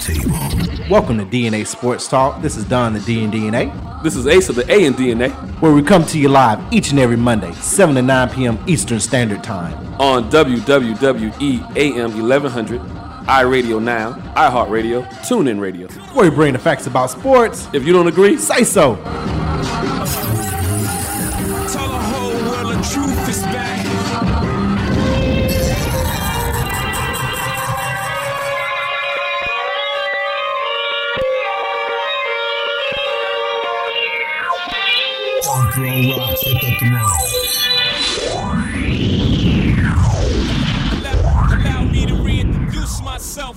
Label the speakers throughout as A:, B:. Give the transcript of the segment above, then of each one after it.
A: table.
B: Welcome to DNA Sports Talk. This is Don the D and DNA,
C: This is Ace of the A in DNA
B: where we come to you live each and every Monday, 7 to 9 p.m. Eastern Standard Time.
C: on E WWWE AM 1100, iRadio Now, iHeartRadio, TuneIn Radio.
B: Where we bring the facts about sports.
C: If you don't agree,
B: Say so.
D: Tell the whole world the truth is back.
A: Punk Girl Rock hit the throne.
D: Allow, allow me to reintroduce myself.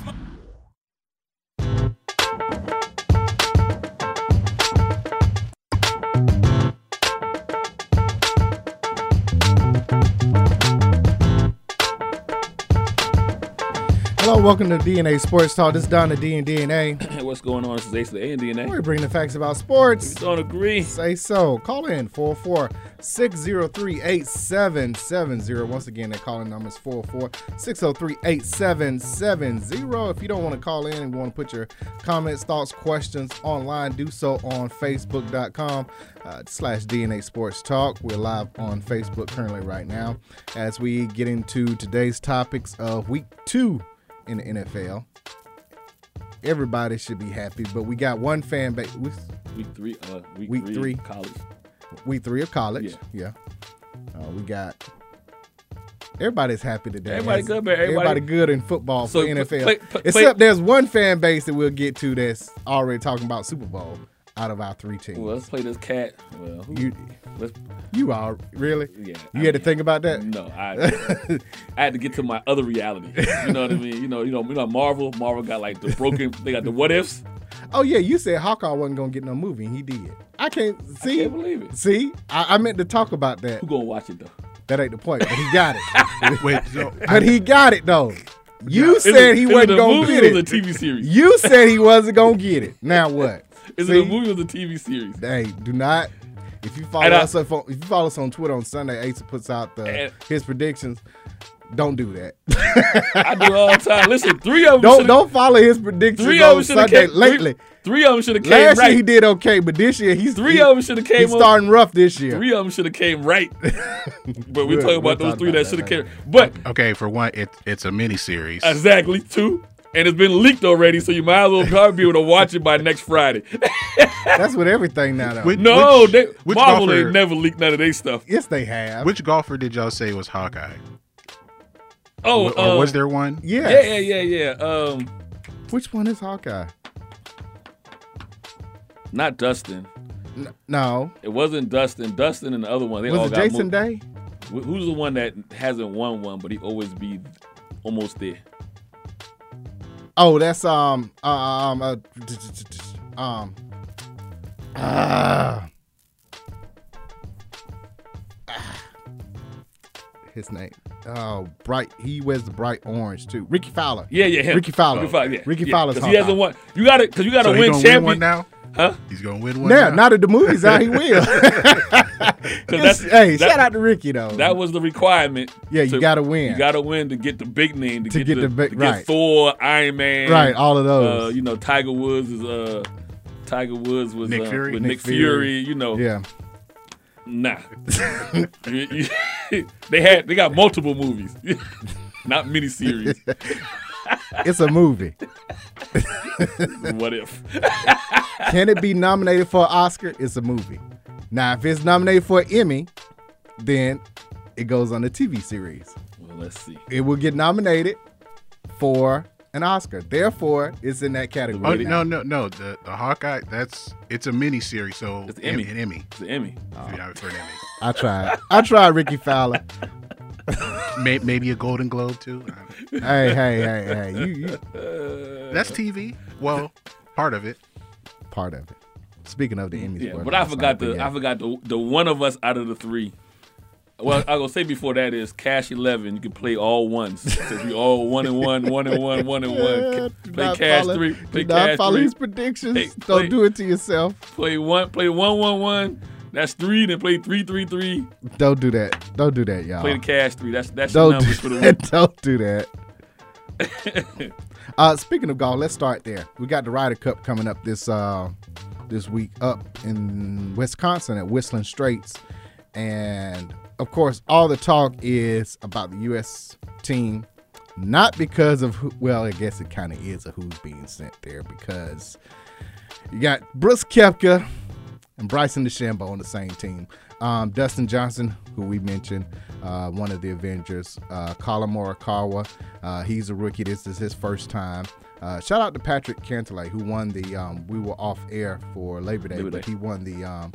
E: Hello, welcome to DNA Sports Talk. This is Don the D and DNA.
C: hey, what's going on? This is Ace of the A in DNA.
E: We're bringing the facts about sports.
C: Don't agree.
E: Say so. Call in 44 603 8770. Once again, that calling number is 44 603 8770. If you don't want to call in and want to put your comments, thoughts, questions online, do so on facebook.com uh, slash DNA Sports Talk. We're live on Facebook currently right now as we get into today's topics of week two in the NFL. Everybody should be happy, but we got one fan base. we-
C: Week three, uh, week,
E: Week
C: three,
E: three.
C: college.
E: week three of college. Yeah. Uh, we got. Everybody's happy today.
C: Everybody good, man. Everybody-
E: Everybody, good in football
C: So,
E: for NFL.
C: play- play-
E: Except there's one fan base that we'll get to that's already talking about Super Bowl out of our three teams.
C: Well, let's play this cat. Well, who,
E: you,
C: let's,
E: you are really?
C: Yeah,
E: You
C: I
E: had to
C: mean- mm-hmm.
E: think about that.
C: no, I, I had to get to my other reality. You know what I mean? You know, you know, you know, Marvel. Marvel got like the broken. They got the what ifs.
E: Oh yeah, you said Hawkeye wasn't gonna get no movie, and he did. I can't see.
C: can't believe it.
E: See, I, I meant to talk about that.
C: Who gonna watch it though?
E: That ain't the point. But he got it.
A: Wait, so
E: but he got it though. You
C: Is
E: said
C: it-
E: he
C: is
E: wasn't
C: it a
E: gonna
C: movie
E: get
C: or
E: it.
C: is it a TV series.
E: You said he wasn't gonna get it. Now what?
C: Is
E: See?
C: it a movie or is it a TV series?
E: Hey, do not. If you follow
C: And I-
E: us, up on, if you follow us on Twitter on Sunday, Ace puts out the
C: And-
E: his predictions. Don't do that.
C: I do all the time. Listen, three of them.
E: Don't
C: shoulda-
E: don't follow his predictions
C: Three of
E: on
C: them should have
E: Sunday
C: came.
E: lately.
C: Three, three of them should have came
E: Last
C: right.
E: year he did okay, but this year he's
C: three
E: he-
C: of them should have came.
E: He's
C: up.
E: starting rough this year.
C: Three of them should have came right. but we're
E: We'll-
C: talking about
E: we'll
C: those
E: talk
C: three
E: about
C: that
E: that
C: should have
E: later.
C: came. But
A: okay, for one, it, it's a mini series.
C: exactly two, and it's been leaked already, so you might as well probably be able to watch it by next Friday.
E: That's with everything now. Though.
A: Which-
C: No,
A: which-
C: they,
A: which
C: Marvel
A: golfer-
C: ain't never leaked none of their stuff.
E: yes, they have.
A: Which golfer did y'all say was Hawkeye?
C: Oh,
A: or
C: um,
A: was there one?
E: yeah.
C: Yeah, yeah, yeah, yeah. Um,
E: Which one is Hawkeye?
C: not Dustin.
E: N- no.
C: It wasn't Dustin. Dustin and the other one. They all
E: Was it
C: got
E: Jason
C: moved.
E: Day?
C: Wh- Who's the one that hasn't won one, but he always be almost there?
E: Oh, that's um um uh, t- t- t- t- um ah. Ah. his name. Oh, bright. He wears the bright orange too. Ricky Fowler.
C: Yeah, yeah, him.
E: Ricky Fowler.
C: Ricky Fowler. Yeah.
E: Ricky
C: yeah.
E: Fowler's
C: 'Cause he hasn't
E: Hawkeye.
C: won. You got to, cause you got to
A: So he
C: win
A: gonna
C: champion.
A: win one now.
C: Huh?
A: He's gonna win one.
E: Now,
A: now.
E: now that the movie's out, he will.
C: that's-
E: hey,
C: that-
E: shout out to Ricky though.
C: That was the requirement.
E: Yeah, you gotta win.
C: You got to win to get the big name to,
E: To
C: get,
E: get
C: the,
E: the big-
C: to
E: right.
C: get Thor, Iron Man,
E: right. All of
C: Uh,
E: those.
C: you know, Tiger Woods is uh, Tiger Woods was
A: Nick
C: uh,
A: Fury?
C: with
A: Nick
C: Nick, Fury. You know,
E: yeah.
C: nah. You- you- they had they got multiple movies, not miniseries.
E: It's a movie.
C: what if?
E: Can it be nominated for an Oscar? It's a movie. Now, if it's nominated for an Emmy, then it goes on the TV series.
C: Well, let's see.
E: It will get nominated for an Oscar. Therefore, it's in that
A: Oh,
E: category.
A: no, no, no. The the Hawkeye. That's it's a mini series. So
C: It's Emmy.
A: An, an Emmy.
C: It's an Emmy.
E: Oh.
A: You know, for an Emmy.
E: I tried. I tried Ricky Fowler.
A: May, maybe a Golden Globe too. Uh,
E: hey, hey, hey, hey. You, you Uh,
A: That's TV. Well, part of it.
E: part of it. Speaking of the Emmys,
C: Yeah,
E: were
C: but I
E: last
C: forgot
E: night, but
C: the
E: yeah.
C: I forgot the the one of us out of the three. Well, I will say before that is cash eleven. You can play all ones because we all one and one, one and one, one and
E: Yeah,
C: one.
E: do
C: Play
E: not
C: cash
E: follow-
C: three.
E: do
C: Play
E: not
C: cash
E: follow
C: three.
E: his predictions.
C: Hey, play-
E: Don't do it to yourself.
C: Play one. Play one one one. That's three. Then play three three three.
E: Don't do that. Don't do that, y'all.
C: Play the cash three. That's that's your
E: Oh. Don't
C: numbers for
E: do
C: the week.
E: that. Don't do that. Uh, speaking of golf, let's start there. We got the Ryder Cup coming up this uh, this week up in Wisconsin at Whistling Straits, and of course, all the talk is about the U.S. team. Not because of who, well, I guess it kind of is a who's being sent there because you got Brooks Kepka and Bryson DeChambeau on the same team. Um, Dustin Johnson, who we mentioned, uh, one of the Avengers. Uh, Colin Morikawa, uh, he's a rookie. This is his first time. Uh, shout out to Patrick Cantlay, who won the. Um, we were off air for Labor Day,
C: Labor
E: but
C: Day.
E: he won the um,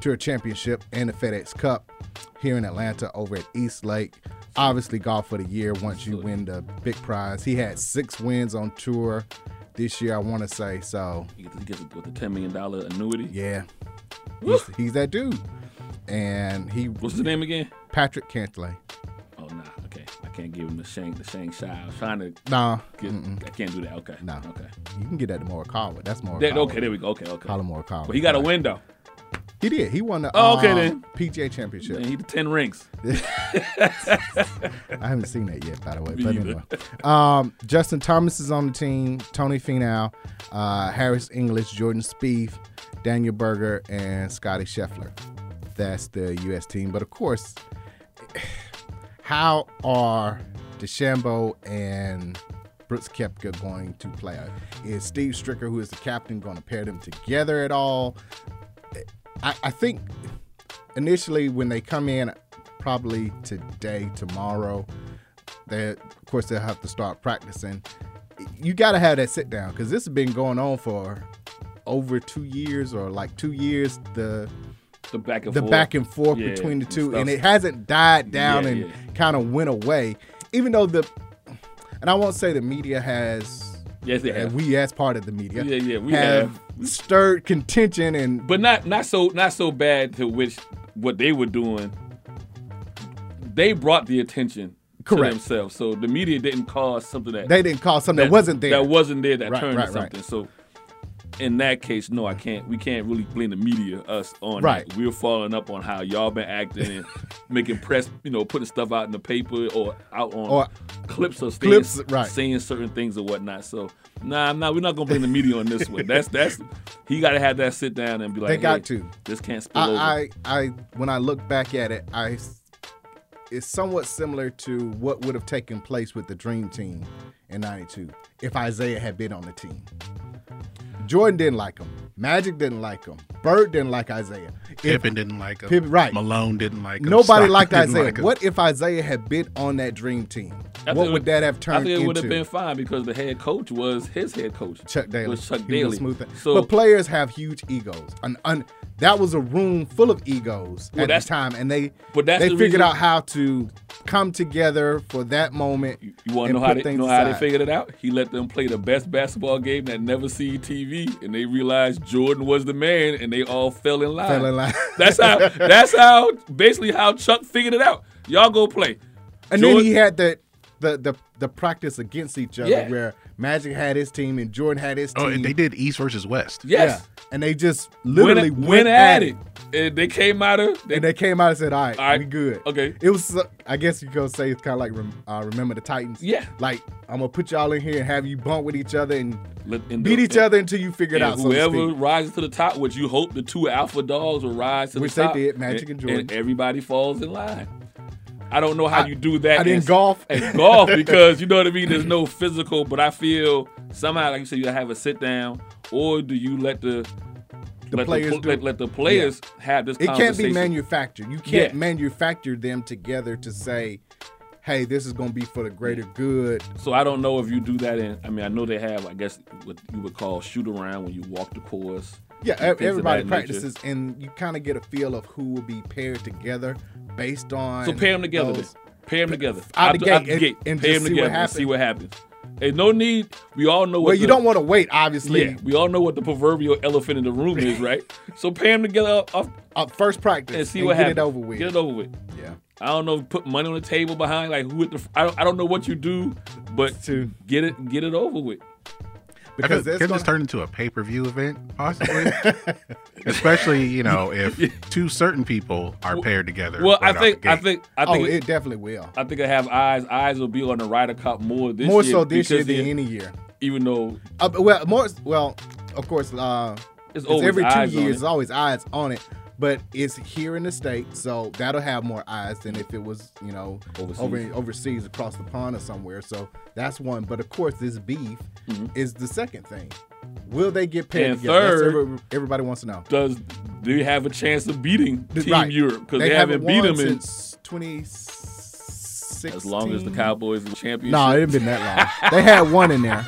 E: Tour Championship and the FedEx Cup here in Atlanta over at East Lake. Obviously, golf of the year once you win the big prize. He had six wins on tour this year, I want to say. So
C: He gets, he gets with the ten million dollar annuity.
E: yeah. He's, he's that dude. And he
C: What's his name again?
E: Patrick Cantlay.
C: Oh nah, okay. I can't give him the shank the shank shy. I was trying to
E: Nah,
C: get I can't do that. Okay.
E: No.
C: Okay.
E: you can get that to Morikawa. That's Morikawa.
C: That- okay, there we go. Okay, okay.
E: Colin Morikawa.
C: But he got a win though.
E: He did. He won the
C: Oh, okay,
E: um,
C: then.
E: PGA Championship.
C: And he the ten rings.
E: I haven't seen that yet, by the way.
C: Me
E: But
C: neither.
E: anyway. um, Justin Thomas is on the team. Tony Finau, uh, Harris English, Jordan Spieth, Daniel Berger, and Scotty Scheffler. That's the U.S. team. But of course, how are DeChambeau and Brooks Kepka going to play? Is Steve Stricker, who is the captain, going to pair them together at all? I, I think initially when they come in, probably today, tomorrow, they of course they'll have to start practicing. You got to have that sit down because this has been going on for over two years or like two years. The
C: The back and
E: the
C: forth.
E: back and forth
C: Yeah,
E: between the
C: and
E: two, and
C: stuff.
E: it hasn't died down
C: Yeah,
E: and
C: yeah.
E: kind of went away. Even though the, and I won't say the media has,
C: Yes, they
E: and
C: have.
E: we as part of the media,
C: Yeah, yeah, we
E: stirred contention and
C: but not not so not so bad to which what they were doing. They brought the attention to
E: Correct.
C: themselves, so the media didn't cause something that
E: they didn't call something that, wasn't there.
C: That wasn't there. That
E: Right,
C: turned
E: right,
C: to
E: right.
C: something. So in that case, no, I can't. We can't really blame the media us on
E: Right.
C: that. We're following up on how y'all been acting and making press. You know, putting stuff out in the paper or out on
E: Or-
C: clips of
E: clips,
C: saying,
E: right.
C: saying certain things or whatnot. So nah, I'm not. We're not gonna blame the media on this one. That's that's. He got to have that sit down and be like,
E: They got
C: "Hey,
E: to."
C: This can't spill over.
E: I, I, I, when I look back at it, I, s- it's somewhat similar to what would have taken place with the Dream Team in '92 if Isaiah had been on the team. Jordan didn't like him. Magic didn't like him. Bird didn't like Isaiah. If
F: Pippen didn't like him.
E: Pippen- right.
F: Malone didn't like him.
E: nobody
F: Stockton
E: liked
F: didn't
E: Isaiah,
F: like him.
E: what if Isaiah had been on that Dream Team?
C: I
E: what
C: think it
E: would that have turned
C: I think it would
E: into?
C: have been fine because the head coach was his head coach,
E: Chuck Daly.
C: Was Chuck
E: He
C: Daly.
E: was a smooth thing.
C: so
E: but players have huge egos. An, un that was a room full of egos
C: Well,
E: at the
C: that's-
E: time, and they
C: but that's
E: they
C: the
E: figured
C: reason-
E: out how to come together for that moment.
C: You want to
E: and
C: know how
E: put
C: they
E: things
C: know how they
E: aside.
C: figured it out? He let them play the best basketball game that never see TV, and they realized Jordan was the man, and they all fell in line.
E: Fell in line.
C: that's how. That's how. Basically, how Chuck figured it out. Y'all go play.
E: And then
C: Jordan-
E: he had the the the, the practice against each other,
C: Yeah.
E: where Magic had his team and Jordan had his team.
F: Oh, and they did East versus West.
C: Yes,
E: Yeah, and they just
C: went,
E: literally
C: went
E: went
C: at it. And they came out of. They,
E: and they came out and said, "All right,
C: All right,
E: we good."
C: okay.
E: It was, uh, I guess you could say, it's kind of like rem- uh, remember the Titans.
C: Yeah.
E: Like I'm gonna put y'all in here and have you bump with each other and
C: let- and
E: beat
C: the-
E: each other until you figure it
C: and
E: out. so to
C: whoever
E: speak.
C: rises to the top, which you hope the two alpha dogs will rise to
E: Which they
C: the top,
E: did, Magic and Jordan.
C: everybody falls in line. I don't know how
E: I-
C: you do that.
E: I didn't
C: in-
E: golf.
C: in golf because you know what I mean. There's no physical, but I feel somehow, like you said, you have a sit down, or do you let the
E: The
C: let,
E: players
C: the,
E: do
C: let,
E: it.
C: let the players have this?
E: It can't be
C: conversation?
E: manufactured. You can't
C: Yeah.
E: manufacture them together to say, "Hey, this is gonna be for the greater good."
C: So I don't know if you do that in. I mean, I know they have. I guess what you would call shoot around when you walk the course.
E: Yeah,
C: and
E: ev-
C: things of
E: everybody
C: that nature.
E: practices, and you kind of get a feel of who will be paired together based on.
C: So pair them together.
E: those-
C: then. Pair them together.
E: out the
C: After-
E: gate
C: after
E: and- and
C: pair
E: just
C: them
E: see what
C: together and see what happens. There's no need. We all know what.
E: Well, you
C: the-
E: don't want to wait, obviously.
C: Yeah, we all know what the proverbial elephant in the room is, right? so pair them together up, up
E: Uh, first practice
C: and see what
E: get
C: happens.
E: it over with.
C: Get it over with.
E: Yeah.
C: I don't know. Put money on the table behind like who at the. I don't, I don't know what you do, but
E: Two.
C: get it get it over with.
E: because
F: I feel,
E: that's
F: could
E: gonna,
F: this turn into a pay per view event, possibly. Especially, you know, if two certain people are paired together.
C: Well,
F: right
C: I
F: off the
C: think I
F: gate.
C: think I
E: oh,
C: think
E: it, definitely will.
C: I think I have eyes. Eyes will be on the Ryder Cup more this
E: More
C: year.
E: so this year
C: because
E: than
C: they-
E: any year.
C: Even though
E: Uh, but- well, more well, of course. Uh,
C: it's,
E: it's
C: always
E: every two
C: eyes on
E: years,
C: it.
E: it's always eyes on it. But it's here in the state, so that'll have more eyes than if it was, you know,
C: Overseas.
E: over overseas across the pond or somewhere. So that's one. But of course, this beef is the second thing. Will they get paired
C: Mm-hmm. And
E: together? That's
C: third-
E: every- everybody wants to know.
C: does do you have a chance of beating Team
E: Right.
C: Europe because they, haven't beat
E: won
C: them in
E: since 2016.
C: as long as the Cowboys are champions.
E: No, it ain't been that long. they had one in there.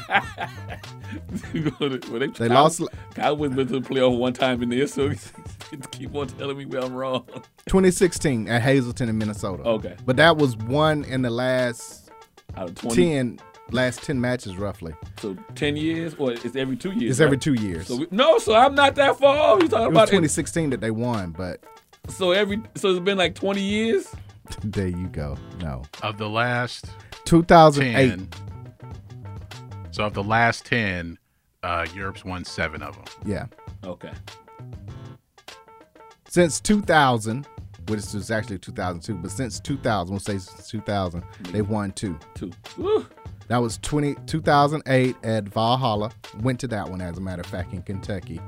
C: they,
E: They lost
C: Cowboys been to the playoff one time in there, so keep on telling me where I'm wrong.
E: 2016 at Hazleton in Minnesota.
C: Okay.
E: But that was one in the last
C: Out of twenty,
E: 10 last 10 matches roughly.
C: so ten years, or it's every two years.
E: It's every
C: right?
E: two years.
C: So we, no, so I'm not that far off. You talking
E: it was
C: about it-
E: 2016 that they won, but
C: So every so it's been like 20 years.
E: there you go. No.
F: of the last
E: 2008.
F: 10. So, of the last 10, uh, Europe's won seven of them.
E: Yeah.
C: Okay.
E: Since 2000, which is actually 2002, but since 2000, we'll say since 2000, they won two.
C: Two. Woo.
E: That was 20, 2008 at Valhalla. Went to that one, as a matter of fact, in Kentucky.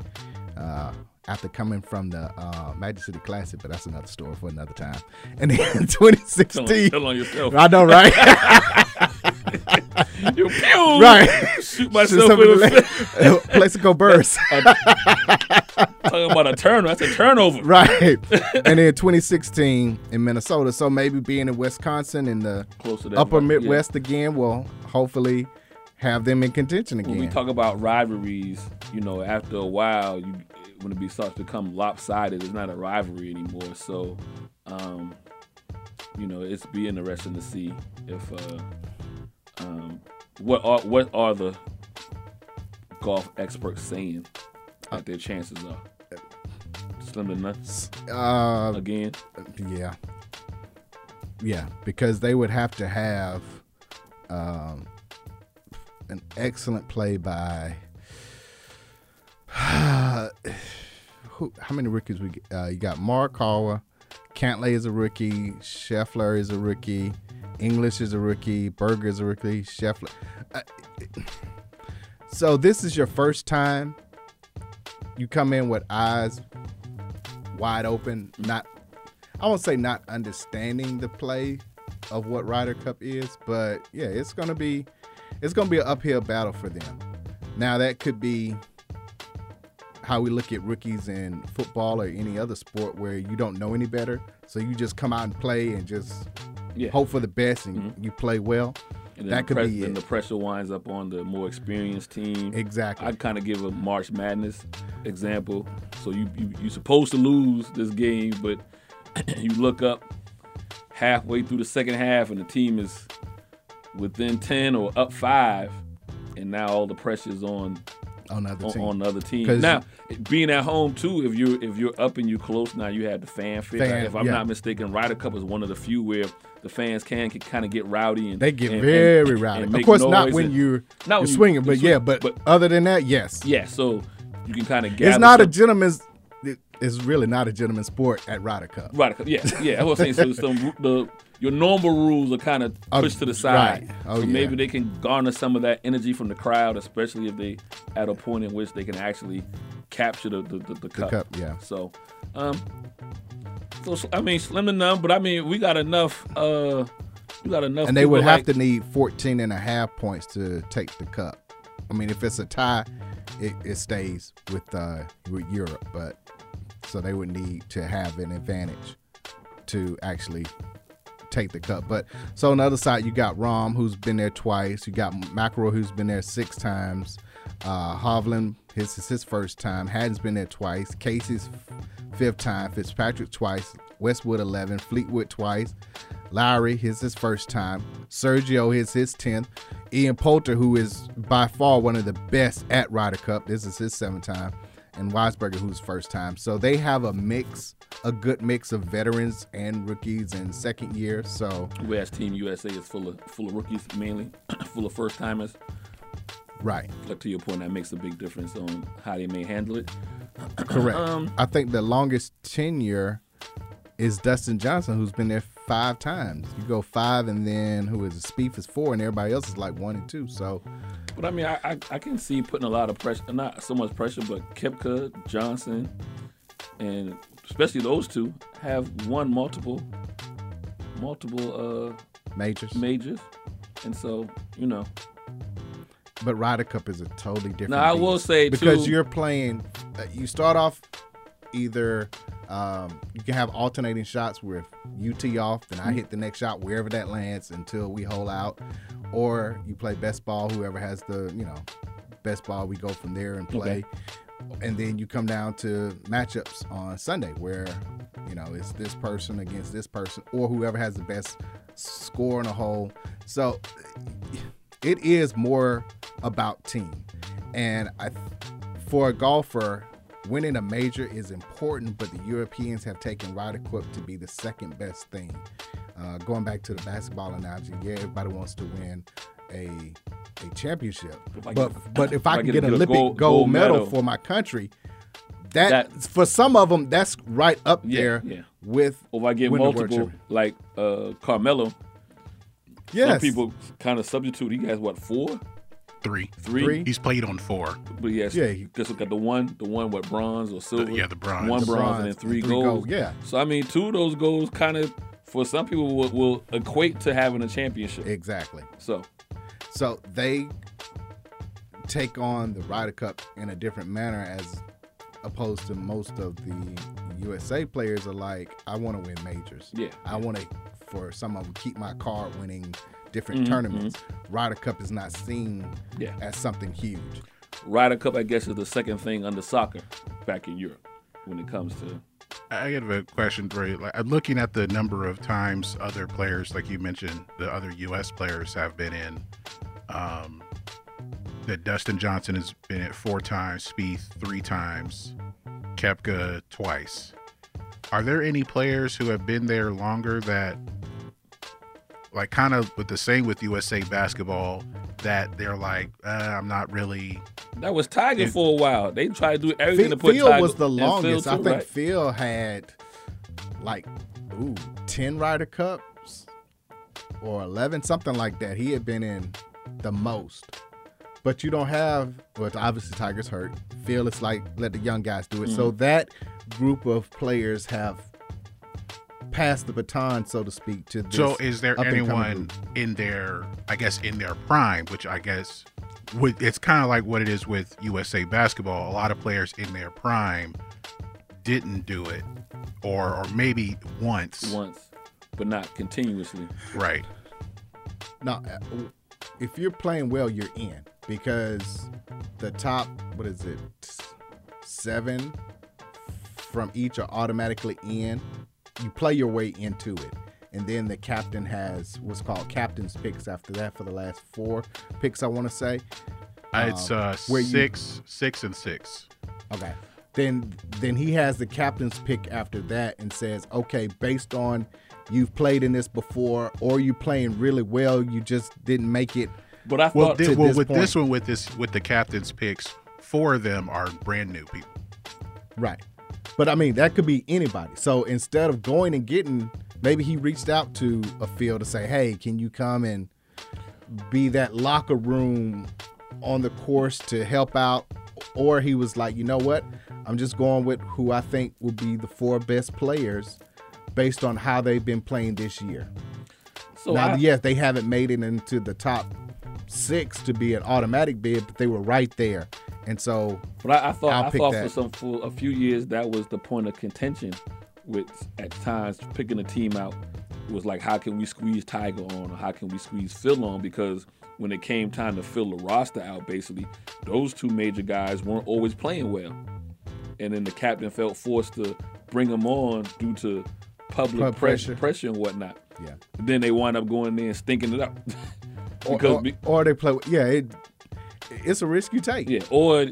E: Uh, after coming from the uh, Magic City Classic, but that's another story for another time. And then
C: Tell,
E: 2016.
C: tell on yourself.
E: I know, right?
C: You- pew!
E: right.
C: Shoot myself in the face.
E: Place to go burst.
C: Talking about a turnover. That's a turnover.
E: right. And then 2016 in Minnesota. So maybe being in Wisconsin in the
C: Close to that
E: upper
C: mark, yeah.
E: Midwest again will hopefully have them in contention
C: When we
E: again.
C: talk about rivalries, you know, after a while, you when it be starts to become lopsided, it's not a rivalry anymore. So, um, you know, it's be interesting to see if uh, um, what are what are the golf experts saying that their chances are slim to none
E: uh,
C: again.
E: Yeah. Yeah, because they would have to have um, an excellent play by. who, how many rookies we get? Uh, you got Mark Harwa, Cantley is a rookie, Scheffler is a rookie, English is a rookie, Berger is a rookie, Scheffler. Uh, so this is your first time. You come in with eyes wide open, not I won't say not understanding the play of what Ryder Cup is, but yeah, it's gonna be it's gonna be an uphill battle for them. Now that could be how we look at rookies in football or any other sport where you don't know any better, so you just come out and play and just
C: Yeah. Mm-hmm.
E: hope for the best and you play well.
C: And then
E: that
C: the
E: could
C: press-
E: be
C: then
E: it.
C: the pressure winds up on the more experienced team.
E: Exactly.
C: I kind of give a March Madness example. So you you you supposed to lose this game, but you look up halfway through the second half and the team is within ten or up five, and now all the pressure's on
E: on the other
C: on,
E: team.
C: on the other
E: 'Cause-
C: team. Now being at home too, if you're if you're up and you're close, now you have the fan fit.
E: Fan,
C: if I'm
E: yeah.
C: not mistaken, Ryder Cup is one of the few where the fans can, can kind of get rowdy and
E: they get
C: and- and-
E: very
C: and
E: rowdy. Of
C: make
E: course, not
C: noise
E: when
C: and-
E: you're,
C: Not
E: you're
C: when you-
E: swinging, but
C: you're
E: yeah,
C: swing-
E: but,
C: but-
E: other than that, yes.
C: Yeah, so you can kind of get.
E: It's not a gentleman's. it- It's really not a gentleman's sport at Ryder Cup.
C: right. Yeah, yeah. I was saying so. Some the your normal rules are kind of
E: Uh,
C: pushed to the side.
E: right. Oh,
C: so
E: yeah.
C: maybe they can garner some of that energy from the crowd, especially if they at a point in which they can actually capture the the, the, the cup.
E: cup, yeah.
C: So, um, so s- I mean, slim to none. But I mean, we got enough. Uh, we got enough.
E: And they would
C: people
E: have
C: like-
E: to need 14 and a half points to take the cup. I mean, if it's a tie, it, it stays with uh, with Europe, but so they would need to have an advantage to actually take the cup. But so on the other side, you got Rom, who's been there twice. You got McElroy, who's been there six times. Uh, Hovland, his is his first time. Haddon's been there twice. Casey's fifth time. Fitzpatrick twice. Westwood eleven. Fleetwood twice. Lowry, his his first time. Sergio, his his tenth. Ian Poulter, who is by far one of the best at Ryder Cup. This is his seventh time. And Weisberger, who's first time. So they have a mix, a good mix of veterans and rookies and second year. So
C: Whereas Team USA is full of full of rookies mainly, full of first timers.
E: Right.
C: But to your point, that makes a big difference on how they may handle it.
E: Correct. I think the longest tenure is Dustin Johnson, who's been there five times. You go five, and then who is it? Spieth is four, and everybody else is like one and two. So
C: But I mean, I, I, I can see putting a lot of pressure, not so much pressure, but Kepka, Johnson, and especially those two have won multiple, multiple
E: majors.
C: uh, majors. And so, you know,
E: But Ryder Cup is a totally different.
C: Now, I
E: beast.
C: will say,
E: because
C: too-
E: you're playing, uh, you start off either um, you can have alternating shots where if you tee off, then I hit the next shot wherever that lands until we hole out, or you play best ball. Whoever has the you know best ball, we go from there and play. And then you come down to matchups on Sunday where, you know, it's this person against this person or whoever has the best score in a hole. So it is more about team. And I, for a golfer, winning a major is important, but the Europeans have taken Ryder Cup to be the second best thing. Uh, going back to the basketball analogy, yeah, everybody wants to win a a championship,
C: I
E: but
C: get-
E: but if I
C: if I
E: can
C: get
E: get
C: a
E: an Olympic
C: gold-
E: gold,
C: gold
E: medal,
C: medal.
E: for my country, that,
C: That-
E: for some of them that's right up
C: Yeah,
E: there
C: yeah.
E: with
C: if I get
E: win the world
C: multiple,
E: championship.
C: like uh, Carmelo, some
E: Yes,
C: people kind of substitute. He has what four,
F: Three.
C: three.
E: Three.
F: He's played on four.
C: But yes,
E: Yeah, he-
C: Because look at the one, the one with bronze or silver.
F: yeah, the bronze.
C: One
F: The
C: bronze, and then
E: bronze
C: three,
E: and three
C: gold.
E: gold, yeah.
C: So I mean, two of those goals kind of, for some people, will, will equate to having a championship.
E: exactly.
C: so
E: So they take on the Ryder Cup in a different manner as opposed to most of the USA players are like, I want to win majors.
C: Yeah.
E: I want to, for some of them, keep my card winning different tournaments. Ryder Cup is not seen
C: Mm-hmm. Yeah.
E: as something huge.
C: Ryder Cup, I guess, is the second thing under soccer back in Europe when it comes to.
F: I have a question for you. Like, I'm looking at the number of times other players, like you mentioned, the other U.S. players have been in. Um, that Dustin Johnson has been at four times, Spieth three times, Kepka twice. Are there any players who have been there longer that, like, kind of with the same with USA basketball, that they're like, uh, I'm not really
C: That was Tiger
F: It-
C: for a while. They tried to do everything
E: Phil,
C: to put Tiger.
E: was the
C: and Phil
E: longest. I
C: too,
E: think
C: right?
E: Phil had like, ooh, 10 Ryder Cups or 11, something like that. He had been in the most. But you don't have, well, obviously Tiger's hurt. Phil is like, let the young guys do it. So
C: Mm-hmm.
E: that group of players have passed the baton, so to speak, to this.
F: So is there
E: up and coming
F: anyone
E: group.
F: in their I guess in their prime, which I guess would it's kind of like what it is with USA basketball. A lot of players in their prime didn't do it or or maybe once.
C: once, but not continuously.
F: Right.
E: No, uh, if you're playing well, you're in because the top, what is it, seven from each are automatically in. You play your way into it. And then the captain has what's called captain's picks after that for the last four picks, I want to say.
F: It's uh
E: Um, where you-
F: six, six and six.
E: Okay. Then then he has the captain's pick after that and says, okay, based on you've played in this before or you playing really well, you just didn't make it.
C: But I
F: Well,
C: thought
F: thi-
E: to
F: well
E: this
F: with this
E: point-
F: one with this with the captain's picks, four of them are brand new people.
E: Right. But I mean, that could be anybody. So instead of going and getting, maybe he reached out to a field to say, hey, can you come and be that locker room on the course to help out? Or he was like, you know what? I'm just going with who I think will be the four best players based on how they've been playing this year.
C: so
E: now,
C: Oh, I-
E: yes, they haven't made it into the top six to be an automatic bid, but they were right there. And so,
C: But I, I thought
E: I'll
C: i
E: pick
C: thought for
E: that.
C: some for a few years that was the point of contention with at times picking a team out was like how can we squeeze Tiger on or how can we squeeze Phil on because when it came time to fill the roster out basically those two major guys weren't always playing well and then the captain felt forced to bring them on due to public
E: Pub
C: pressure
E: pressure.
C: pressure and whatnot
E: yeah.
C: then they wind up going there and stinking it up
E: Or-
C: because
E: or,
C: be-
E: or they play. Yeah, it, it's a risk you take.
C: Yeah, or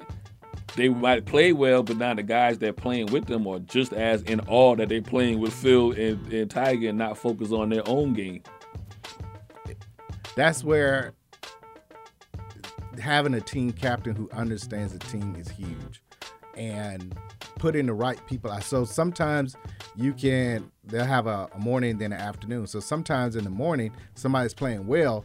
C: they might play well, but now the guys that playing with them are just as in awe that they playing with Phil and, and Tiger and not focus on their own game.
E: That's where having a team captain who understands the team is huge and put in the right people. I- So sometimes you can they'll have a, a morning then an afternoon. So sometimes in the morning somebody's playing well.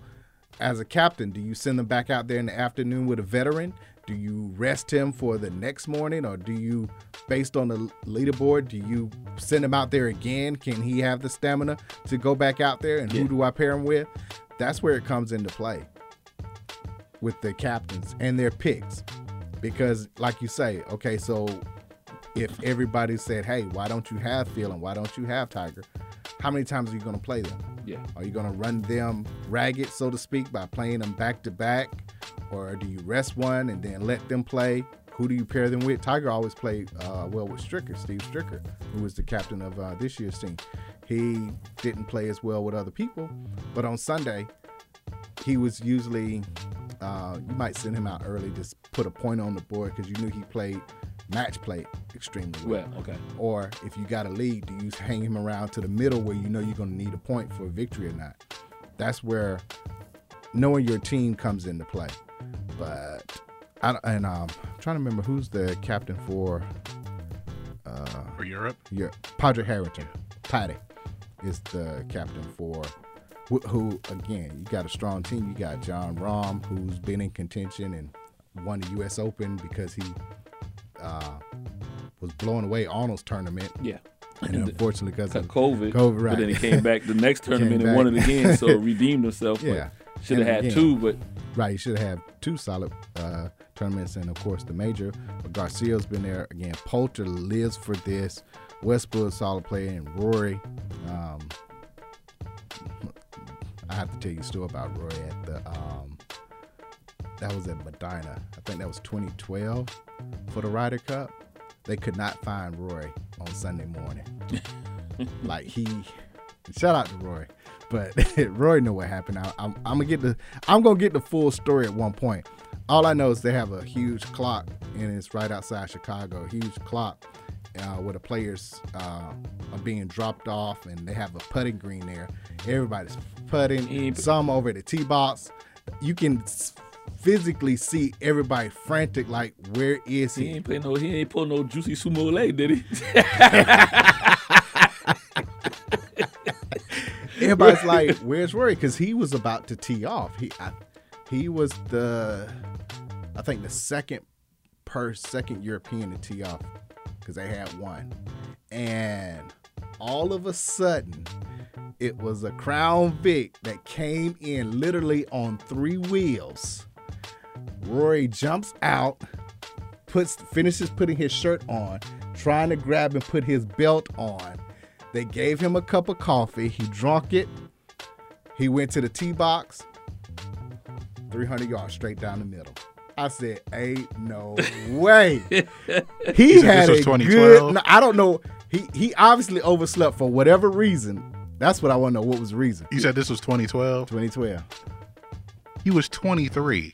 E: As a captain, do you send them back out there in the afternoon with a veteran? Do you rest him for the next morning, or do you, based on the leaderboard, do you send him out there again? Can he have the stamina to go back out there? And who do I pair him with? That's where it comes into play with the captains and their picks. Because, like you say, okay, so if everybody said, hey, why don't you have Phelan? Why don't you have Tiger? How many times are you going to play them?
C: Yeah.
E: Are you going to run them ragged, so to speak, by playing them back to back? Or do you rest one and then let them play? Who do you pair them with? Tiger always played uh, well with Stricker, Steve Stricker, who was the captain of uh, this year's team. He didn't play as well with other people, but on Sunday, he was usually uh, you might send him out early just put a point on the board because you knew he played match play extremely well.
C: Well, okay.
E: Or if you got a lead, do you hang him around to the middle where you know you're going to need a point for a victory or not? That's where knowing your team comes into play. But I don't- and um, I'm trying to remember who's the captain for
F: for Europe.
E: your Padre Harrington, Patty, is the captain for wh- who again? You got a strong team. You got John Rahm, who's been in contention and won the U.S. Open because he uh, was blowing away Arnold's tournament,
C: Yeah.
E: and uh, unfortunately because
C: Got
E: of
C: COVID.
E: COVID, right?
C: But then he came back the next tournament and won it
E: back.
C: again, so redeemed himself.
E: Yeah.
C: Should have
E: And
C: had
E: again.
C: two, but
E: Right, you should have two solid uh, tournaments, and of course the major. But Garcia's been there again. Poulter lives for this. Westwood solid player, and Rory. Um, I have to tell you a story about Rory at the. Um, that was at Medina. I think that was 2012 for the Ryder Cup. They could not find Rory on Sunday morning. like he, shout out to Roy, but Roy know what happened. I, I'm, I'm gonna get the I'm gonna get the full story at one point. All I know is they have a huge clock, and it's right outside Chicago. A huge clock uh, where the players uh, are being dropped off, and they have a putting green there. Everybody's putting.
C: Yeah,
E: Some over the tee box. You can s- physically see everybody frantic, like where is
C: he
E: he?
C: ain't play no. He ain't pull no juicy sumo leg, did he?
E: Everybody's like, "Where's Rory?" Because he was about to tee off. He, I, he was the, I think the second per second European to tee off because they had one, and all of a sudden, it was a Crown Vic that came in literally on three wheels. Rory jumps out, puts finishes putting his shirt on, trying to grab and put his belt on. They gave him a cup of coffee. He drunk it. He went to the tee box. 300 yards straight down the middle. I said, "Ain't no way." he
F: said this
E: had
F: was
E: a
F: 2012?
E: good. no, I don't know. He he obviously overslept for whatever reason. That's what I want to know. What was the reason?
F: You said this was 2012.
E: 2012.
F: He was 23.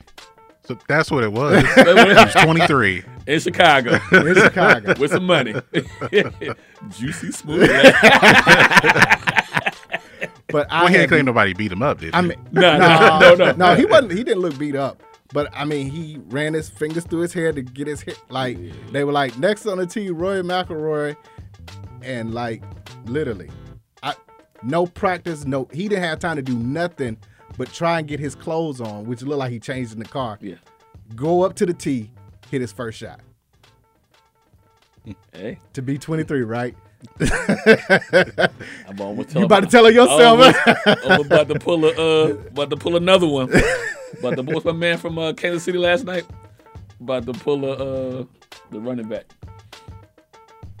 F: So that's what it was. he was 23.
C: in Chicago
E: In Chicago.
C: with some money. juicy smooth leg.
E: But I
F: Well, he
E: had
F: ain't claim nobody beat him up, did he?
E: I mean,
C: No, no, no, no.
E: he wasn't. He didn't look beat up, but I mean, he ran his fingers through his hair to get his hair. Like they were like next on the tee, Roy McIlroy, and like literally, I no practice, no. He didn't have time to do nothing but try and get his clothes on, which looked like he changed in the car.
C: Yeah.
E: Go up to the tee, hit his first shot.
C: Hey,
E: To be 23, right?
C: I'm almost
E: You
C: telling
E: about to tell her yourself?
C: Almost, I'm about to pull a, uh, about to pull another one. About to what's my man from uh, Kansas City last night? About to pull a, uh, the running back.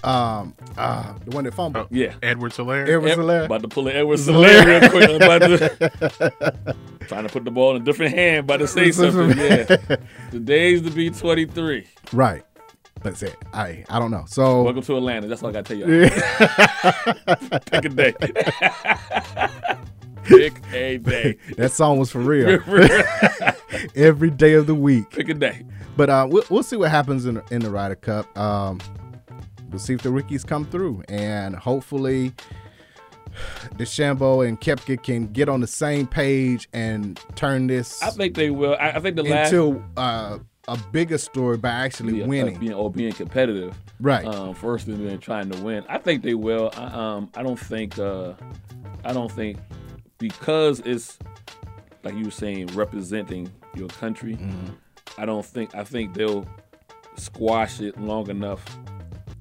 E: um, uh, the one that fumbled.
C: Yeah.
F: Edward Solaire.
E: It was
C: Ed-
E: hilarious.
C: About to pull an Edward Solaire real quick. I'm about to, trying to put the ball in a different hand, about to say something. Yeah. Today's to be 23.
E: Right. That's it. I I don't know. So
C: Welcome to Atlanta. That's all I got to tell you. Pick a day. Pick a day.
E: that song was for real. Every day of the week.
C: Pick a day.
E: But uh, we'll, we'll see what happens in, in the Ryder Cup. Um, we'll see if the rookies come through, and hopefully, DeChambeau and Kepka can get on the same page and turn this
C: I think they will. I, I think the last
E: into uh, a bigger story by actually
C: Yeah, uh,
E: winning.
C: being, or being competitive,
E: Right.
C: Um, first and then trying to win. I think they will. I, um, I don't think. Uh, I don't think because it's like you were saying, representing your country.
E: Mm-hmm.
C: I don't think. I think they'll squash it long enough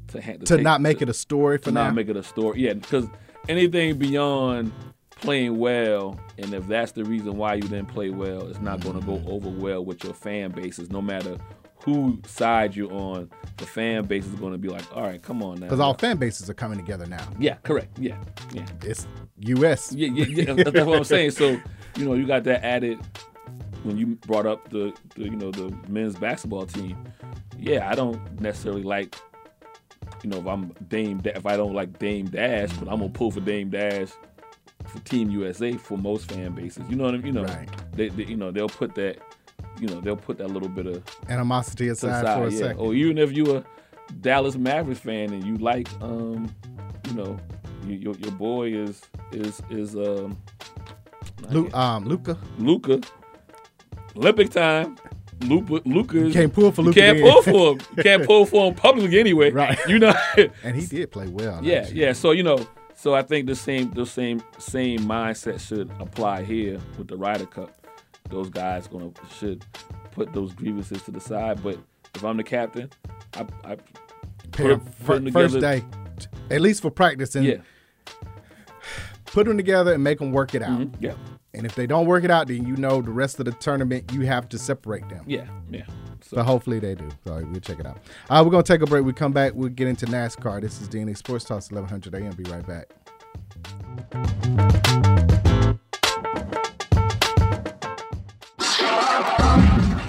C: to ha-
E: to
C: take-
E: not make it a story for
C: to not
E: now.
C: make it a story. Yeah, because anything beyond playing well, and if that's the reason why you didn't play well, it's not going to go over well with your fan bases. No matter who side you're on, the fan base is going to be like, all right, come on now.
E: Because all fan bases are coming together now.
C: yeah, correct. Yeah, yeah,
E: It's U.S.
C: yeah, yeah. yeah. that's what I'm saying. So, you know, you got that added when you brought up the, the you know, the men's basketball team. Yeah, I don't necessarily like you know, if I'm Dame, Da- if I don't like Dame Dash, but I'm gonna pull for Dame Dash for Team USA for most fan bases. You know what I mean? You know,
E: Right.
C: they, they, you know, they'll put that, you know, they'll put that little bit of
E: Animosity aside
C: aside,
E: for a
C: yeah.
E: second.
C: Or even if you a Dallas Mavericks fan and you like, um, you know, you, your, your boy is is is um,
E: Lu- um, Luca.
C: Luca. Olympic time. Luca, Luca is-
E: can't pull for
C: you
E: Luka
C: Can't
E: then.
C: pull for him. You can't pull for him publicly anyway.
E: Right.
C: You know.
E: And he did play well.
C: Yeah,
E: actually.
C: yeah. So you know, so I think the same the same same mindset should apply here with the Ryder Cup. Those guys gonna should put those grievances to the side. But if I'm the captain, I, I
E: Pair-
C: put,
E: fir-
C: putting
E: first
C: together,
E: day, at least for practice, and
C: yeah,
E: put them together and make them work it out.
C: hmm, yeah,
E: And if they don't work it out, then you know the rest of the tournament you have to separate them.
C: yeah, yeah. So
E: But hopefully they do. So we'll check it out. Uh, we're gonna take a break. We come back. We'll get into NASCAR. This is DNA Sports Talks 1100 AM. Be right back.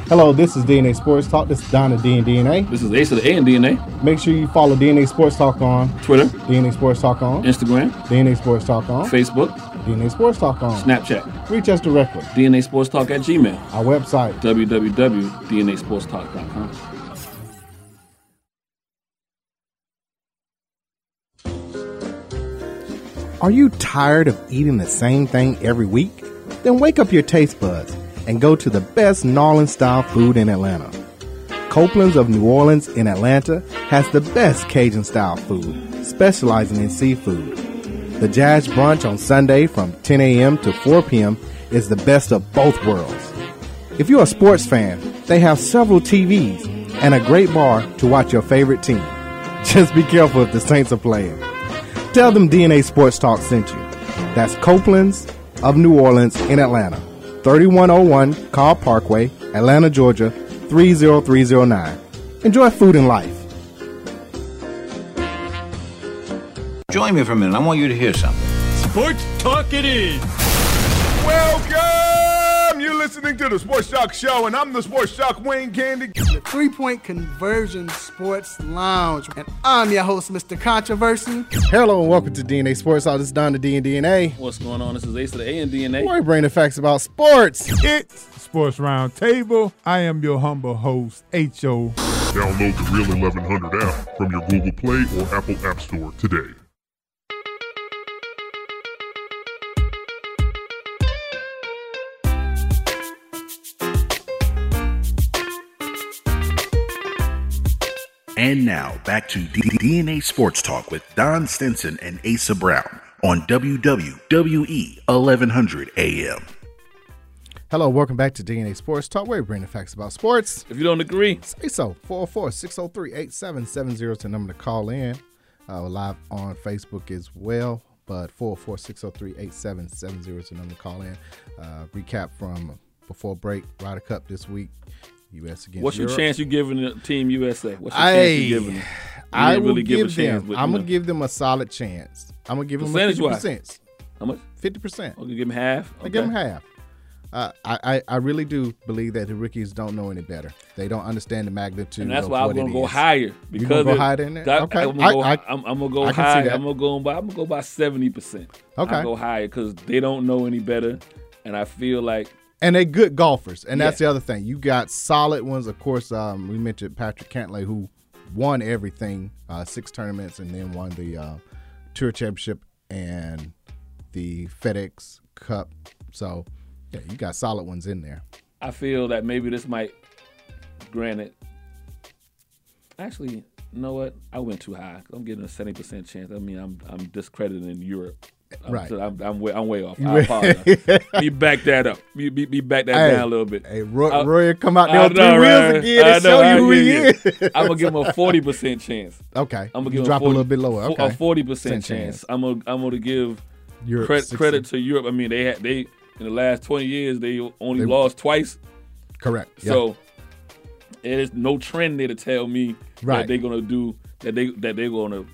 E: Hello, this is DNA Sports Talk. This is Donna D and DNA.
C: this is Ace of the A and DNA,
E: Make sure you follow DNA Sports Talk on
C: Twitter,
E: DNA Sports Talk on
C: Instagram,
E: DNA Sports Talk on
C: Facebook,
E: DNA Sports Talk on.
C: Snapchat,
E: Reach us directly.
C: DNA Sports Talk at Gmail,
E: Our website
C: www.dnasportstalk.com.
B: Are you tired of eating the same thing every week? Then wake up your taste buds and go to the best gnarling style food in Atlanta. Copeland's of New Orleans in Atlanta has the best Cajun style food, specializing in seafood. The Jazz Brunch on Sunday from 10 a.m. to 4 p.m. is the best of both worlds. If you're a sports fan, they have several TVs and a great bar to watch your favorite team. Just be careful if the Saints are playing. Tell them DNA Sports Talk sent you. That's Copeland's of New Orleans in Atlanta. 3101 Carl Parkway, Atlanta, Georgia 30309. Enjoy food and life.
G: Join me for a minute. I want you to hear something.
D: Sports Talk it is.
H: Welcome! You're listening to the Sports Shock Show, and I'm the Sports Shock Wayne Candy.
I: Three Point Conversion Sports Lounge. And I'm your host, Mr. Controversy.
E: Hello and welcome to DNA Sports Talk. This is Donna D and DNA.
C: What's going on? This is Ace of the A and DNA.
E: Where we bring the facts about sports.
J: It's Sports Roundtable. I am your humble host, H.O.
A: Download the Real 1100 app from your Google Play or Apple App Store today.
G: And now back to D- D- DNA Sports Talk with Don Stinson and Asa Brown on E WWE 1100 AM.
E: Hello, welcome back to DNA Sports Talk. Where we bring the facts about sports.
C: If you don't agree,
E: Say so. 404-603-8770 is the number to call in. Uh, we're live on Facebook as well. But 404-603-8770 is the number to call in. Uh, recap from before break, Ryder Cup this week. US against
C: what's your
E: Europe.
C: chance you giving the Team USA? What's your chance
E: I,
C: you giving? them? You
E: I
C: didn't
E: will
C: really give a
E: give,
C: chance,
E: them.
C: but,
E: I'm
C: you
E: gonna
C: know.
E: give them a solid chance. I'm gonna give them a fifty
C: Percentage-wise.
E: percent.
C: How much?
E: Fifty percent.
C: Oh, you give him half.
E: I give them half. Uh, I, I I really do believe that the rookies don't know any better. They don't understand the magnitude.
C: And that's
E: of
C: why I'm
E: what
C: gonna
E: it
C: go
E: is.
C: higher because
E: go
C: it-
E: higher than that?
C: that-
E: Okay.
C: I'm
E: I-
C: gonna go,
E: I-
C: I, am I'm gonna go
E: I can see
C: high.
E: that.
C: I'm gonna go by. I'm gonna go by seventy percent.
E: Okay.
C: i go higher because they don't know any better, and I feel like
E: And they're good golfers, and that's
C: Yeah.
E: the other thing. You got solid ones, of course. Um, we mentioned Patrick Cantlay, who won everything, uh, six tournaments, and then won the uh, Tour Championship and the FedEx Cup. So, yeah, you got solid ones in there.
C: I feel that maybe this might, granted, actually, you know what? I went too high. I'm getting a 70% chance. I mean, I'm I'm discrediting Europe. I'm,
E: Right.
C: so I'm, I'm, way, I'm way off.
E: You
C: I
E: way-
C: apologize. you back that up. You, you, you back that
E: Hey,
C: down a little bit.
E: Hey, Roy,
C: I-
E: Roy come out there
C: Uh, I
E: on three
C: know,
E: wheels
C: right?
E: again
C: I
E: and
C: know,
E: show you
C: right?
E: who he
C: Yeah,
E: is.
C: yeah. I'm gonna give him a forty percent chance.
E: Okay.
C: I'm gonna
E: You
C: give
E: drop a
C: him uh, 40,
E: little bit lower.
C: fo- A
E: Okay.
C: forty percent
E: Percent
C: chance.
E: chance.
C: I'm gonna I'm gonna give
E: Europe
C: credit
E: 60.
C: credit to Europe. I mean, they had they in the last twenty years they only
E: They-
C: lost twice.
E: Correct. Yeah.
C: So it is no trend there to tell me
E: Right.
C: that they're gonna do that they that they're gonna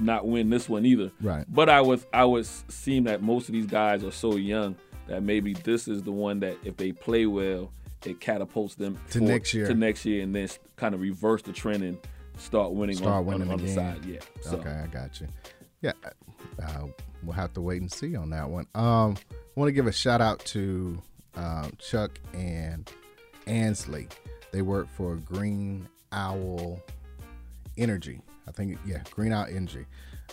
C: not win this one either.
E: Right.
C: But I was I was seeing that most of these guys are so young that maybe this is the one that if they play well, it catapults them
E: To
C: for-
E: next year.
C: To next year and then kind of reverse the trend and start winning
E: Start
C: on,
E: winning
C: on, on the
E: again.
C: side. Yeah. So
E: Okay, I got you. Yeah, uh, we'll have to wait and see on that one. Um, want to give a shout out to um, Chuck and Ansley. They work for Green Owl Energy. I think yeah, Green Owl Energy.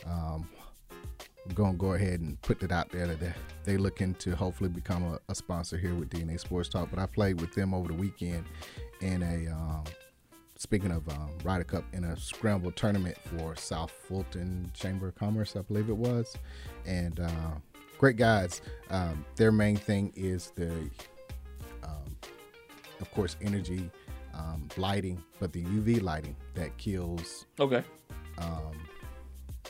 E: Um, I'm gonna go ahead and put it out there that they- they looking to hopefully become a, a sponsor here with DNA Sports Talk. But I played with them over the weekend in a um, speaking of um, Ryder Cup in a scramble tournament for South Fulton Chamber of Commerce, I believe it was, and uh, great guys. Um, their main thing is the, um, of course, energy um, lighting, but the UV lighting that kills
C: okay.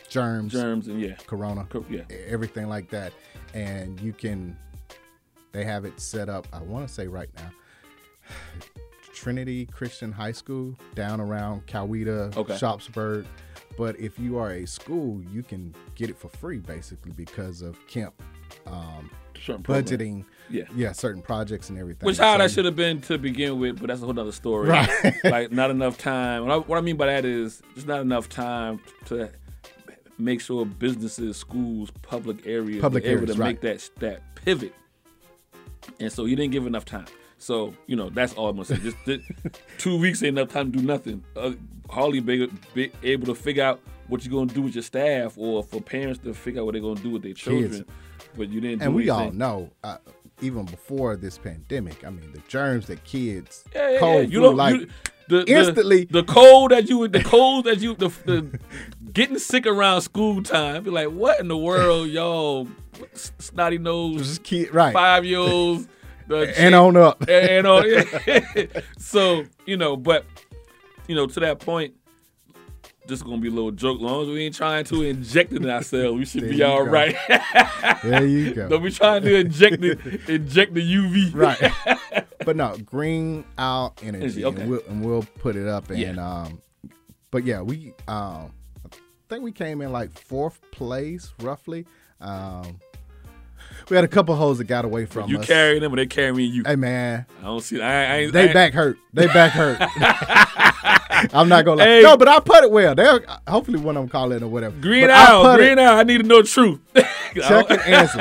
E: germs,
C: Germs and yeah.
E: corona,
C: Cor- yeah.
E: everything like that, and you can. They have it set up. I want to say right now. Trinity Christian High School down around Coweta,
C: Okay.
E: Shopsburg. But if you are a school, you can get it for free basically because of Kemp
C: Certain program.
E: budgeting.
C: Yeah.
E: yeah, certain projects and everything.
C: Which how
E: So-
C: that should have been to begin with, but that's a whole other story. like not enough time. What I, what I mean by that is just not enough time to make sure businesses, schools, public areas
E: Public
C: were able
E: areas,
C: to
E: right.
C: make that that pivot. And so he didn't give enough time. So you know that's all I'm gonna say. Just th- two weeks ain't enough time to do nothing. Uh, hardly be, be able to figure out what you're gonna do with your staff, or for parents to figure out what they're gonna do with their children. But you didn't.
E: And
C: do
E: we all
C: anything.
E: know, uh, even before this pandemic, I mean, the germs that kids
C: Yeah, yeah,
E: cold
C: yeah. You
E: flu,
C: don't
E: like
C: you, the, the-
E: instantly-
C: the, cold that you the cold that you the, the getting sick around school time. Be like, what in the world, y'all? Snotty nose,
E: just kid right
C: five year olds,
E: and on up.
C: and all. so you know, but you know, to that point, this is gonna be a little joke. long as we ain't trying to inject it in ourselves, we should
E: There
C: be
E: you
C: all
E: go.
C: right.
E: There you go.
C: Don't be trying to inject the inject the UV.
E: right. but no, green out energy,
C: Energy, okay.
E: and, we'll, and we'll put it up. And
C: Yeah.
E: um, but yeah, we um, I think we came in like fourth place roughly. Um, we had a couple hoes that got away from
C: You
E: us.
C: carrying them, or they carrying you.
E: hey man,
C: I don't see. I, I, ain't- I,
E: they
C: ain't-
E: back hurt. They back hurt. I'm not gonna lie.
C: Hey.
E: No, but I put it well. They'll hopefully one of them call in or whatever.
C: Green
E: But I
C: out,
E: put
C: green out. I need to know the truth. Oh,
E: It, check and answer.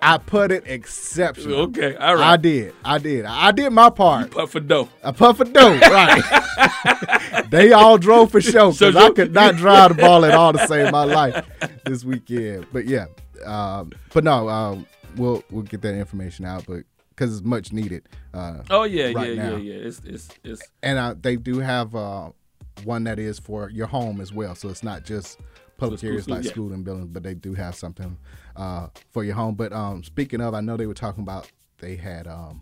E: I put it exceptional.
C: okay, all
E: I
C: right.
E: did. I did. I did my part.
C: Putt for dough.
E: A puff of dough, right? they all drove for show
C: So
E: because I
C: you-
E: could not drive the ball at all to save my life this weekend. But yeah, um, but no, um, we'll we'll get that information out, but because it's much needed. Uh,
C: Oh yeah,
E: Right
C: yeah,
E: now.
C: yeah, yeah. It's it's it's
E: and uh, they do have uh, one that is for your home as well, so it's not just public
C: school,
E: areas
C: school,
E: like
C: yeah.
E: school and buildings, but they do have something uh, for your home. But um, speaking of, I know they were talking about they had um,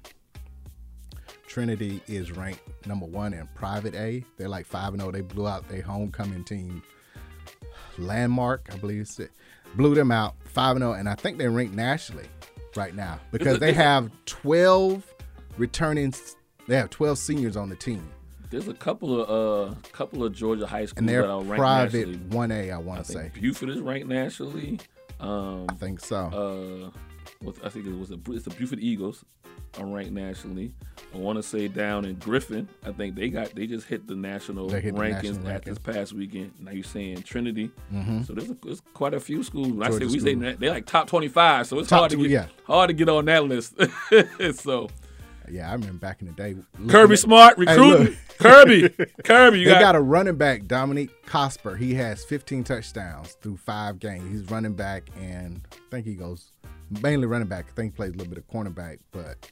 E: Trinity is ranked number one in Private A. They're like five and zero. They blew out their homecoming team, Landmark, I believe, it's it, blew them out five and zero. And I think they're ranked nationally right now because they have twelve returning. s- They have twelve seniors on the team,
C: there's a couple of uh couple of Georgia high schools
E: and
C: that
E: they're
C: are ranked
E: private
C: nationally.
E: one A. I
C: I
E: want to say.
C: think Buford is ranked nationally. Um,
E: I think so.
C: uh, what I think it was the it's the Buford Eagles are ranked nationally. I want to say down in Griffin, I think they got they just hit the national
E: They hit the
C: rankings
E: national
C: at this
E: rankings. Mm-hmm.
C: past weekend. Now you're saying Trinity, so there's, a, there's quite a few schools. When I say
E: Georgia
C: we say
E: schools.
C: na- they're like top 25, so it's
E: Top
C: hard to
E: two-
C: get
E: yeah.
C: hard to get on that list. so
E: Yeah, I remember back in the day.
C: Kirby Smart
E: Hey,
C: recruiting.
E: look.
C: Kirby, Kirby, you
E: they got,
C: got,
E: a running back, Dominique Cosper. He has 15 touchdowns through five games. He's running back, and I think he goes mainly running back. I think he plays a little bit of cornerback, but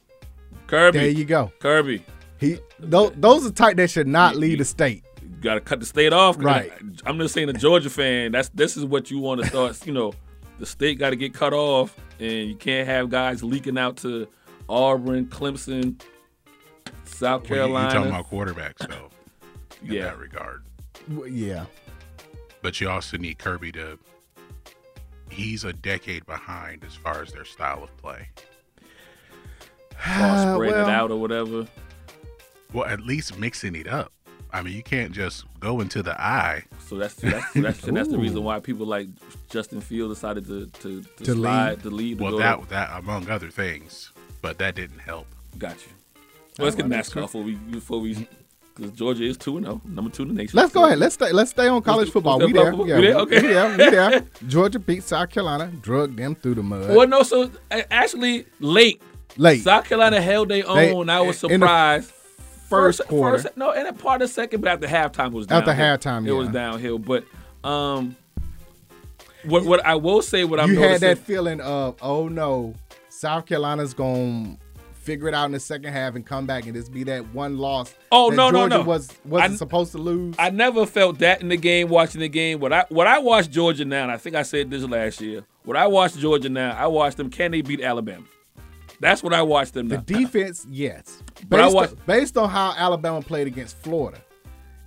C: Kirby.
E: there you go.
C: Kirby,
E: He tho- those are type that should not leave the state.
C: you got to cut the state off. 'cause
E: Right.
C: I, am just saying, a Georgia fan. That's this is what you want to start. you know, the state got to get cut off, and you can't have guys leaking out to Auburn, Clemson, South
F: Well, you-
C: Carolina.
F: You're talking about quarterbacks, though, in
C: yeah,
F: that regard.
E: W- Yeah,
F: But you also need Kirby to. He's a decade behind as far as their style of play.
C: or spreading
E: Uh, well,
C: it out or whatever.
F: Well, at least mixing it up. I mean, you can't just go into the eye.
C: So that's that's that's, that's the reason why people like Justin Field decided to to, to,
E: To
C: slide to leave. to
F: Well,
C: go to-
F: that that among other things, but that didn't help.
C: Gotcha. Well, let's get NASCAR before we before we because Georgia is two and zero, number two in the nation.
E: Let's go
C: So-
E: ahead. Let's stay. Let's stay on college
C: do-
E: football.
C: let's
E: We
C: do
E: there.
C: football.
E: Yeah,
C: We there?
E: we-
C: Okay.
E: we there. We there. Georgia beat South Carolina. Drug them through the mud.
C: Well, no. So a- actually, late.
E: Late
C: South Carolina held their
E: They-
C: own. I was
E: in- in the
C: surprised.
E: first quarter.
C: no, and a part of second, but after halftime it was
E: After
C: downhill.
E: halftime,
C: it
E: yeah.
C: was downhill. But um, what what I will say, what I'm
E: you had
C: noticing,
E: that feeling of, oh no, South Carolina's gonna figure it out in the second half and come back and just be that one loss.
C: Oh,
E: that
C: no, no,
E: Georgia
C: no.
E: Was wasn't
C: I-
E: supposed to lose.
C: I never felt that in the game watching the game. What I what I watched Georgia now, and I think I said this last year. What I watched Georgia now, I watched them. Can they beat Alabama? That's what I watched them.
E: the
C: now.
E: defense, yes, based,
C: But I watch-
E: on, based on how Alabama played against Florida,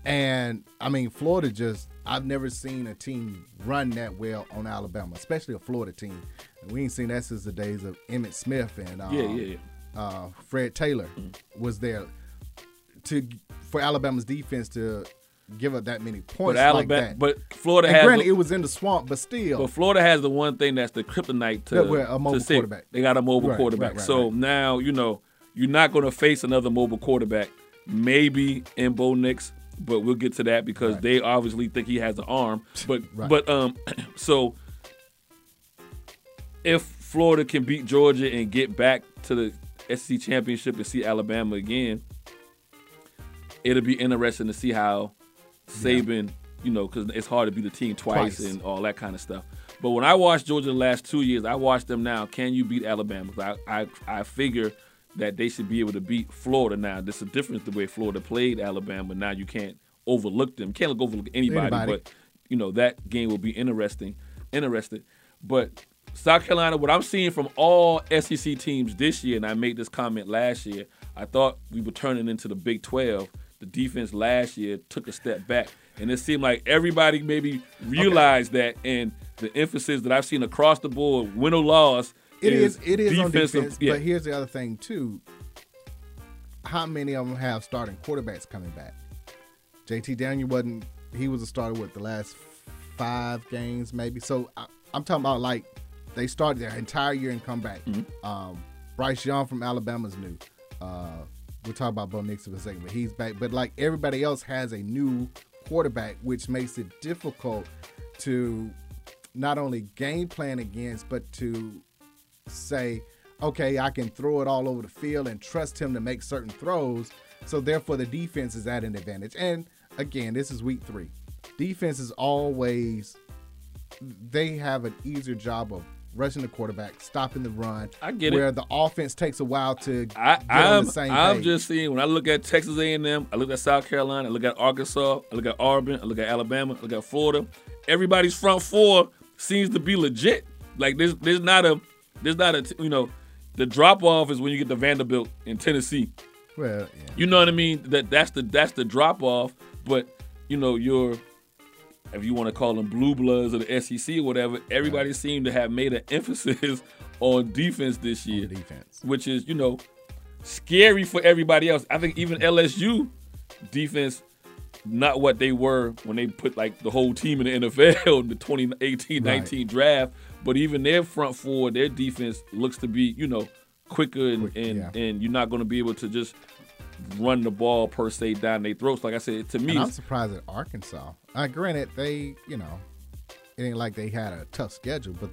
E: and I mean Florida just. I've never seen a team run that well on Alabama, especially a Florida team. And we ain't seen that since the days of Emmett Smith and um,
C: yeah, yeah, yeah.
E: uh, Fred Taylor was there to for Alabama's defense to give up that many points
C: But Alabama,
E: like that.
C: but Florida
E: and
C: has.
E: granted,
C: the-
E: it was in the swamp, but still,
C: But Florida has the one thing that's the kryptonite to,
E: That we're a mobile
C: to say
E: quarterback.
C: They got a mobile
E: Right,
C: quarterback.
E: right, right,
C: so
E: right.
C: now, you know, you're not going to face another mobile quarterback, maybe in Bo Nix, but we'll get to that because they obviously think he has an arm. But,
E: Right.
C: but, um, so if Florida can beat Georgia and get back to the SEC championship and see Alabama again, it'll be interesting to see how Saban, you know, because it's hard to beat a team twice,
E: Twice.
C: and all that kind of stuff. But when I watched Georgia the last two years, I watched them now. Can you beat Alabama? 'Cause I, I, I figure that they should be able to beat Florida now. There's a difference the way Florida played Alabama. Now you can't overlook them. Can't look overlook anybody,
E: Anybody.
C: but you know that game will be interesting. Interested, but South Carolina. What I'm seeing from all SEC teams this year, and I made this comment last year. I thought we were turning into the Big 12. The defense last year took a step back, and it seemed like everybody maybe realized that. And the emphasis that I've seen across the board, win or loss,
E: it
C: is
E: is it is on
C: defensive-
E: defense.
C: yeah.
E: But here's the other thing too: how many of them have starting quarterbacks coming back? JT Daniel wasn't. He was a starter with the last five games, maybe. So I, I'm talking about like they started their entire year and come back.
C: Mm-hmm.
E: Um, Bryce Young from Alabama's new. Uh, we'll talk about Bo Nix in a second, but he's back. But like everybody else has a new quarterback, which makes it difficult to not only game plan against, but to say, okay, I can throw it all over the field and trust him to make certain throws. So therefore, the defense is at an advantage. And again, this is week three. Defense is always they have an easier job of rushing the quarterback, stopping the run.
C: I get it.
E: where the offense takes a while to
C: I,
E: get on
C: I'm,
E: the same
C: I'm
E: page.
C: just seeing when I look at Texas A&M, I look at South Carolina, I look at Arkansas, I look at Auburn, I look at Alabama, I look at Florida. Everybody's front four seems to be legit. Like there's there's not a there's not a t- you know the drop off is when you get to Vanderbilt in Tennessee.
E: well, yeah.
C: You know what I mean? That that's the that's the drop off. But you know your if you want to call them blue bloods or the SEC or whatever, everybody seemed to have made an emphasis on defense this year
E: defense.
C: which is you know scary for everybody else. I think even LSU defense not what they were when they put like the whole team in the NFL in the 2018-19 draft, but even their front four, their defense looks to be you know quicker and and,
E: yeah.
C: and you're not going to be able to just run the ball per se down their throats. Like I said, to me,
E: And I'm
C: it's-
E: surprised at Arkansas. Uh, granted, they, you know, it ain't like they had a tough schedule, but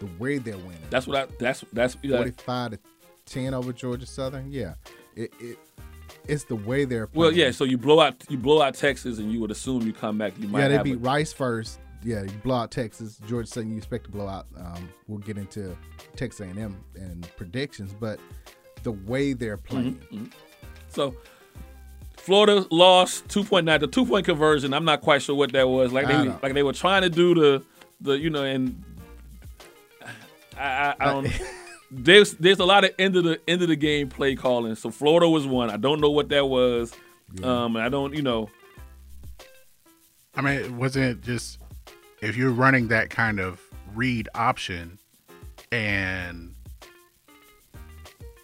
E: the way they're winning,
C: that's what I that's that's yeah,
E: 45 to 10 over Georgia Southern, yeah. it, it it's the way they're playing.
C: Well, yeah. So you blow out you blow out Texas, and you would assume you come back. You might
E: yeah, they
C: have
E: beat
C: a-
E: Rice first. Yeah, you blow out Texas, Georgia State. You expect to blow out. Um, we'll get into Texas A&M and predictions, but the way they're
C: Mm-hmm.
E: playing,
C: So Florida lost two point nine, the two point conversion. I'm not quite sure what that was. Like
E: I
C: they
E: know.
C: like they were trying to do the the you know and I I, I don't. There's there's a lot of end of the end of the game play calling. So Florida was one. I don't know what that was. Um, and I don't you know.
F: I mean, it wasn't just if you're running that kind of read option and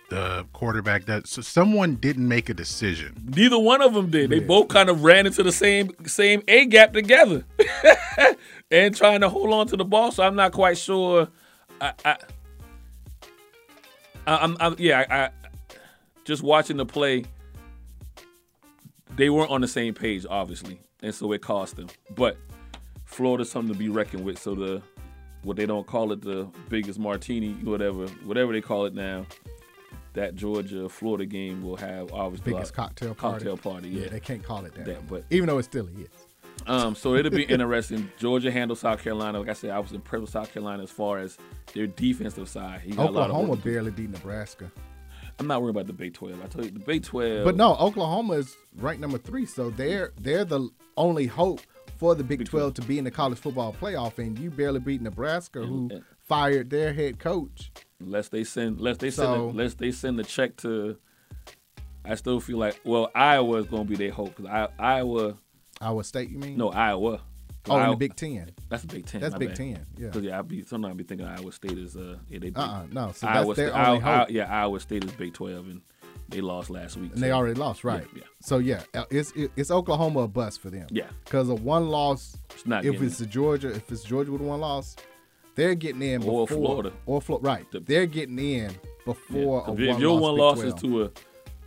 F: the quarterback that so someone didn't make a decision.
C: Neither one of them did. They both kind of ran into the same same A gap together, and trying to hold on to the ball. So I'm not quite sure. I, I, I I'm, I'm yeah. I, I just watching the play. They weren't on the same page, obviously, and so it cost them. But Florida's something to be reckoned with. So the what they don't call it the biggest martini, whatever, whatever they call it now. That Georgia Florida game will have obviously
E: biggest cocktail party.
C: cocktail party. Yeah,
E: they can't call it that, no
C: That,
E: more,
C: but-
E: even though it still is.
C: um, so it'll be interesting. Georgia handled South Carolina. Like I said, I was impressed with South Carolina as far as their defensive side. He got a lot of
E: Oklahoma
C: work to do.
E: barely beat Nebraska,
C: I'm not worried about the Big 12. I tell you, the Big 12.
E: but no, Oklahoma is ranked number three, so they're they're the only hope for the Big Twelve to be in the college football playoff, and you barely beat Nebraska, who
C: and-
E: fired their head coach.
C: unless they send, unless they send,
E: So-
C: a, unless they send the check to. I still feel like, well, Iowa is going to be their hope because Iowa,
E: Iowa State, you mean?
C: no, Iowa.
E: Oh, in
C: Iowa-
E: the Big Ten.
C: That's the Big Ten.
E: That's
C: my
E: Big
C: bad.
E: Ten, yeah.
C: 'Cause, yeah, I be sometimes I be thinking Iowa State is uh yeah they. Big,
E: Uh-uh, no, so that's
C: Iowa
E: their
C: State,
E: only
C: Iowa-
E: hope.
C: yeah, Iowa State is Big Twelve and they lost last week.
E: and they
C: so-
E: already lost, right?
C: yeah.
E: So yeah, uh, it's it- it's Oklahoma a bust for them.
C: Yeah.
E: because a one loss,
C: not
E: if
C: getting
E: it's the Georgia, if it's Georgia with one loss, they're getting in before
C: Or Florida.
E: or Florida, right?
C: The-
E: they're getting in
C: Yeah,
E: before a
C: 'cause if
E: one
C: your
E: loss
C: one
E: Big
C: loss
E: 12.
C: is to a,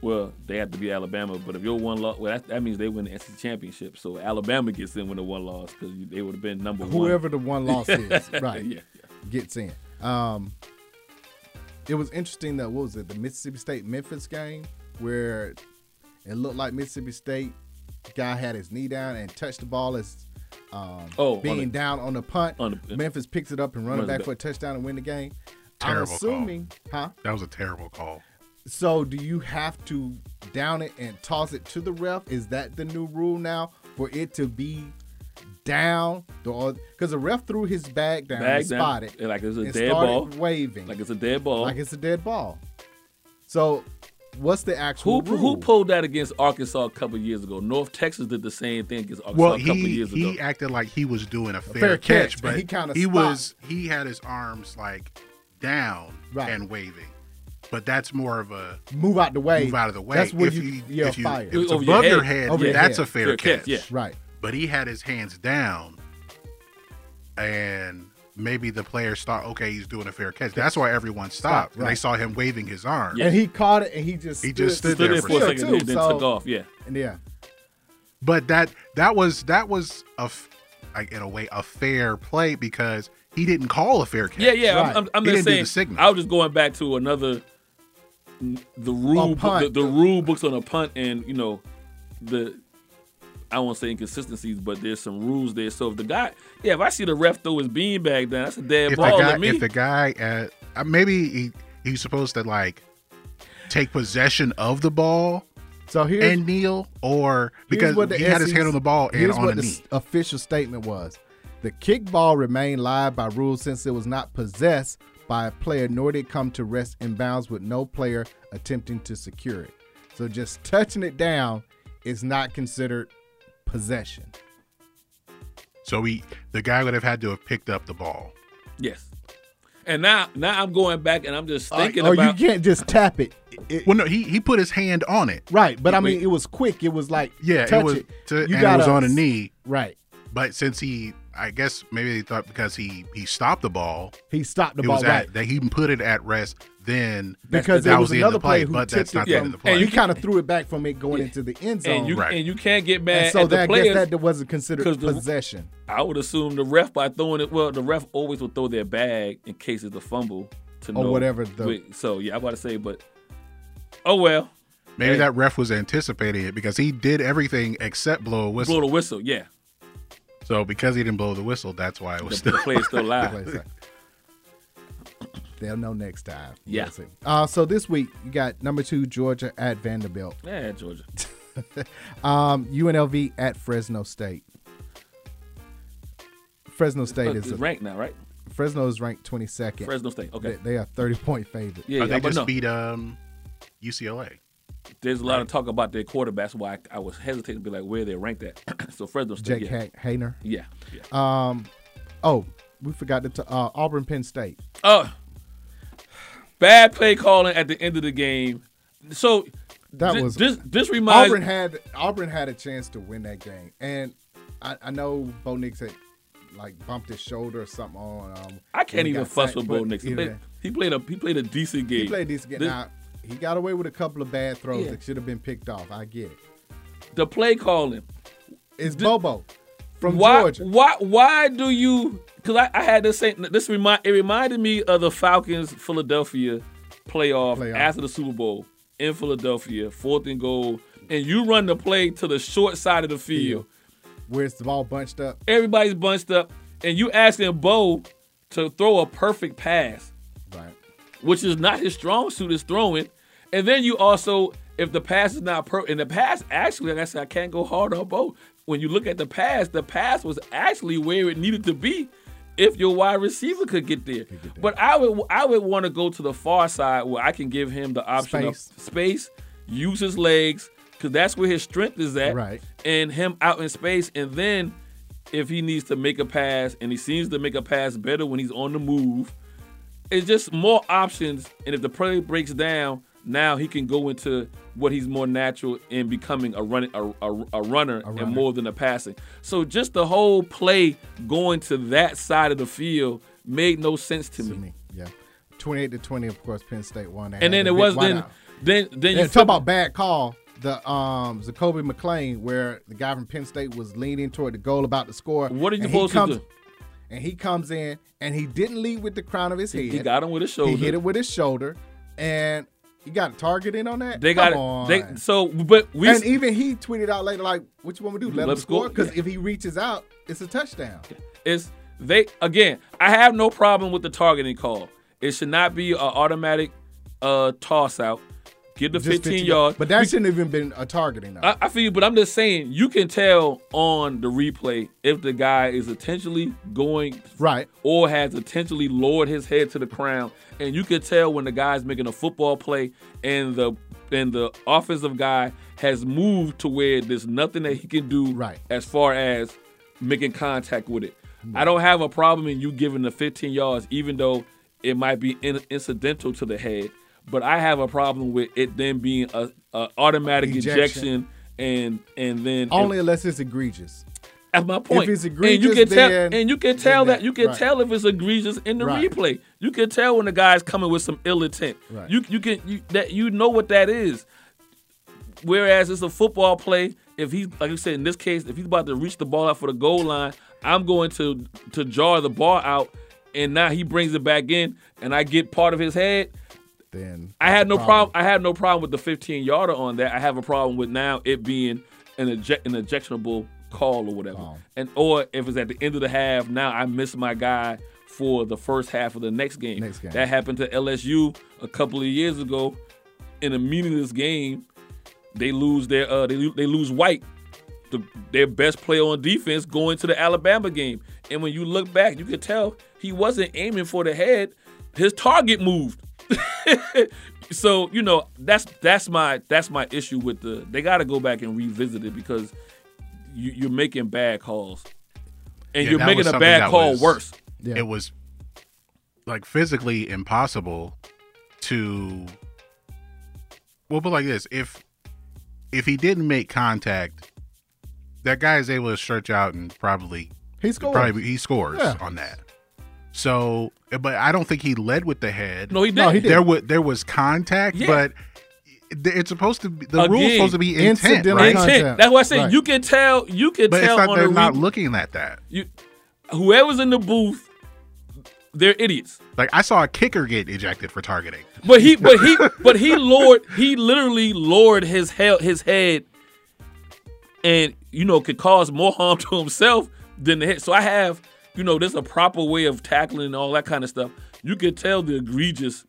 C: well, they have to be Alabama. But if your one loss, well, that, that means they win the SEC championship. So Alabama gets in with a one loss because they would have been number
E: whoever the one loss is,
C: one.
E: right?
C: Yeah, yeah.
E: gets in. Um, it was interesting that what was it the Mississippi State Memphis game where it looked like Mississippi State guy had his knee down and touched the ball as um,
C: Oh, on
E: being
C: the-
E: down on the punt.
C: on the-
E: Memphis picks it up and runs
C: Runs it
E: back
C: back.
E: for a touchdown and win the game.
F: Terrible
E: I'm
F: call.
E: assuming, huh?
F: That was a terrible call.
E: So do you have to down it and toss it to the ref? Is that the new rule now for it to be down? Because the ref threw his bag down,
C: Bag
E: and
C: down,
E: spotted,
C: like it's a
E: and
C: dead
E: started
C: ball.
E: waving,
C: Like it's a dead ball.
E: like it's a dead ball. So what's the actual
C: who
E: rule?
C: who pulled that against Arkansas a couple years ago? North Texas did the same thing against Arkansas
F: Well,
C: a couple
F: he
C: years
F: he
C: ago.
F: acted like he was doing a fair,
E: fair catch,
F: catch,
E: and
F: but he
E: he kinda
F: kind of he
E: stopped.
F: was he had his arms like down
E: Right.
F: and waving. But that's more of a
E: move out the way?
F: move out of the way.
E: That's where
F: if
E: you,
F: you,
E: you're
F: if you
E: fired.
F: if it's
C: Over your
F: above your
C: head.
F: head,
E: Over your
F: that's
E: head.
F: a fair, catch.
C: yeah.
E: right.
F: But he had his hands down, and maybe the players thought, okay, he's doing a fair catch. That's why everyone stopped. when
E: right.
F: They saw him waving his arm.
E: And he caught it and he just
F: He just stood
C: Stood there for a
F: Still
C: second,
E: too,
C: and then
E: so-
C: took off. Yeah,
E: And yeah.
F: but that that was that was a f- like in a way a fair play because he didn't call a fair catch.
C: yeah, yeah.
E: Right.
C: I'm, I'm, I'm
F: He didn't
C: just
F: do
C: saying.
F: the signal.
C: I was just going back to another the rule
E: A punt.
C: the, the rule books on a punt and you know the I won't say inconsistencies, but there's some rules there. So if the guy, yeah, if I see the ref throw his beanbag down, that's a dead
F: If the
C: ball
F: guy,
C: to me.
F: if the guy, at, uh, maybe he he's supposed to like take possession of the ball
E: So here's
F: and kneel, or because
E: Here's what the
F: he had his
E: SEC
F: hand on the ball and
E: here's
F: on
E: what
F: the
E: the
F: knee.
E: s- official statement was: the kickball remained live by rule since it was not possessed by a player, nor did it come to rest in bounds with no player attempting to secure it. So just touching it down is not considered possession.
F: So he, the guy would have had to have picked up the ball.
C: yes. And now, now I'm going back and I'm just
F: Uh,
C: thinking
F: oh,
E: or
C: about.
E: you can't just tap it. It-
F: Well, no, he he put his hand on it.
E: right, but I mean,
C: Wait.
E: it was quick. It was like
F: Yeah,
E: touch
F: it was,
E: it.
F: To,
E: You
F: and it
E: gotta-
F: was on a knee.
E: Right,
F: But since he, I guess maybe they thought because he he stopped the ball,
E: he stopped the
F: it
E: ball.
F: was
E: Right,
F: at that he put it at rest. Then
E: because
F: that
E: there was
F: the end of
E: another
F: the play,
E: player who
F: but
E: tipped
F: that's
E: it
F: not the end
E: from-
F: of the play.
E: And you kind of threw it back from it going into the end zone.
C: and you
F: Right.
C: and you can't get mad
E: and so
C: at the
E: that I
C: players.
E: guess that that wasn't considered
C: 'cause the-
E: possession.
C: I would assume the ref by throwing it. Well, the ref always will throw their bag in case it's a fumble to
E: Or
C: know
E: whatever the-
C: Wait, so yeah, I am about to say, but oh well.
F: Maybe that ref was anticipating it because he did everything except blow a whistle.
C: Blow the whistle, yeah.
F: So because he didn't blow the whistle, that's why it was
C: The
F: still
C: play is still live.
E: They'll know next time.
C: Yeah.
E: We'll see. Uh, so this week you got number two Georgia at Vanderbilt,
C: yeah, Georgia.
E: um, UNLV at Fresno State. Fresno State
C: Look,
E: is
C: it's
E: a,
C: ranked now, right?
E: Fresno is ranked twenty second.
C: Uh, Fresno State. Okay.
E: They, they are thirty point favorite.
C: Yeah,
F: Or
C: yeah,
F: they
C: but
F: just
C: no,
F: beat um, UCLA.
C: there's a lot of talk about their quarterbacks. Why I, I was hesitant to be like where they're ranked at. so Fresno State.
E: Jake
C: yeah.
E: yeah. Hayner.
C: yeah, yeah.
E: Um, oh, we forgot to t- uh, Auburn Penn State.
C: Uh, bad play calling at the end of the game. So
E: That
C: thi-
E: was
C: this. This reminds
E: Auburn had Auburn had a chance to win that game, and I, I know Bo Nix had like bumped his shoulder or something on. Um,
C: I
E: when
C: can't
E: he
C: even
E: got
C: fuss
E: sacked,
C: with Bo
E: but
C: Nix. He
E: either
C: played,
E: way,
C: he played a he played a decent game.
E: He played this game.
C: This-
E: Now, he got away with a couple of bad throws
C: Yeah.
E: that should have been picked off. I get it.
C: the play calling.
E: It's Bobo from
C: why,
E: Georgia.
C: Why? Why do you? Because I, I had this same. This remind it reminded me of the Falcons Philadelphia playoff,
E: Playoff.
C: after the Super Bowl in Philadelphia, fourth and goal, and you run the play to the short side of the field.
E: Where it's all bunched up.
C: Everybody's bunched up, and you asking Bo to throw a perfect pass,
E: Right.
C: which is not his strong suit. Is throwing, and then you also. If the pass is not per, and the pass actually, like I said, I can't go hard on Bo. When you look at the pass, the pass was actually where it needed to be, if your wide receiver could get there. But I would, I would want to go to the far side where I can give him the option
E: Space.
C: of space, use his legs, because that's where his strength is at,
E: Right.
C: and him out in space, and then if he needs to make a pass, and he seems to make a pass better when he's on the move. It's just more options, and if the play breaks down, now he can go into what he's more natural in becoming a running a, a, a runner
E: runner.
C: and more than a passing. So just the whole play going to that side of the field made no sense to
E: To
C: me.
E: me. Yeah. 28 to 20, of course, Penn State won. They
C: And
E: had
C: then
E: a
C: it
E: big
C: was then
E: whiteout.
C: then then
E: Yeah,
C: you
E: talk about bad call. The um Zacoby McClain, where the guy from Penn State was leaning toward the goal about to score.
C: What are you
E: and he
C: supposed to
E: comes-
C: do?
E: And he comes in and he didn't lead with the crown of his head.
C: he got him with his shoulder.
E: He hit it with his shoulder. And he got a target in on that.
C: They
E: Come
C: got
E: on.
C: it. They, so but we
E: and even he tweeted out later, like, what you want me to do? Let, him score? Because
C: yeah.
E: if he reaches out, it's a touchdown.
C: It's they again. I have no problem with the targeting call. It should not be an automatic uh, toss out. Get the
E: Just
C: 15, yards.
E: But that shouldn't have even been a targeting. though.
C: I, I feel you, but I'm just saying you can tell on the replay if the guy is intentionally going
E: right.
C: or has intentionally lowered his head to the crown, and you can tell when the guy's making a football play and the and the offensive guy has moved to where there's nothing that he can do
E: Right.
C: as far as making contact with it. I don't have a problem in you giving the 15 yards, even though it might be in, incidental to the head. But I have a problem with it then being a, a automatic ejection.
E: Ejection.
C: and and then
E: Only unless it's egregious.
C: that's my point.
E: it's
C: and you
E: egregious,
C: can tell,
E: then-
C: and you can tell
E: then
C: that you can
E: right.
C: tell if it's egregious in the
E: Right.
C: replay. You can tell when the guy's coming with some ill intent.
E: Right.
C: You you can you, that you know what that is. Whereas it's a football play. If he's like you said in this case, if he's about to reach the ball out for the goal line, I'm going to to jar the ball out, and now he brings it back in, and I get part of his head.
E: Then
C: I had no
E: Problem.
C: problem. I had no problem with the 15 yarder on that. I have a problem with now it being an eject, an ejectionable call or whatever,
E: Call.
C: and or if it's at the end of the half. Now I miss my guy for the first half of the next game.
E: Next game.
C: That happened to LSU a couple of years ago in a meaningless game. They lose their uh they, lo- they lose White, the, their best player on defense, going to the Alabama game. And when you look back, you could tell he wasn't aiming for the head. His target moved. so you know that's that's my that's my issue with the they got to go back and revisit it because you, you're making bad calls and
F: Yeah,
C: you're
F: that was
C: making a
F: something
C: bad
F: that
C: call
F: was-
C: worse.
E: Yeah.
F: It was like physically impossible to. Well, but like this, if if he didn't make contact, that guy is able to stretch out and probably
E: He scored.
F: probably he scores
E: Yeah.
F: on that. So, but I don't think he led with the head.
C: No, he did.
E: No, he did.
F: there was there was contact,
C: Yeah.
F: but th- it's supposed to be the rule's
C: Again,
F: supposed to be intent,
E: incidental
F: right?
E: contact.
C: Intent. That's why I said
E: Right.
C: you can tell. You can
F: But it's
C: tell
F: not
C: on
F: they're
C: a
F: not
C: re-
F: looking at that.
C: you, whoever's in the booth they're idiots.
F: Like I saw a kicker get ejected for targeting.
C: But he, but he, but he lowered. He literally lowered his head, his head, and you know could cause more harm to himself than the hit. So I have, you know, there's a proper way of tackling and all that kind of stuff. You can tell the egregious,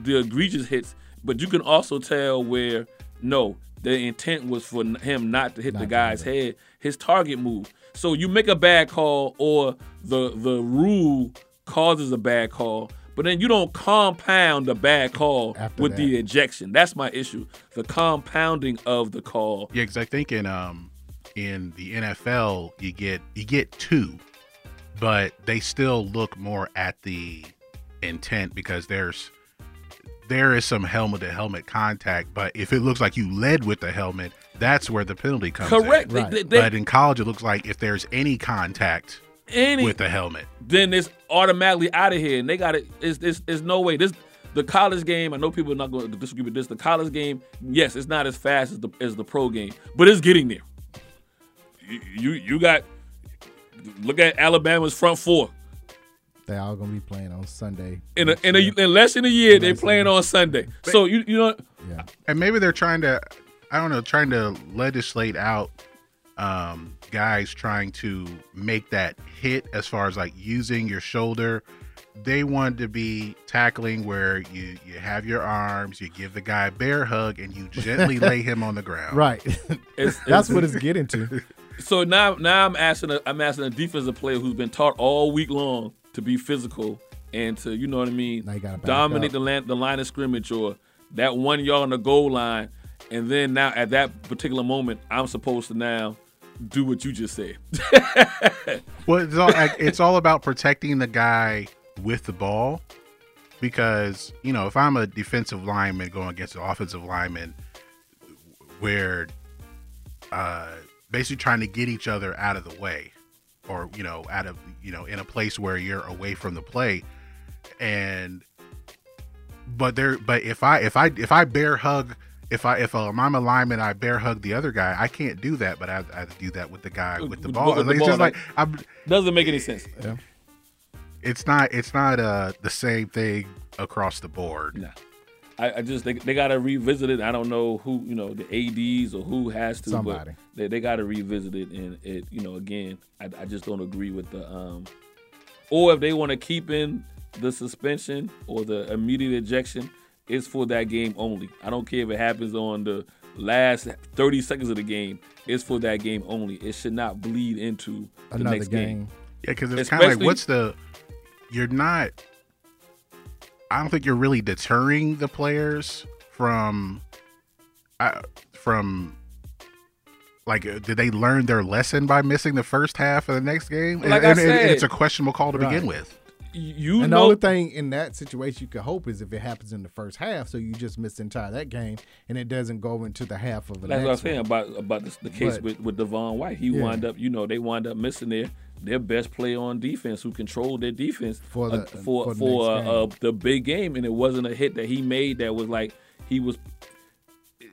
C: the egregious hits, but you can also tell where no, the intent was for him not to hit the guy's head, his target move. So you make a bad call, or the the rule causes a bad call, but then you don't compound the bad call
F: After
C: with
F: that.
C: the ejection. That's my issue. The compounding of the call.
F: Yeah, because I think in um in the NFL you get you get two, but they still look more at the intent because there's there is some helmet to helmet contact, but if it looks like you led with the helmet, that's where the penalty comes. in.
C: Correct. They- Right. they- they-
F: but in college, it looks like if there's any contact
C: Any-
F: with the helmet,
C: then it's automatically out of here. And they got it. It's, it's, it's no way. This the college game. I know people are not going to disagree with this. The college game, yes, it's not as fast as the as the pro game, but it's getting there. You you, you got look at Alabama's front four.
E: They all gonna be playing on Sunday.
C: In a, in, a, in less than a year, they're playing on Sunday. So you you know
F: and maybe they're trying to i don't know trying to legislate out um guys trying to make that hit as far as like using your shoulder they want to be tackling where you you have your arms you give the guy a bear hug and you gently lay him on the ground
E: Right.
C: It's-
E: That's
C: it's-
E: what it's getting to.
C: So now, now I'm asking, a, I'm asking a defensive player who's been taught all week long to be physical and to, you know what I mean,
E: back
C: dominate
E: up.
C: the land, the line of scrimmage or that one yard on the goal line, and then now at that particular moment, I'm supposed to now do what you just said.
F: well it's all, like, it's all about protecting the guy with the ball because you know if i'm a defensive lineman going against an offensive lineman where uh basically trying to get each other out of the way or you know out of you know in a place where you're away from the play and but there but if i if i if i bear hug if i if um, i'm a lineman i bear hug the other guy i can't do that but i, I do that with the guy with the ball
C: Uh, With the
F: it's
C: ball,
F: just like
C: like-
F: I'm,
C: Doesn't make any sense.
F: it's not it's not uh the same thing across the board.
C: I, I just they, they got to revisit it. I don't know who you know the ads or who has to.
E: Somebody.
C: But they they got to revisit it, and it you know again, I, I just don't agree with the um, or if they want to keep in the suspension or the immediate ejection, it's for that game only. I don't care if it happens on the last thirty seconds of the game. It's for that game only. It should not bleed into the
E: Another
C: next game.
E: game.
F: Yeah, because it's kind of like
C: Especially-
F: what's the you're not. I don't think you're really deterring the players from, I from. Like, uh, did they learn their lesson by missing the first half of the next game?
C: Like I said-
F: it's a questionable call to
E: Right.
F: begin with.
C: You
E: and
C: know,
E: the only thing in that situation you could hope is if it happens in the first half, so you just miss the entire that game and it doesn't go into the half of the next
C: That's what I'm saying
E: one.
C: about about the, the case
E: But-
C: with with Devon White. He
E: Yeah.
C: wind up, you know, they wind up missing their their best player on defense, who controlled their defense
E: For the-
C: uh, for
E: for
C: for,
E: the
C: uh,
E: next
C: uh, the big game, and it wasn't a hit that he made that was like he was.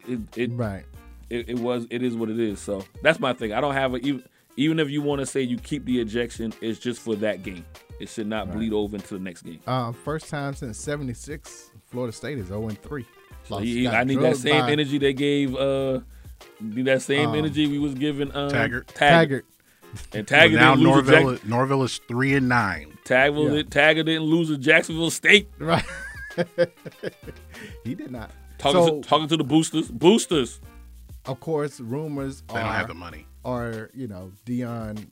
C: It, it
E: Right.
C: It, it was. It is what it is. So that's my thing. I don't have a even. Even if you want to say you keep the ejection, it's just for that game. It should not bleed over into the next game.
E: Uh, first time since '76, Florida State is 0 3.
C: So he- I need that same energy they gave. uh Need that same
E: Um,
C: energy we was giving um,
F: Taggart.
E: Taggart.
C: And Taggart
F: now
C: didn't lose to
F: Norville,
C: Jack-
F: Norville is three and nine.
C: Taggart, Taggart didn't lose to Jacksonville State.
E: Right. he did not.
C: Talking,
E: So-
C: to, talking to the boosters. Boosters.
E: Of course, rumors
F: They
E: are
F: don't
C: Uh-huh.
F: have the money.
E: Are you know Dion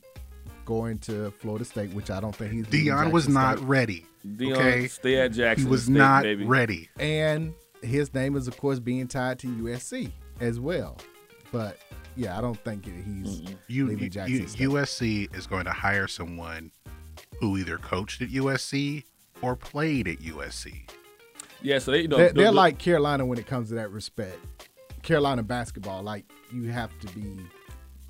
E: going to Florida State, which I don't think he's leaving
F: Dion was
E: Jackson
F: not
E: State.
F: ready.
C: Deion,
F: okay,
C: stay at Jackson.
F: he was
C: State,
F: not
C: baby.
F: ready.
E: and his name is of course being tied to USC as well. But yeah, I don't think that he's
F: you,
E: leaving
F: you-
E: Jackson
F: you-
E: State.
F: USC is going to hire someone who either coached at USC or played at USC.
C: Yeah, so they, you know,
E: they're,
C: the-
E: they're
C: the-
E: like Carolina when it comes to that respect. Carolina basketball, like you have to be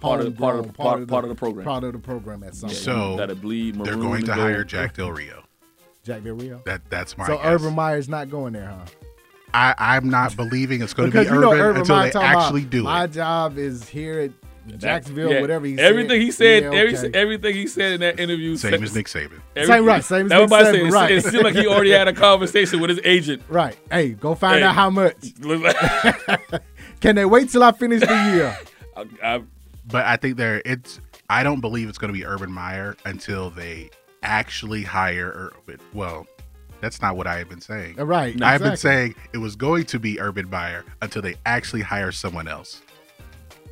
C: Part of- part
E: homegrown,
C: of the- part- part of the program.
E: part of the program at some point.
F: So
C: gotta bleed
F: they're
C: maroon
F: going
C: and
F: to
C: gold.
F: hire Jack Del Rio.
E: Jack Del Rio.
F: That that's my
E: So
F: guess.
E: Urban Meyer's not going there, huh?
F: I, I'm not believing it's going to be
E: Because
F: Urban
E: you know Urban
F: until
E: Meyer
F: they
E: talking about,
F: actually do
E: My
F: it.
E: job is here at Jacksonville,
C: Yeah.
E: whatever he said.
C: everything he said,
E: yeah,
C: every,
E: okay.
C: everything he said in that interview.
F: Same
C: said-
F: as Nick Saban.
C: everything-
E: Same, right, same as
C: That's
E: Nick
C: what I
E: Saban,
C: said. It-
E: right.
C: It seemed like he already had a conversation with his agent.
E: Right. Hey, go find
C: Hey.
E: out how much.
C: Look like- I,
E: Can they wait till I finish the year?
C: I-
F: But I think there it's I don't believe it's going to be Urban Meyer until they actually hire Urban. Well, that's not what I have been saying.
E: right.
F: I've been
E: exactly.
F: saying it was going to be Urban Meyer until they actually hire someone else.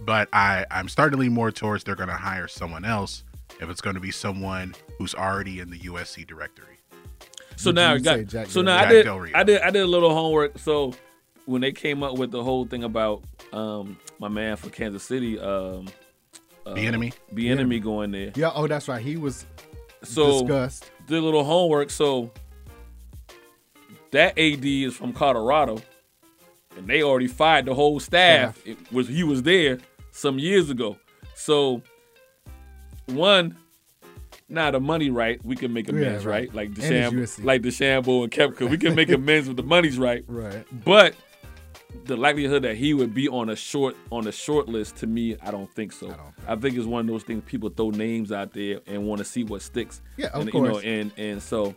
F: But I, I'm starting to lean more towards they're going to hire someone else if it's going to be someone who's already in the USC directory.
C: so now, I
E: you say
C: got,
E: Jack
C: so
E: Del-
C: now
F: Jack
C: I did,
F: Del Rio.
C: I did, I did a little homework. So when they came up with the whole thing about um, my man for Kansas City, um,
F: the
E: Oh,
F: enemy.
C: the enemy going there.
E: Yeah. Oh, that's right. He was
C: So
E: discussed.
C: did a little homework. So that AD is from Colorado, and they already fired the whole staff. It was he was there some years ago. So one, now the money right, we can make amends,
E: Yeah,
C: right?
E: right.
C: Like
E: And it's
C: DeShambo,
E: USC.
C: like DeShambo and Kepka, we can make amends with the money's right.
E: Right.
C: But the likelihood that he would be on a short on a short list to me, I don't think so. I, think it's one of those things people throw names out there and want to see what sticks.
E: Yeah, of
C: and,
E: course.
C: You know, and and so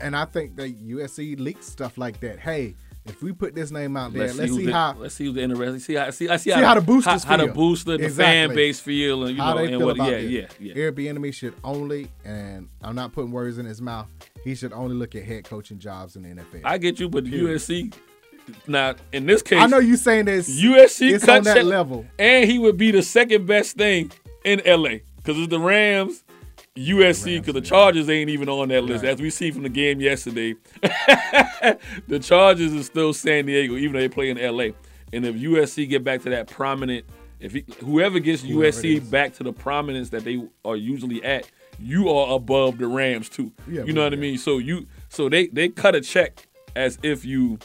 E: And I think that USC leaks stuff like that. Hey, if we put this name out there,
C: let's,
E: let's,
C: see,
E: see,
C: who's
E: how
C: in, let's see who's interested. See how see, I see,
E: how the boosters
C: how, how the
E: feel.
C: booster, the fan
E: Exactly.
C: base feel, and you
E: how
C: know,
E: they
C: and
E: feel
C: what,
E: about
C: yeah,
E: it.
C: yeah, yeah,
E: Airbnb enemy should only, and I'm not putting words in his mouth. He should only look at head coaching jobs in the NFL.
C: I get you, but the USC now in this case,
E: I know you saying this.
C: USC
E: it's
C: cut
E: on that
C: check-
E: level.
C: and he would be the second best thing in LA because it's the Rams, USC, because the Chargers ain't even on that list. As we see from the game yesterday, the Chargers is still San Diego, even though they play in LA. And if USC get back to that prominent, if he, whoever gets USC back to the prominence that they are usually at, you are above the Rams too.
E: Yeah,
C: you know
E: we-
C: what I mean. So you, so they they cut a check as if you,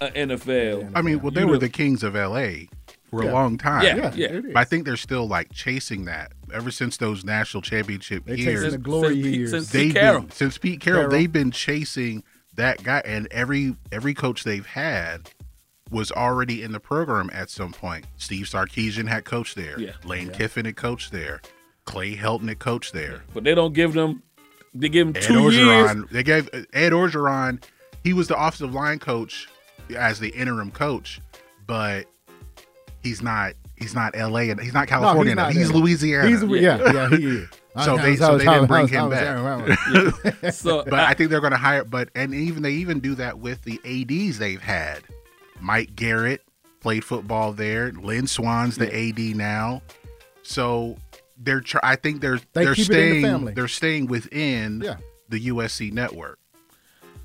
C: uh, NFL.
F: I mean, well, they
C: You
F: were
C: know-
F: the kings of LA for a long time.
C: Yeah, yeah.
E: it is.
F: But I think they're still like chasing that ever since those national championship
E: They chasing
F: years.
E: the glory
C: Since-
E: years.
C: since-
F: they've
C: Pete Carroll.
F: been since Pete Carroll,
E: Carroll.
F: they've been chasing that guy, and every every coach they've had was already in the program at some point. Steve Sarkeesian had coached there.
C: Yeah.
F: Lane Kiffin had coached there. Clay Helton had coached there.
C: but they don't give them. They give them
F: Ed
C: two years.
F: Orgeron, they gave Ed Orgeron. He was the offensive line coach as the interim coach, but he's not. He's not L.A. and he's not California. now.
E: not
F: He's
E: LA.
F: Louisiana.
E: He's, yeah, yeah, he is.
F: So they- so they didn't bring him back.
C: So,
F: but I think they're going to hire. But and even they even do that with the ads they've had. Mike Garrett played football there. Lynn Swan's the ad now, so they're. Tr- I think they're
E: They
F: are
E: keep it in the
F: staying.
E: family.
F: they're staying within
E: Yeah.
F: the USC network.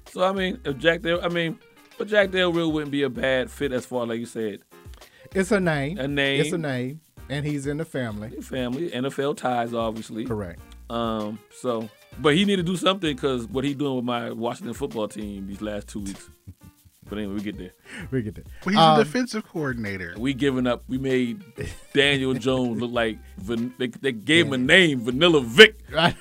C: so I mean, if Jack Del, I mean, but Jack Del Rio wouldn't be a bad fit as far like you said,
E: It's a name.
C: A name.
E: It's a name, and he's in the family.
C: family, NFL ties, obviously.
E: Correct.
C: Um, so, but he need to do something because what he doing with my Washington football team these last two weeks. But anyway, we get there.
E: We get that.
F: Well, he's
E: Um,
F: a defensive coordinator.
C: We giving up. We made Daniel Jones look like van, they, they gave him a name, Vanilla Vic.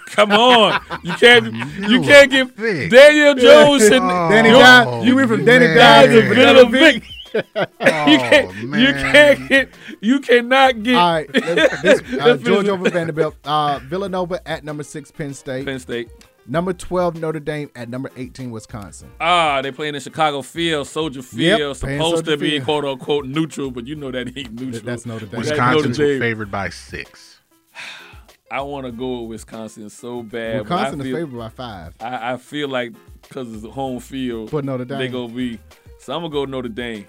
C: Come on, you can't you can't give
F: Vic.
C: Daniel Jones. shouldn't-
E: Danny
C: you-
E: Dodd. You went from Danny
F: Oh, man.
E: Dodd
C: Guys,
E: to
C: it's Vanilla
E: Vanilla
C: Vic.
E: Vic.
F: Oh,
C: you can't. You can't get. You cannot get.
E: Oh, All right, let's- this- uh, Georgia
C: Let's finish.
E: over Vanderbilt. Uh, Villanova at number six, Penn State.
C: Penn State.
E: Number twelve, Notre Dame. At number eighteen, Wisconsin.
C: Ah, they playing in Chicago Field, Soldier Field,
E: Yep, playing
C: supposed to
E: Soldier
C: be
E: Field.
C: quote unquote neutral, but you know that ain't neutral.
E: Th- that's Notre Dame.
C: That's
F: Wisconsin's
C: Notre Dame.
F: favored by six.
C: I want to go with Wisconsin so bad. but
E: Wisconsin
C: I
E: is
C: feel,
E: favored by five.
C: I, I feel like because it's a home field,
E: But Notre Dame.
C: they gonna be. So I'm gonna go Notre Dame.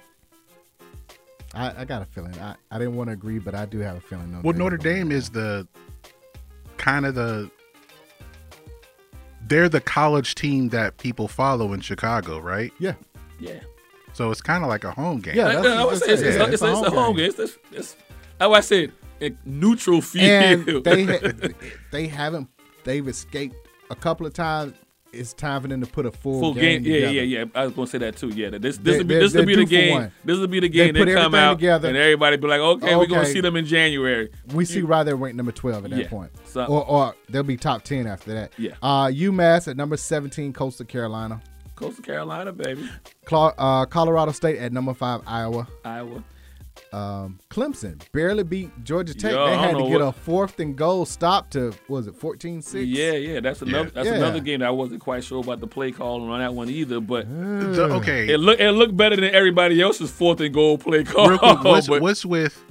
E: I, I got a feeling. I, I didn't want to agree, but I do have a feeling.
F: Well, Notre Dame is the kind of the they're the college team that people follow in Chicago, right?
E: Yeah,
C: Yeah.
F: So it's kind of like a home game.
E: Yeah,
C: I,
E: that's
C: I would
E: what
C: say
E: I'm
C: it's, it's,
E: saying.
C: it's, it's a home game. It's, it's, it's, how I said, a neutral
E: and
C: field.
E: they ha- they haven't they've escaped a couple of times. It's time for them to put a full,
C: full game. Yeah,
E: together.
C: yeah, yeah. I was gonna say that too. Yeah, that this this
E: They-
C: will be
E: they-
C: this will
E: they
C: be the
E: do for
C: game.
E: one.
C: This will be the game. They,
E: put
C: come
E: everything
C: out
E: together.
C: and everybody be like, okay, we're gonna
E: Okay.
C: see them in January.
E: We see why they're ranked number twelve at that
C: Yeah.
E: point,
C: So-
E: or or they'll be top ten after that.
C: Yeah.
E: Uh, UMass at number seventeen, Coastal Carolina,
C: Coastal Carolina, baby,
E: Cla- uh, Colorado State at number five, Iowa,
C: Iowa.
E: Um, Clemson barely beat Georgia Tech.
C: Yo, I
E: they
C: don't
E: had
C: know
E: to get
C: what-
E: a fourth and goal stop to what was it 14-6?
C: Yeah, yeah, that's another that's
E: Yeah.
C: another game that I wasn't quite sure about the play calling on that one either. But
F: okay.
C: it looked it looked better than everybody else's fourth and goal play call.
F: Real quick, what's,
C: but
F: what's with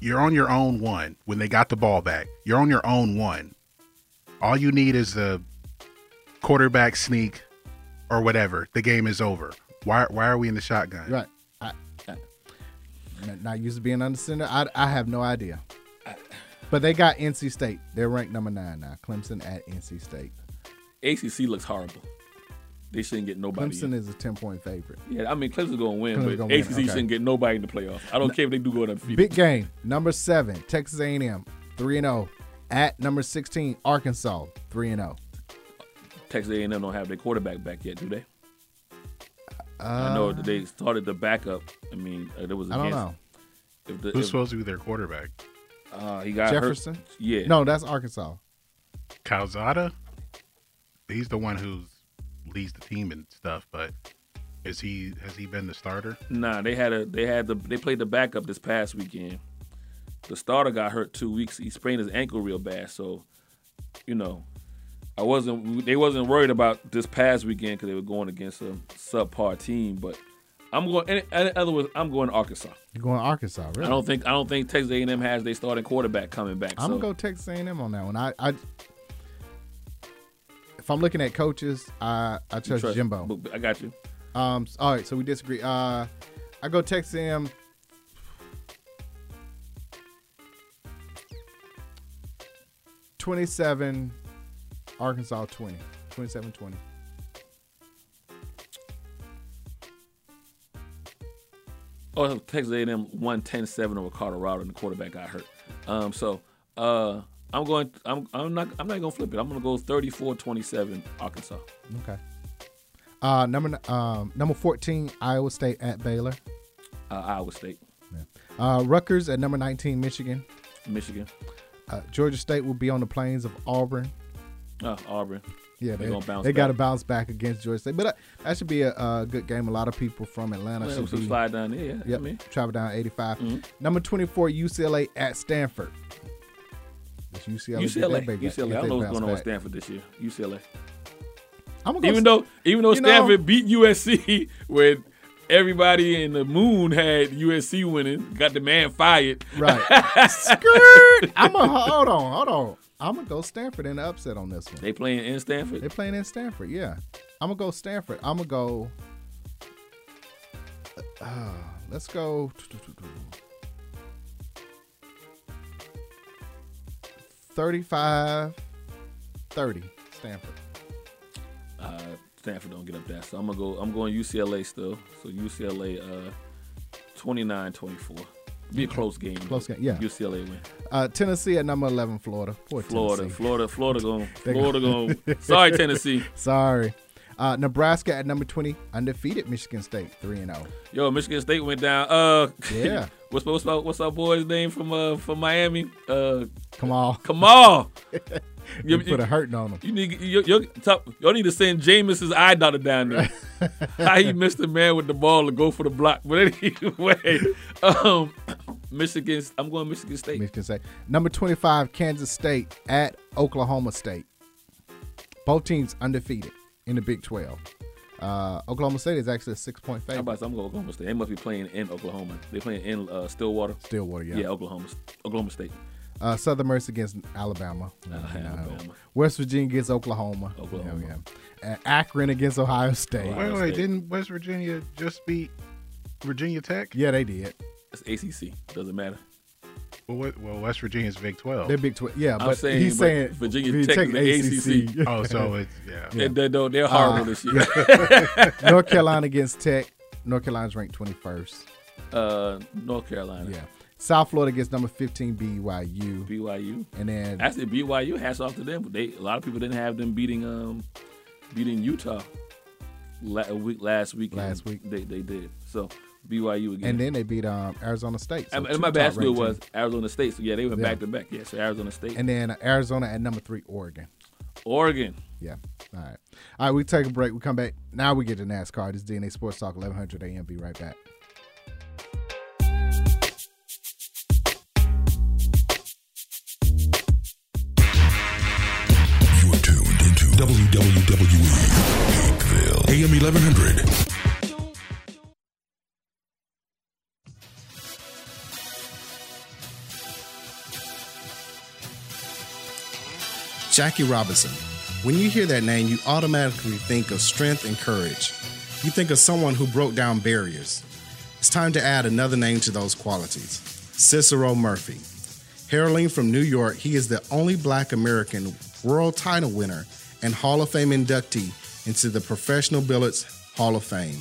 F: you're on your own one when they got the ball back? You're on your own one. All you need is a quarterback sneak or whatever. The game is over. Why why are we in the shotgun?
E: Right. I, I'm not used to being under center. I, I have no idea. But they got NC State. They're ranked number nine now. Clemson at NC State.
C: ACC looks horrible. They shouldn't get nobody.
E: Clemson is a ten point favorite.
C: in. Yeah, I mean Clemson's gonna win,
E: Clemson's
C: but
E: gonna win,
C: ACC
E: okay.
C: shouldn't get nobody in the playoffs. I don't care if they do go undefeated.
E: Big game number seven Texas A and M three and zero at number sixteen Arkansas three and oh. zero.
C: Texas A&M don't have their quarterback back yet, do they? I know that they started the backup. I mean, uh, there was.
E: Uh, I don't
C: against-
E: know.
C: If the,
F: Who's
C: if,
F: supposed to be their quarterback?
C: uh, he got hurt.
E: Jefferson.
C: Yeah.
E: No, that's Arkansas.
F: Calzada? He's the one who leads the team and stuff, but is he has he been the starter?
C: Nah, they had a they had the they played the backup this past weekend. The starter got hurt two weeks. He sprained his ankle real bad, so you know, I wasn't they wasn't worried about this past weekend because they were going against a subpar team. But I'm going. In, in other words, I'm going to Arkansas.
E: You're going to Arkansas. Really?
C: I don't think I don't think Texas A&M has their starting quarterback coming back.
E: I'm
C: so.
E: gonna go Texas A&M on that one. I, I if I'm looking at coaches, I I trust,
C: Trust-
E: Jimbo.
C: but- but I got you.
E: Um. s- All right. So we disagree. Uh, I go Texas A&M. Twenty-seven, Arkansas 20. 27-20.
C: Oh, Texas A&M won 10-7 over Colorado, and the quarterback got hurt. Um, so uh, I'm going. I'm, I'm not. I'm not gonna flip it. I'm gonna go 34-27 Arkansas.
E: Okay. Uh, number n- um number fourteen, Iowa State at Baylor.
C: Uh, Iowa State,
E: Uh, Rutgers at number nineteen, Michigan.
C: Michigan,
E: Uh, Georgia State will be on the plains of Auburn.
C: uh, Auburn.
E: Yeah,
C: They
E: they,
C: gonna bounce
E: they
C: back.
E: got to bounce back against Georgia State, but uh, that should be a, uh good game. A lot of people from Atlanta
C: Yeah,
E: should
C: so
E: be
C: slide down there. Yeah,
E: yep,
C: I mean,
E: travel down 85.
C: Mm-hmm.
E: Number 24, UCLA at Stanford. If UCLA, get
C: UCLA.
E: that baby back,
C: UCLA.
E: get
C: I
E: that
C: don't know what's
E: bounce
C: going on with
E: back.
C: Stanford this year. UCLA.
E: I'm gonna go
C: Even though, even though
E: You know-
C: Stanford beat USC with. Everybody in the moon had USC winning. Got the man fired.
E: right, skirt. I'm gonna hold on, hold on. I'm gonna go Stanford in the upset on this one.
C: They playing in
E: They're
C: Stanford.
E: playing in Stanford, yeah. I'm gonna go Stanford. I'm gonna go. Uh, let's go. 35 30 Stanford.
C: Uh, Stanford don't get up that. So I'm gonna go. I'm going UCLA still. So UCLA, uh, 29-24. Be a close game.
E: Mm-hmm. Close game, yeah.
C: UCLA win.
E: Uh, Tennessee at number 11, Florida. Poor
C: Florida,
E: Tennessee.
C: Florida, Florida going.
E: They
C: Florida going. Sorry, Tennessee.
E: Sorry. Uh, Nebraska at number 20, undefeated Michigan State, 3 and oh. 0.
C: Yo, Michigan State went down. Uh,
E: Yeah.
C: what's what's our, what's our boy's name from uh from Miami? Uh,
E: Come on.
C: Kamal.
E: You
C: you,
E: put a
C: you,
E: hurting on them.
C: you need you you top. Y'all need to send Jameis's eye doctor down there. How he missed the man with the ball to go for the block. But anyway, um, Michigan. I'm going Michigan State.
E: Michigan State. Number 25, Kansas State at Oklahoma State. Both teams undefeated in the Big 12. Uh, Oklahoma State is actually a six point
C: How
E: favorite.
C: about I'm going Oklahoma State? They must be playing in Oklahoma. They playing in uh, Stillwater.
E: Stillwater, yeah.
C: Yeah, Oklahoma, Oklahoma State.
E: Uh, Southern Miss against Alabama.
C: Uh, Alabama.
E: West Virginia against Oklahoma.
C: Oklahoma.
E: Yeah, yeah. And Akron against Ohio State.
F: Wait,
C: Ohio.
F: wait,
C: State.
F: didn't West Virginia just beat Virginia Tech?
E: Yeah, they did.
C: It's ACC. Doesn't matter.
F: Well, what, well West Virginia's Big 12.
E: They're Big 12. Yeah,
C: I'm
E: but
C: saying,
E: he's
C: but
E: saying
C: Virginia Tech is the ACC.
F: oh, so it's yeah.
C: They- They, don't-
E: Ah.
C: they're horrible this year.
E: North Carolina against Tech. North Carolina's ranked 21st.
C: uh, North Carolina.
E: Yeah. South Florida against number 15 BYU.
C: BYU.
E: And then
C: Actually, BYU hats off to them. They a lot of people didn't have them beating um beating Utah la- a week last week.
E: Last week.
C: they they did. So BYU again.
E: and then they beat um, Arizona State. So
C: and,
E: two
C: and my
E: top
C: basketball
E: ranked
C: was
E: teams.
C: Arizona State. So yeah, they went
E: Yeah.
C: back to back. Yeah, so Arizona State,
E: And then Arizona at number three, Oregon.
C: Oregon.
E: Yeah. All right. All right. We take a break. We come back. Now we get to NASCAR. This is DNA Sports Talk, 1100 AM. Be right back.
K: WWE Hankville AM 1100.
L: Jackie Robinson. When you hear that name, you automatically think of strength and courage. You think of someone who broke down barriers. It's time to add another name to those qualities Cicero Murphy. Heralding from New York, he is the only black American world title winner and Hall of Fame inductee into the Professional Billiards Hall of Fame.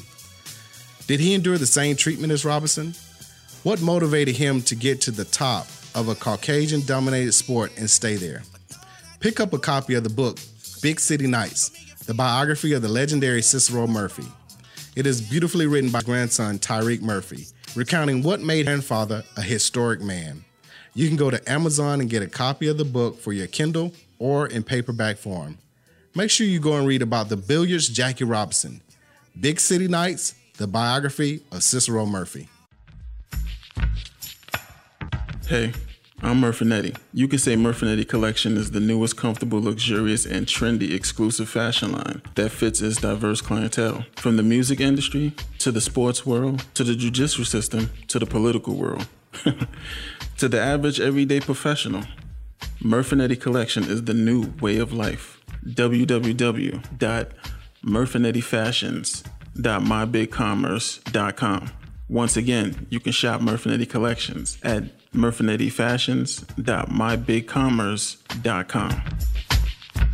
L: Did he endure the same treatment as Robinson? What motivated him to get to the top of a Caucasian dominated sport and stay there? Pick up a copy of the book Big City Nights, the biography of the legendary Cicero Murphy. It is beautifully written by grandson Tyreek Murphy, recounting what made grandfather a historic man. You can go to Amazon and get a copy of the book for your Kindle or in paperback form. Make sure you go and read about the billiards Jackie Robinson, Big City Nights, the biography of Cicero Murphy.
M: Hey, I'm Murfinetti. You could say Murfinetti Collection is the newest, comfortable, luxurious, and trendy exclusive fashion line that fits its diverse clientele. From the music industry, to the sports world, to the judicial system, to the political world, to the average everyday professional, Murfinetti Collection is the new way of life. www.murfinettifashions.mybigcommerce.com. Once again, you can shop Murfinetti Collections at murfinettifashions.mybigcommerce.com.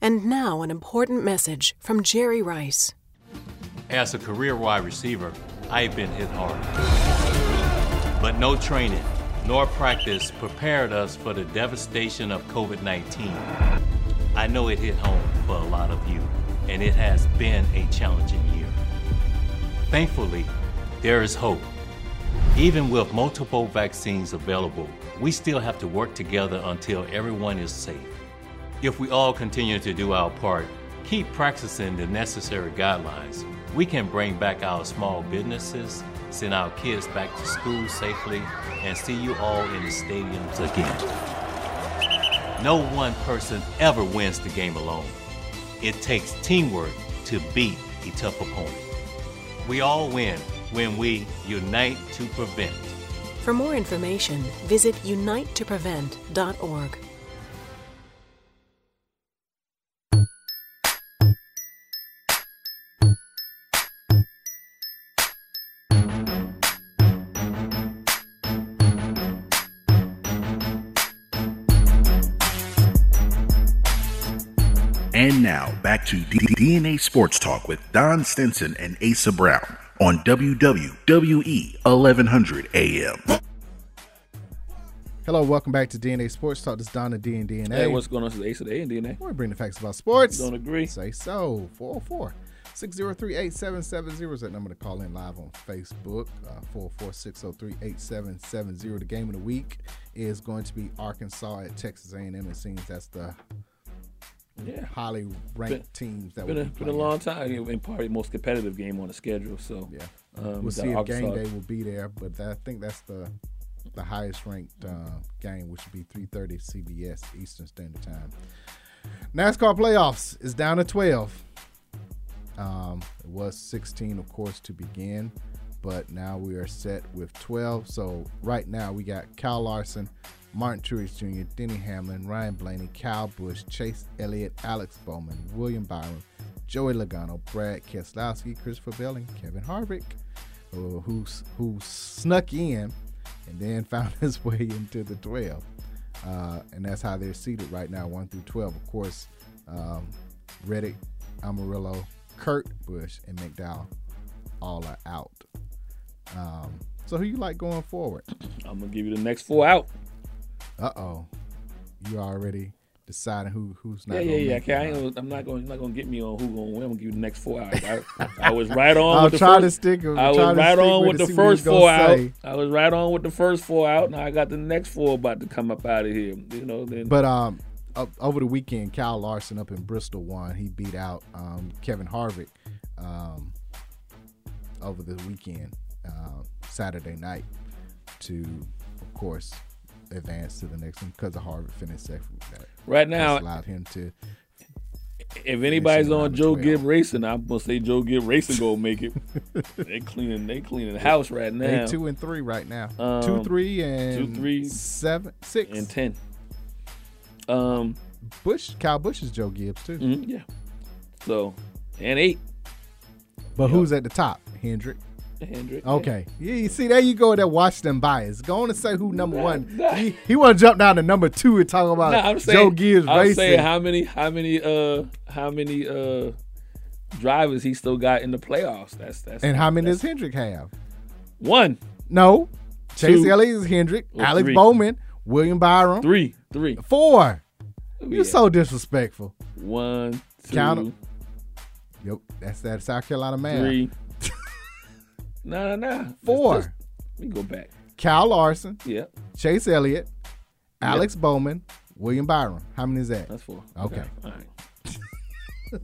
N: And now, an important message from Jerry Rice.
O: As a career wide receiver, I've been hit hard. But no training nor practice prepared us for the devastation of COVID 19. I know it hit home for a lot of you, and it has been a challenging year. Thankfully, there is hope. Even with multiple vaccines available, we still have to work together until everyone is safe. If we all continue to do our part, keep practicing the necessary guidelines, we can bring back our small businesses, send our kids back to school safely, and see you all in the stadiums again. No one person ever wins the game alone. It takes teamwork to beat a tough opponent. We all win when we unite to prevent.
N: For more information, visit unitetoprevent.org.
G: And now back to D- DNA Sports Talk with Don Stinson and Asa Brown on E WWE 1100 AM.
E: Hello, welcome back to DNA Sports Talk. This is Donna D and DNA.
C: Hey, what's going on? This is Ace of the A and DNA.
E: We're bringing the facts about sports.
C: Don't agree.
E: Say so. 404 603 8770 is that number to call in live on Facebook. Uh, 404 603 8770. The game of the week is going to be Arkansas at Texas A&M. It seems that's the yeah. highly ranked
C: been,
E: teams that
C: been
E: will
C: a,
E: be
C: been a long time you know, and probably the most competitive game on the schedule. So
E: yeah,
C: um,
E: we'll
C: the
E: see if game
C: Arkansas-
E: day will be there, but I think that's the the highest ranked uh, game, which would be 3:30 CBS Eastern Standard Time. NASCAR playoffs is down to 12. Um, it was 16, of course, to begin, but now we are set with 12. So right now we got Kyle Larson, Martin Truex Jr., Denny Hamlin, Ryan Blaney, Kyle Busch, Chase Elliott, Alex Bowman, William Byron, Joey Logano, Brad Keselowski, Christopher Bell, and Kevin Harvick, who, who who snuck in and then found his way into the 12. Uh, and that's how they're seated right now, 1 through 12. Of course, um, Reddick, Amarillo, Kurt Busch, and McDowell all are out. Um, so who you like going forward?
C: I'm gonna give you the next four out.
E: Uh oh, you already deciding who who's not.
C: Yeah,
E: gonna
C: yeah, yeah.
E: make
C: Okay, I
E: it.
C: ain't gonna, I'm not going. Not gonna get me on who gonna win. I'm gonna give you the next four out. I, I was right on.
E: I'll
C: with the
E: try to
C: first,
E: stick- I'll
C: I was
E: try to
C: right
E: stick
C: on
E: with
C: with
E: it, see
C: the
E: what he's
C: first four
E: gonna
C: out.
E: say.
C: I was right on with the first four out. Now I got the next four about to come up out of here. You know. Then,
E: But um, o- over the weekend, Kyle Larson up in Bristol won. He beat out um, Kevin Harvick um, over the weekend, uh, Saturday night, to, of course, advance to the next one because of Harvard finished second. That
C: Right now-
E: just allowed him to.
C: If anybody's on
E: around
C: Joe Gibb Racing, I'm gonna say Joe Gibb Racing gonna make it. they cleaning, they cleaning the house right now.
E: They two and three right now.
C: Um,
E: two, three, and
C: two, three,
E: seven, six,
C: and ten. Um, mm,
E: Bush, Kyle Bush is Joe Gibbs too.
C: yeah. So, and eight.
E: But who's at the top? Hendrick.
C: Hendrick.
E: Okay. Yeah, you see, there you go with that Washington bias. Go on and say who number one. He, want to jump down to number two and talk about
C: Nah, I'm
E: Joe
C: saying,
E: Gibbs
C: I'm
E: racing.
C: saying how many, how many, uh, how many uh drivers he still got in the playoffs. That's that's.
E: and how many does Hendrick have?
C: One.
E: No. Chase
C: Two.
E: Elliott is Hendrick.
C: Or
E: Alex
C: three.
E: Bowman. William Byron.
C: Three. Three.
E: Four. You're so disrespectful.
C: One, two,
E: Count 'em. Yep. That's that South Carolina man.
C: three. No, no, no.
E: Four.
C: Let's- Let me go back.
E: Kyle Larson.
C: Yeah.
E: Chase Elliott. Alex Bowman. William Byron. How many is that?
C: That's four.
E: Okay.
C: All right.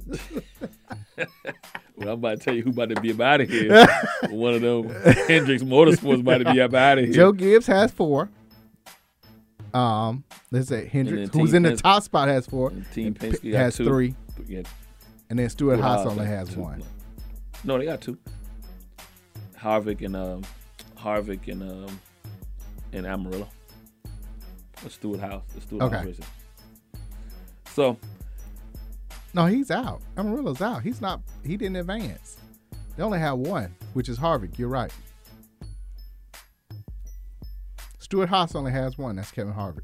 C: Well, I'm about to tell you who about to be up out of here. One of them Hendrix Motorsports about to be up out of here.
E: Joe Gibbs has four. Um, let's say Hendricks,
C: And then
E: who's
C: Team
E: in the
C: Pens-
E: top spot, has four.
C: Team
E: P-
C: Penske got
E: has
C: two.
E: three,
C: Yeah.
E: and then Stuart
C: Stuart
E: Haas
C: Haas
E: only
C: got
E: has
C: two.
E: one.
C: No, they got two. Harvick and um, Harvick and um, and Amarillo. Let's Stuart House. Let's Stuart
E: Okay.
C: House racing. So
E: No, he's out. Amarillo's out. He's not. He didn't advance. They only have one, which is Harvick. You're right. Stuart Haas only has one. That's Kevin Harvick.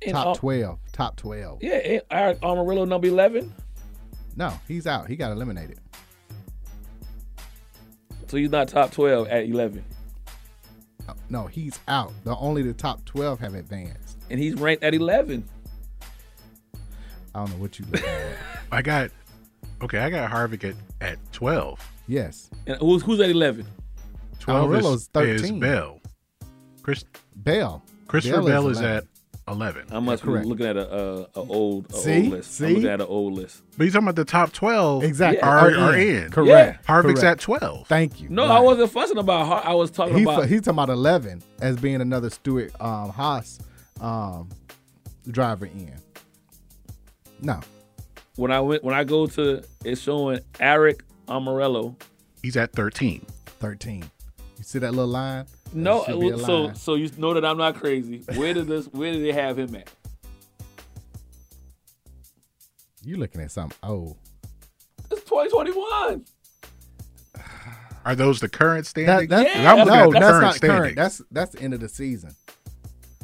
C: and
E: top
C: Al-
E: twelve. Top twelve.
C: Yeah, and Ar- Amarillo number eleven.
E: No, he's out. He got eliminated.
C: So he's not top twelve at eleven,
E: No, he's out. The only the top twelve have advanced.
C: and he's ranked at eleven.
E: I don't know what you. looking at.
F: I got okay. I got Harvick at, at twelve.
E: Yes.
C: And who's who's at eleven?
F: Twelve
E: Amarillo's
F: is,
E: 13.
F: is Bell. Chris
E: Bell.
F: Christopher
E: Bell
F: Bell
E: is
F: is,
E: 11.
F: at eleven.
C: I must be
E: correct.
C: looking at a, a, a old a
E: See?
C: old list.
E: See?
C: I'm looking at an old list.
F: But you're talking about the top twelve.
E: Exactly.
F: Are,
E: Are
F: are
E: in.
F: in.
E: Correct.
F: Yeah. E Harvick's
E: Correct.
F: at twelve.
E: Thank you.
C: No, I wasn't fussing about. Har- I was talking
E: He,
C: about.
E: he's talking about 11 as being another Stuart um, Haas um, driver in. No.
C: when I went when I go to it's showing Eric Amarillo.
F: He's at thirteen.
E: 13. You see that little line?
C: No,
E: That should be a
C: so
E: line.
C: so you know that I'm not crazy. Where did this? Where did they have him at?
E: you looking at something old.
C: It's 2021.
F: Are those the current
E: That,
F: standings?
E: that's,
F: 'Cause I'm looking
E: no,
F: at the
E: that's
F: current
E: not current.
F: standings.
E: That's that's the end of the season.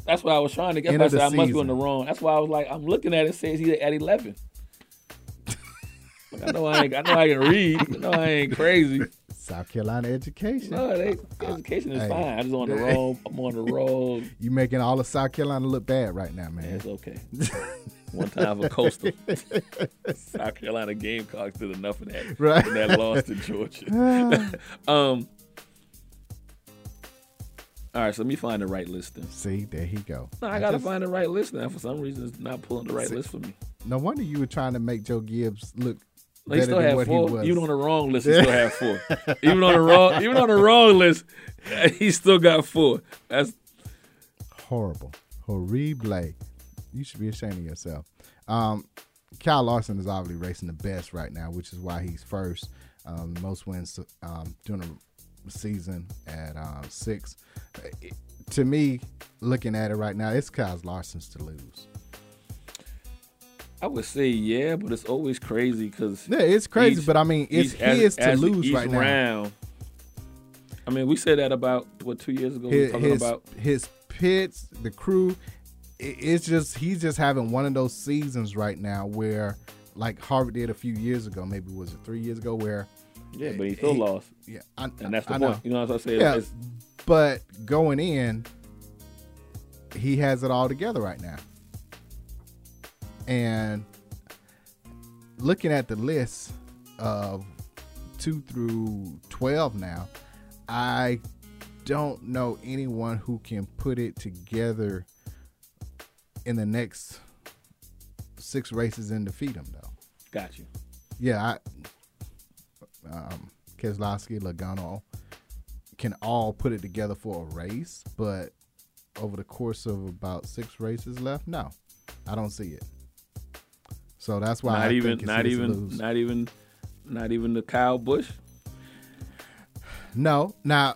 C: That's what I was trying to get.
E: End
C: I
E: of
C: said
E: the
C: I must be on
E: season.
C: the wrong. That's why I was like, I'm looking at it. Says he's at 11. Like, I know I ain't. I know I can read. I know I ain't crazy.
E: South Carolina education.
C: No, they, education is
E: Hey.
C: fine. I just on the wrong. I'm on the wrong.
E: You making all of South Carolina look bad right now, man.
C: It's okay. One time for Coastal, South Carolina Gamecocks did enough of that.
E: Right.
C: And that loss to Georgia. um. All right, so let me find the right list then.
E: See, there he go.
C: No, I gotta find the right list now. For some reason, it's not pulling the right
E: See-
C: list for me.
E: No wonder you were trying to make Joe Gibbs look
C: They
E: better
C: still
E: than
C: have
E: what he
C: four.
E: was.
C: Even on the wrong list, he still have four. even on the wrong, even on the wrong list, he still got four. That's
E: horrible, horrible. You should be ashamed of yourself. Um, Kyle Larson is obviously racing the best right now, which is why he's first. Um, most wins um, during the season at um, six. It- to me, looking at it right now, it's Kyle Larson's to lose.
C: I would say yeah, but it's always crazy because
E: Yeah, it's crazy, but I mean, it's his to lose
C: each
E: right now.
C: round, I mean, we said that about what two years ago. we were
E: His
C: talking
E: his,
C: about
E: his pits, the crew. it- It's just he's just having one of those seasons right now where, like Harvard did a few years ago, maybe was it three years ago, where
C: yeah, but he still
E: he-
C: lost,
E: Yeah, I,
C: and that's the
E: I
C: point.
E: Know.
C: You know what I'm saying?
E: Yeah,
C: It's-
E: but going in, he has it all together right now. And looking at the list of two through twelve now, I don't know anyone who can put it together in the next six races and defeat him though.
C: got you.
E: Yeah, I, um, Keselowski, Logano, can all put it together for a race, but over the course of about six races left, no, I don't see it. So that's why I
C: not even,
E: think it's
C: not
E: his
C: even,
E: lose.
C: not even, not even the Kyle Bush.
E: No. Now,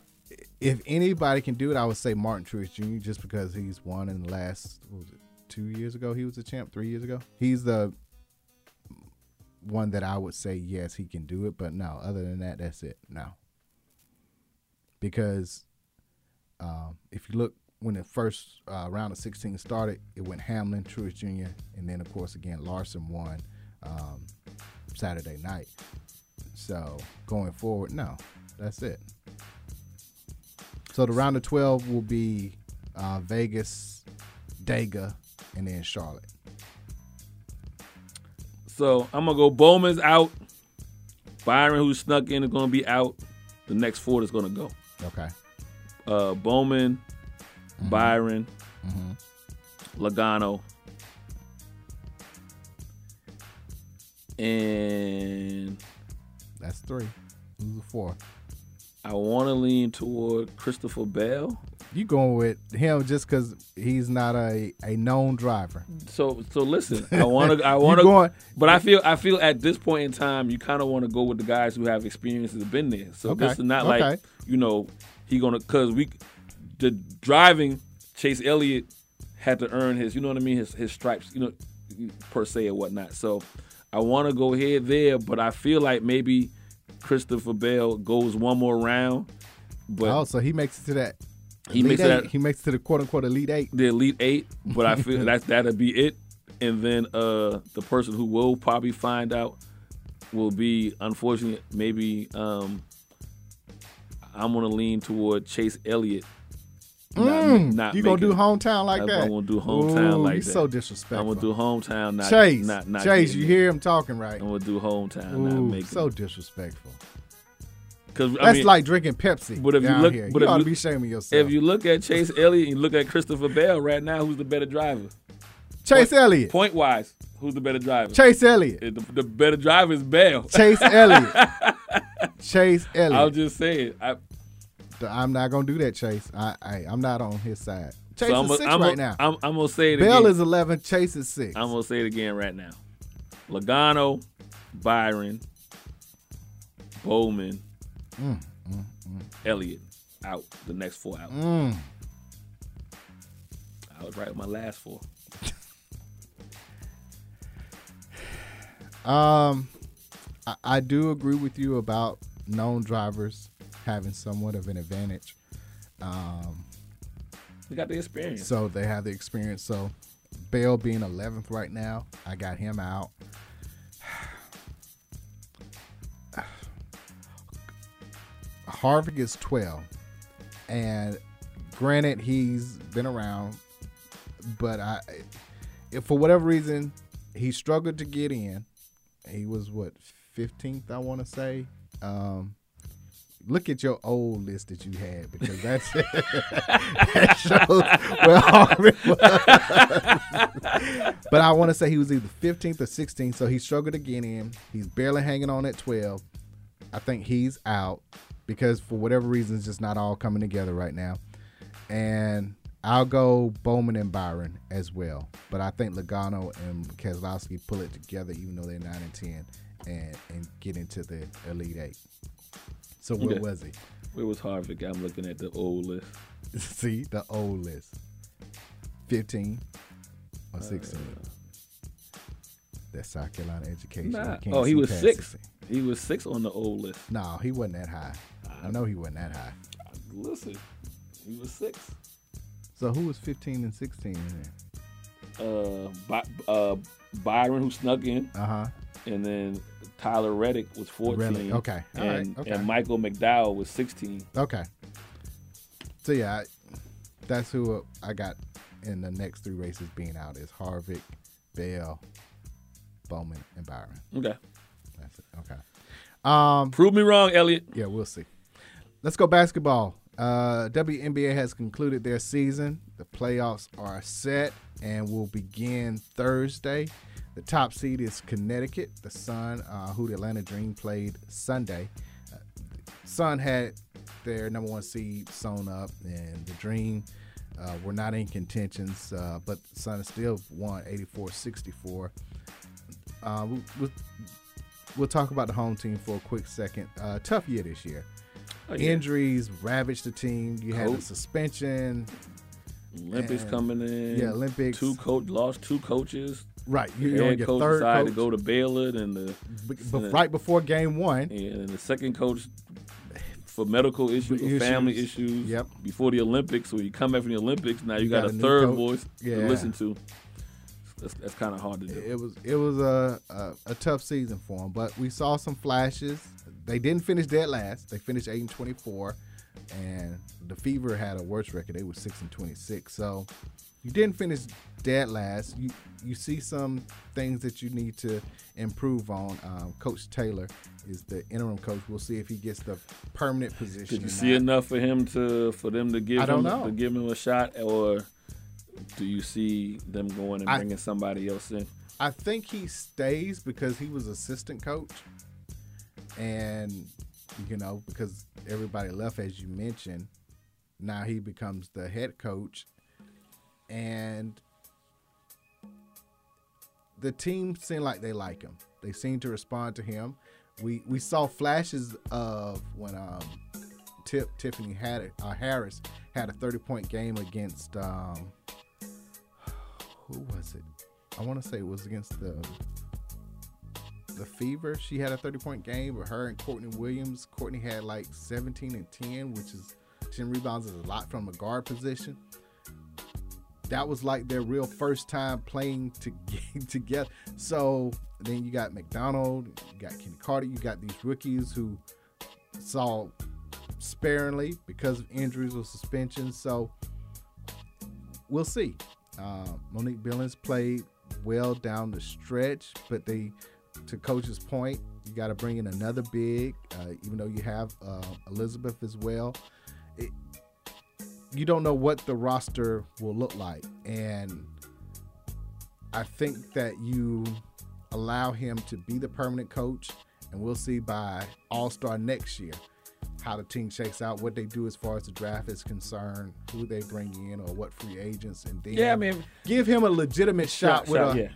E: if anybody can do it, I would say Martin Truex Jr. just because he's won in the last what was it, two years ago. He was a champ three years ago. He's the one that I would say yes, he can do it. But no, other than that, that's it. No, because um, if you look when the first uh, round of 16 started, it went Hamlin, Truex Jr., and then of course again Larson won um, Saturday night. So going forward, no, that's it. So the round of 12 will be uh, Vegas, Dega, and then Charlotte.
C: So I'm gonna go Bowman's out. Byron, who snuck in, is gonna be out. The next four that's gonna go.
E: Okay.
C: Uh, Bowman,
E: Mm-hmm.
C: Byron, Logano, and
E: that's three. Who's the four?
C: I want to lean toward Christopher Bell.
E: You going with him just because he's not a, a known driver.
C: So so listen, I want to I want
E: You going-
C: to, but I feel I feel at this point in time, you kind of want to go with the guys who have experience and have been there. So
E: Okay.
C: this is not like
E: Okay.
C: you know he gonna because we the driving Chase Elliott had to earn his you know what I mean his his stripes you know per se or whatnot. So I want to go here there, but I feel like maybe Christopher Bell goes one more round. But
E: oh, so he makes it to that.
C: He
E: elite
C: makes it
E: eight.
C: at-
E: he makes it to the quote unquote elite eight.
C: the elite eight, but I feel that's that'll be it. And then uh the person who will probably find out will be unfortunately maybe um I'm gonna lean toward Chase Elliott.
E: Mm, you gonna
C: making
E: do
C: it.
E: hometown like that?
C: I'm gonna do hometown
E: Ooh,
C: like
E: you
C: that.
E: so disrespectful.
C: I'm gonna do hometown. Not,
E: Chase,
C: not, not
E: Chase,
C: getting
E: you
C: it.
E: hear him talking right?
C: I'm gonna do hometown. not
E: Ooh,
C: making
E: so disrespectful.
C: Cause I
E: That's
C: mean-
E: like drinking Pepsi.
C: But if
E: down
C: you look,
E: here.
C: but
E: you
C: if
E: ought
C: you,
E: to be shaming yourself.
C: If you look at Chase Elliott and you look at Christopher Bell right now, who's the better driver?
E: Chase Elliott.
C: Point wise, who's the better driver?
E: Chase Elliott.
C: Uh, The, the better driver is Bell.
E: Chase Elliott. Chase Elliott.
C: I was just saying. I,
E: Th- I'm not gonna do that, Chase. I, I I'm not on his side. Chase
C: so I'm
E: is
C: a-
E: 6
C: I'm a-
E: right now.
C: I'm, I'm gonna say it
E: Bell
C: again.
E: is 11. Chase is six.
C: I'm gonna say it again right now. Logano, Byron, Bowman,
E: Mm, mm, mm.
C: Elliott out. The next four out.
E: Mm.
C: I was right with my last four.
E: Um, I, I do agree with you about known drivers having somewhat of an advantage. Um,
C: They got the experience.
E: So they have the experience. So Bell being 11th right now, I got him out. Harvick is 12. And granted, he's been around, but I, if for whatever reason, he struggled to get in. He was what 15th, I want to say. Um, look at your old list that you had because that's that shows where Harvick was. but I want to say he was either 15th or 16th, so he struggled again. In he's barely hanging on at 12. I think he's out because for whatever reason, it's just not all coming together right now. And I'll go Bowman and Byron as well, but I think Logano and Keselowski pull it together, even though they're nine and ten, and and get into the elite eight. So where
C: Okay.
E: was he?
C: Where was Harvick? I'm looking at the old list.
E: See the old list. Fifteen
C: Oh,
E: or sixteen. That's South Carolina education.
C: Nah.
E: You can't
C: Oh, he
E: see
C: was
E: past
C: six.
E: 16.
C: He was six on the old list.
E: No, he wasn't that high. I
C: Ah.
E: know he wasn't that high.
C: Listen, he was six.
E: So who was fifteen and sixteen in there?
C: uh, By- uh, Byron who snuck in.
E: Uh-huh.
C: And then Tyler Reddick was 14.
E: Reddick, okay. All right,
C: and,
E: okay.
C: and Michael McDowell was 16.
E: Okay. So yeah, I, that's who uh, I got in the next three races being out is Harvick, Bell, Bowman, and Byron.
C: Okay.
E: That's it. Okay. Um,
C: Prove me wrong, Elliot.
E: Yeah, we'll see. Let's go basketball. Uh, WNBA has concluded their season. The playoffs are set and will begin Thursday. The top seed is Connecticut. The Sun, uh, who the Atlanta Dream played Sunday. Uh, Sun had there. Number one seed sewn up, and the Dream uh, were not in contentions, uh, but Sun still won 84-64. Uh, we, we'll, we'll talk about the home team for a quick second. Uh, tough year this year.
C: Oh, yeah.
E: Injuries ravaged the team. You had a
C: Coach.
E: suspension.
C: Olympics
E: and-
C: coming in.
E: Yeah, Olympics.
C: Two coach lost two coaches.
E: Right,
C: The
E: you're on
C: head
E: your
C: coach
E: third
C: decided
E: coach.
C: to go to Baylor, and the
E: But, but right before game one,
C: Yeah, and the second coach for medical issues, or family issues.
E: Yep.
C: Before the Olympics, when you come back from the Olympics, now you,
E: You
C: got,
E: got
C: a
E: a new
C: third
E: coach.
C: voice
E: Yeah.
C: to listen to. That's, that's kind of hard to do.
E: it was it was a, a a tough season for them, but we saw some flashes. They didn't finish dead last. They finished eight and twenty four, and the Fever had a worse record. They were six and twenty six. So you didn't finish dead last. You you see some things that you need to improve on. Um, coach Taylor is the interim coach. We'll see if he gets the permanent position.
C: Did
E: or
C: you see
E: not.
C: enough for him to for them to give
E: I don't
C: him
E: know.
C: to give him a shot, or do you see them going and
E: I-
C: bringing somebody else in?
E: I think he stays because he was assistant coach, and you know because everybody left as you mentioned. Now he becomes the head coach, and the team seem like they like him. They seem to respond to him. We we saw flashes of when um, Tip Tiffany had it, uh, Harris had a thirty point game against um, who was it? I want to say it was against the the Fever. She had a 30 point game, but her and Courtney Williams, Courtney had like 17 and 10, which is 10 rebounds is a lot from a guard position. That was like their real first time playing to together. So then you got McDonald, you got Kenny Carter, you got these rookies who saw sparingly because of injuries or suspensions. So we'll see. Uh, Monique Billings played well down the stretch, but they, to coach's point, you got to bring in another big, uh, even though you have uh, Elizabeth as well. It, you don't know what the roster will look like, and I think that you allow him to be the permanent coach, and we'll see by All Star next year how the team shakes out, what they do as far as the draft is concerned, who they bring in, or what free agents, and then
C: Yeah, I mean-
E: give him a legitimate shot
C: Shot,
E: with
C: shot,
E: a,
C: yeah.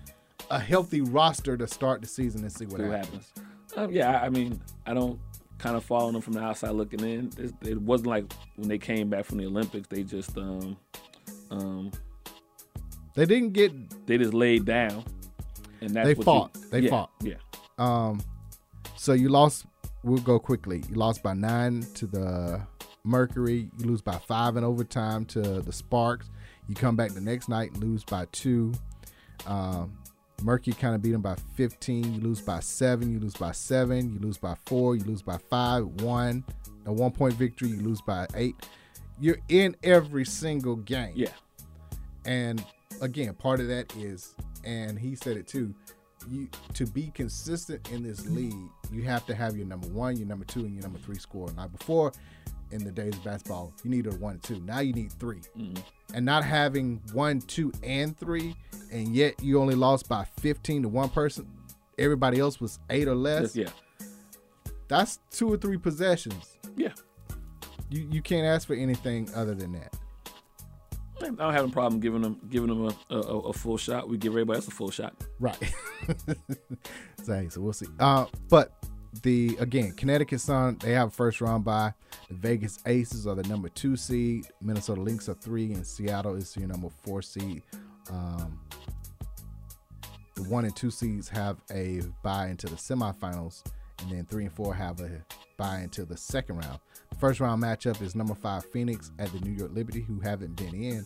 E: a healthy roster to start the season and see what
C: See what
E: happens.
C: Um, yeah, I I mean, I don't kind of follow them from the outside looking in. It's, it wasn't like when they came back from the Olympics, they just um, um,
E: They didn't get.
C: they just laid down, and that's
E: they
C: what you-
E: fought. they
C: yeah,
E: fought.
C: Yeah,
E: Um. So you lost. We'll go quickly. You lost by nine to the Mercury. You lose by five in overtime to the Sparks. You come back the next night, lose by two. Um, Mercury kind of beat them by 15. You lose by seven. You lose by seven. You lose by four. You lose by five. One. A one point victory. You lose by eight. You're in every single game.
C: Yeah.
E: And again, part of that is, and he said it too, you to be consistent in this league, you have to have your number one, your number two, and your number three score. Now, before in the days of basketball, you needed a one and two. Now you need 3 And not having one, two, and three, and yet you only lost by 15 to one person, everybody else was eight or less.
C: Just- yeah.
E: That's two or three possessions.
C: Yeah.
E: You, you can't ask for anything other than that.
C: I don't have a problem giving them giving them a, a, a- a full shot. We give everybody else a full shot.
E: Right. so, so we'll see. Uh, but the again, Connecticut Sun they have a first round bye. The Vegas Aces are the number two seed. Minnesota Lynx are three, and Seattle is your number four seed. Um, the one and two seeds have a bye into the semifinals, and then three and four have a bye into the second round. First round matchup is number five Phoenix at the New York Liberty, who haven't been in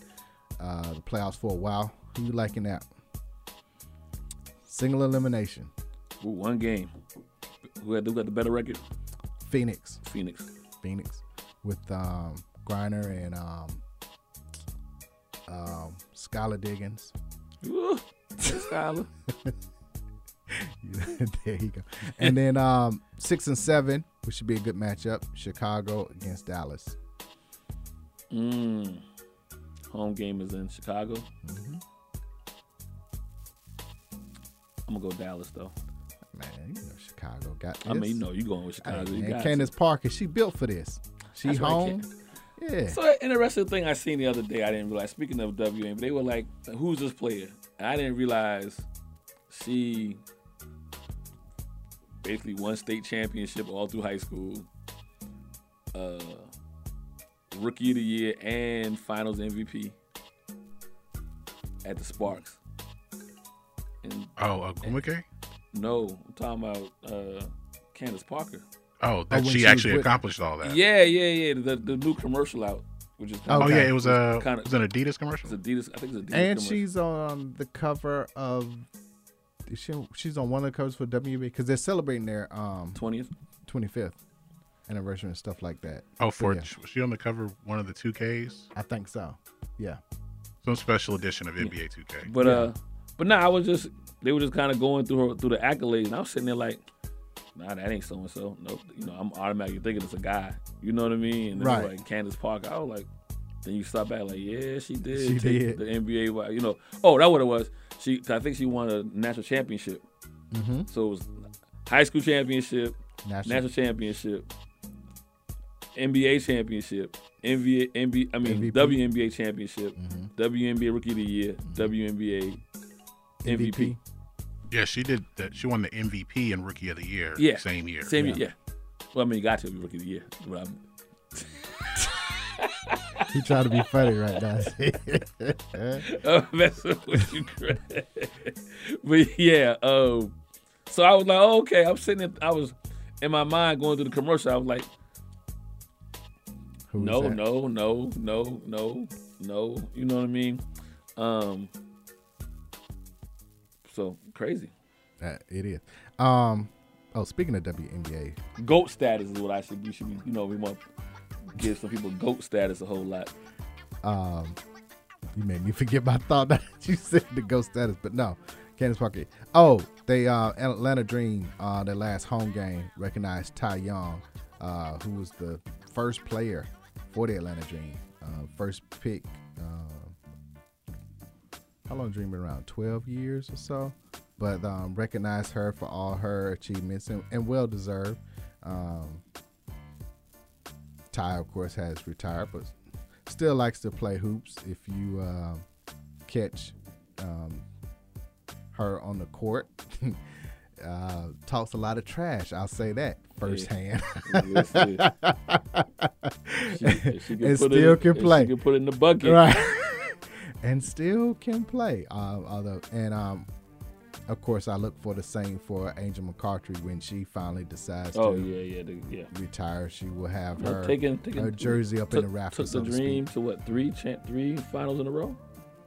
E: uh, the playoffs for a while. Who you liking that? Single elimination.
C: Ooh, one game. Who had, who got the better record?
E: Phoenix.
C: Phoenix.
E: Phoenix with um, Griner and um, um, Skylar Diggins.
C: Ooh, Skylar.
E: there you go. And then um, six and seven, which should be a good matchup. Chicago against Dallas.
C: Mm. Home game is in Chicago. Mm-hmm. I'm gonna go Dallas though.
E: Man, you know Chicago got. This.
C: I mean, you know you're going with Chicago.
E: Hey,
C: you
E: man,
C: got
E: Candace Parker, she built for this. She
C: That's why I
E: home.
C: can't-
E: Yeah.
C: So an interesting thing I seen the other day, I didn't realize. Speaking of WM, they were like, "Who's this player?" And I didn't realize she basically won state championship all through high school, uh, rookie of the year, and finals MVP at the Sparks. And
F: Oh, uh, Gwike?
C: no, I'm talking about uh, Candace Parker.
F: Oh,
E: when
F: that she,
E: she was
F: actually
E: with-
F: accomplished all that.
C: Yeah, yeah, yeah. The the new commercial out, which is
F: Uh. Oh, yeah, it was, uh,
C: kinda-
F: it was an Adidas commercial?
C: It's Adidas. I think it's Adidas.
E: and
C: commercial.
E: she's on the cover of is she, she's on one of the covers for WB because they're celebrating their um
C: 20th
E: 25th anniversary and stuff like that
F: Oh, for
E: yeah,
F: was she on the cover of one of the 2Ks?
E: I think so yeah
F: Some special edition of NBA 2K.
C: But uh, but nah, I was just they were just kind of going through her through the accolades, and I was sitting there like, nah, that ain't so and so. Nope, you know, I'm automatically thinking it's a guy. You know what I mean? And then
E: Right.
C: like Candace Parker, I was like, then you stop back like, yeah, she did.
E: She
C: take
E: did.
C: the NBA. wi- You know, oh, that what it was. She, 'cause I think she won a national championship.
E: Mhm.
C: So it was high school championship,
E: National.
C: national, championship, NBA championship, NBA, NBA I mean
E: MVP.
C: WNBA championship, WNBA rookie of the year, WNBA MVP.
F: yeah, she did that. She won the MVP and Rookie of the Year.
C: Yeah,
F: Same year.
C: Same year. Yeah. Well, I mean, you got to be rookie of the year. But I'm-
E: he tried to be funny right now
C: I'm messing with oh, you, Craig. but yeah, um, so I was like, oh, okay, I'm sitting. There, I was in my mind going through the commercial. I was like,
E: Who is
C: no,
E: that?
C: no, no, no, no, no. You know what I mean? Um, so crazy.
E: Uh, it is um oh speaking of WNBA
C: Goat status is what I should. We should be. You know, we want to give some people goat status a whole lot.
E: um you made me forget my thought that you said the ghost status but no Candace Parker oh they uh Atlanta Dream uh their last home game recognized Ty Young uh who was the first player for the Atlanta Dream uh first pick uh how long Dream been around 12 years or so but um recognized her for all her achievements and, and well deserved um Ty, of course, has retired, but still likes to play hoops. If you uh, catch um, her on the court, uh, talks a lot of trash. I'll say that firsthand.
C: Yes, yes. She- if she can
E: and
C: put it
E: still
C: in-
E: can
C: if she
E: play.
C: can put it in the bucket.
E: right? and still can play. Um, although, and um, of course, I look for the same for Angel McCartry when she finally decides
C: Oh
E: to
C: yeah, yeah, the, yeah.
E: retire. She will have
C: No,
E: her, her jersey up in
C: took-
E: the rafters.
C: Took
E: so
C: the
E: to speak.
C: dream to what three champ, three finals in a row.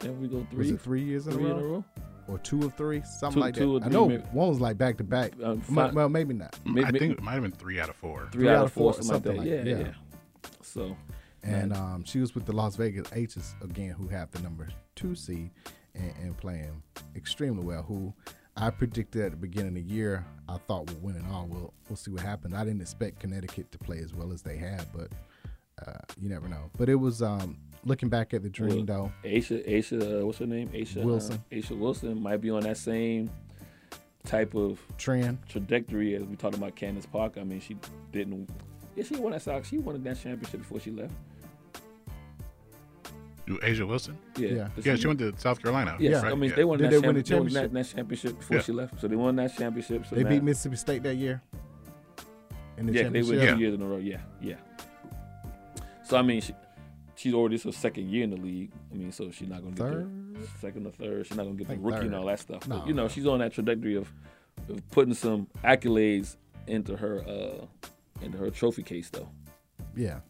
C: Then we go three.
E: Was it three years in,
C: three
E: a, row?
F: Mm,
E: Or two of three? Something
C: Two-
E: like that.
C: two or
E: I
C: three,
E: know
C: maybe.
E: one was like back to back.
C: Um,
E: M-
C: fi-
E: Well, maybe not.
C: May-
F: I
C: may-
F: think it might have been three out of four.
C: Three, out, of four, something, like that. Yeah, yeah. So
E: And um, she was with the Las Vegas Aces again, who have the number two seed and, and playing extremely well. Who I predicted at the beginning of the year, I thought would win it all. We'll we'll see what happens. I didn't expect Connecticut to play as well as they have, but uh, you never know. But it was um, looking back at the dream though.
C: Aisha, Aisha, uh, what's her name? Aisha
E: Wilson.
C: Uh, Aisha Wilson might be on that same type of
E: Trend.
C: trajectory as we talked about Candace Parker. I mean, she didn't. Yeah, she won that. Sox- She won that championship before she left.
F: You- Asia Wilson?
C: Yeah.
F: Yeah,
C: Does
F: she went to South Carolina.
C: Yes,
F: right?
C: I mean
F: Yeah.
C: they won
E: Did
C: that
E: they win the
C: champ- they won that-
E: championship?
C: that championship before
F: Yeah.
C: she left. So they won that championship. So
E: They
C: now,
E: beat Mississippi State that year in the
C: yeah, they
E: championship.
C: win two years in a row. Yeah, yeah. So I mean, she, she's already this is her second year in the league. I mean, so she's not going to get the second or third. She's not going to get the
E: Think
C: rookie and
E: third.
C: all that stuff.
E: No,
C: but you know,
E: no.
C: she's on that trajectory of, of putting some accolades into her uh into her trophy case though.
E: Yeah.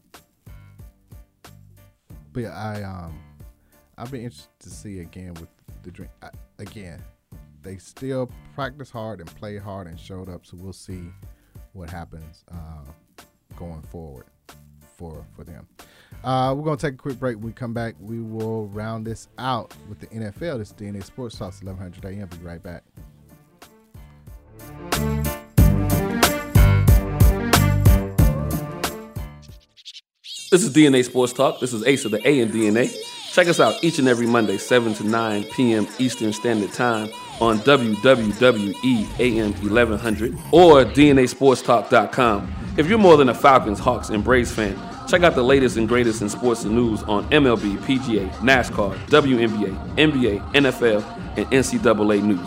E: But yeah, I um, I've been interested to see again with the drink. I, again, they still practice hard and play hard and showed up. So we'll see what happens uh, going forward for for them. Uh, we're gonna take a quick break. When we come back, we will round this out with the NFL. This is DNA Sports Talks 1100 AM. Be right back.
C: This is DNA Sports Talk. This is Ace of the A and DNA. Check us out each and every Monday, 7 to 9 p.m. Eastern Standard Time on E WWWEAM1100 or DNASportsTalk.com. If you're more than a Falcons, Hawks, and Braves fan, check out the latest and greatest in sports and news on MLB, PGA, NASCAR, WNBA, NBA, NFL, and NCAA news.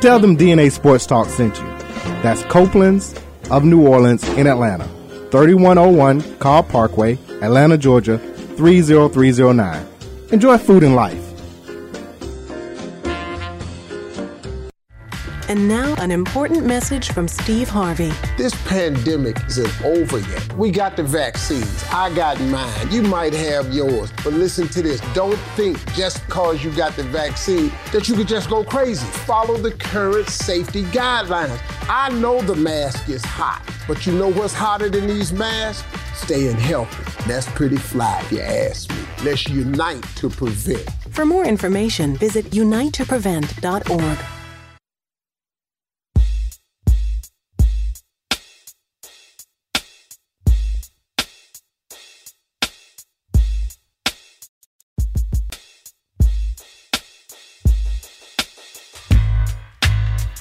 B: Tell them DNA Sports Talk sent you. That's Copeland's of New Orleans in Atlanta. 3101 Carl Parkway, Atlanta, Georgia, 30309. Enjoy food and life.
P: And now, an important message from Steve Harvey.
Q: This pandemic isn't over yet. We got the vaccines. I got mine. You might have yours. But listen to this don't think just because you got the vaccine that you could just go crazy. Follow the current safety guidelines. I know the mask is hot, but you know what's hotter than these masks? Staying healthy. That's pretty fly, if you ask me. Let's unite to prevent.
P: For more information, visit unitetoprevent.org.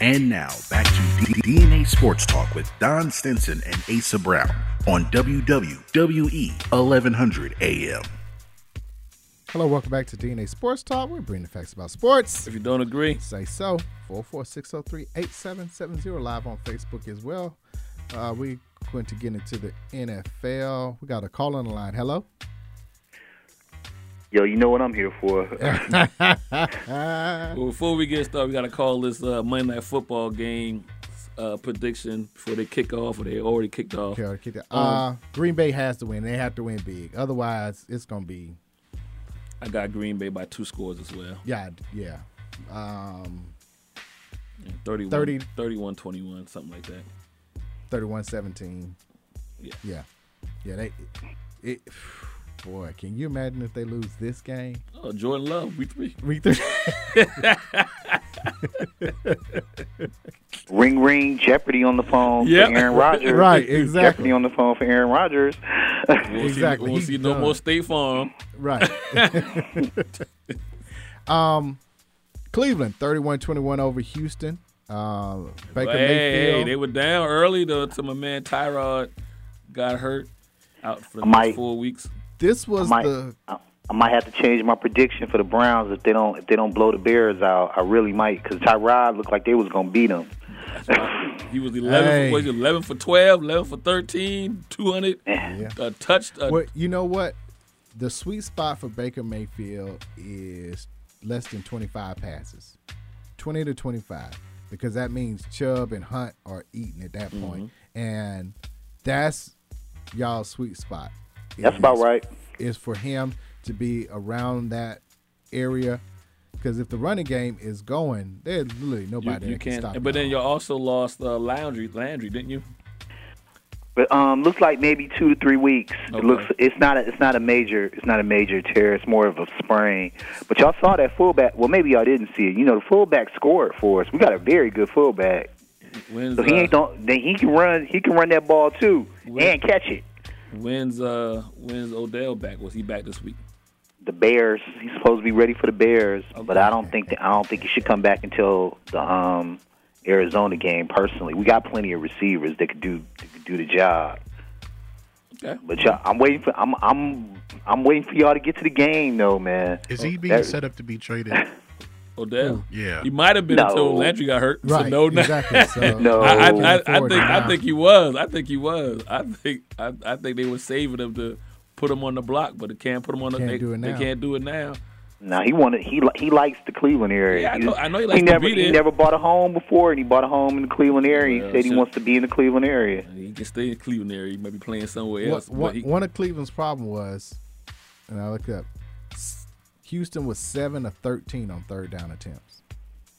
G: And now back to DNA Sports Talk with Don Stinson and Asa Brown on E WWE 1100 AM.
E: Hello, welcome back to DNA Sports Talk. We bring the facts about sports.
C: If you don't agree,
E: say so. 44603-8770 live on Facebook as well. Uh, we're going to get into the NFL. We got a call on the line. Hello.
M: Yo, you know what I'm here for.
C: Well, before we get started, we got to call this uh, Monday Night Football game uh, prediction before they kick off, or they already kicked off.
E: Okay, I'll kick that. uh, Green Bay has to win. They have to win big. Otherwise, it's going to be
C: I got Green Bay by two scores as well.
E: yeah, yeah. Um,
C: Yeah, 31,
E: 30.
C: 31 21, something like that.
E: 31-17.
C: Yeah.
E: Yeah. Yeah, they it boy, can you imagine if they lose this game?
C: Oh, Jordan Love, week three.
E: Week three.
M: Ring ring, Jeopardy on the phone
C: Yep.
M: for Aaron Rodgers.
E: Right, exactly.
M: Jeopardy on the phone for Aaron Rodgers.
C: We'll
E: Exactly,
C: See, we'll
E: he's
C: see no
E: done.
C: more State Farm.
E: Right. um, Cleveland 31-21 over Houston. Uh, Baker
C: But hey, hey,
E: Mayfield.
C: they were down early though. To my man Tyrod got hurt out for the
M: I might-
C: next four weeks.
E: this was
M: I might,
E: the
M: I, I might have to change my prediction for the Browns if they don't if they don't blow the Bears out. I really might because Tyrod looked like they was gonna beat them.
C: He was eleven.
E: Hey.
C: For, was he eleven for 12, 11 for 13, 200, a touch. A,
E: Well, you know what? The sweet spot for Baker Mayfield is less than 25 passes, 20 to 25, because that means Chubb and Hunt are eating at that point.
C: Mm-hmm.
E: And that's y'all's sweet spot.
M: That's about
E: Is-
M: right.
E: Is for him to be around that area. Because if the running game is going, there's literally
C: you,
E: nobody
C: you
E: that can
C: can't.
E: stop
C: But
E: y'all.
C: then you also lost uh, Landry, Landry, didn't you?
M: But um, looks like maybe two to three weeks. It
C: Okay.
M: looks it's not a, it's not a major it's not a major tear. It's more of a sprain. But y'all saw that fullback. Well, maybe y'all didn't see it. You know, the fullback scored for us. We got a very good fullback.
C: When's
M: So he
C: uh,
M: ain't don't. Then he can run. He can run that ball too and catch it.
C: when's uh when's Odell back? Was he back this week?
M: The Bears. He's supposed to be ready for the Bears,
C: Oh,
M: but I don't think that I don't think he should come back until the um, Arizona game. Personally, we got plenty of receivers that could do that could do the job.
C: Okay.
M: But y'all, I'm waiting for I'm I'm I'm waiting for y'all to get to the game though, man.
F: Is he being
M: That-
F: set up to be traded?
C: Odell.
F: Yeah.
C: He might have been
M: No.
C: until Landry got hurt. So
E: Right,
C: no, no.
E: exactly. So-
M: No.
C: I, I, I, I
E: Forward
C: think I
E: now.
C: think he was. I think he was. I think I, I think they were saving him to put him on the block, but they can't put him on. the,
E: Can't
C: they,
E: do it now.
C: they can't do it now.
M: Now he wanted he li- he likes the Cleveland area.
C: Yeah, I
M: He-
C: know- I know he likes to
M: never
C: be
M: he
C: there.
M: never bought a home before, and he bought a home in the Cleveland area.
C: Yeah,
M: he said he
C: so-
M: wants to be in the Cleveland area.
C: He can stay in Cleveland area. He might be playing somewhere
E: What-
C: else. but
E: what-
C: he-
E: one of Cleveland's problem was, and I looked up, s- Houston was seven of thirteen on third down attempts.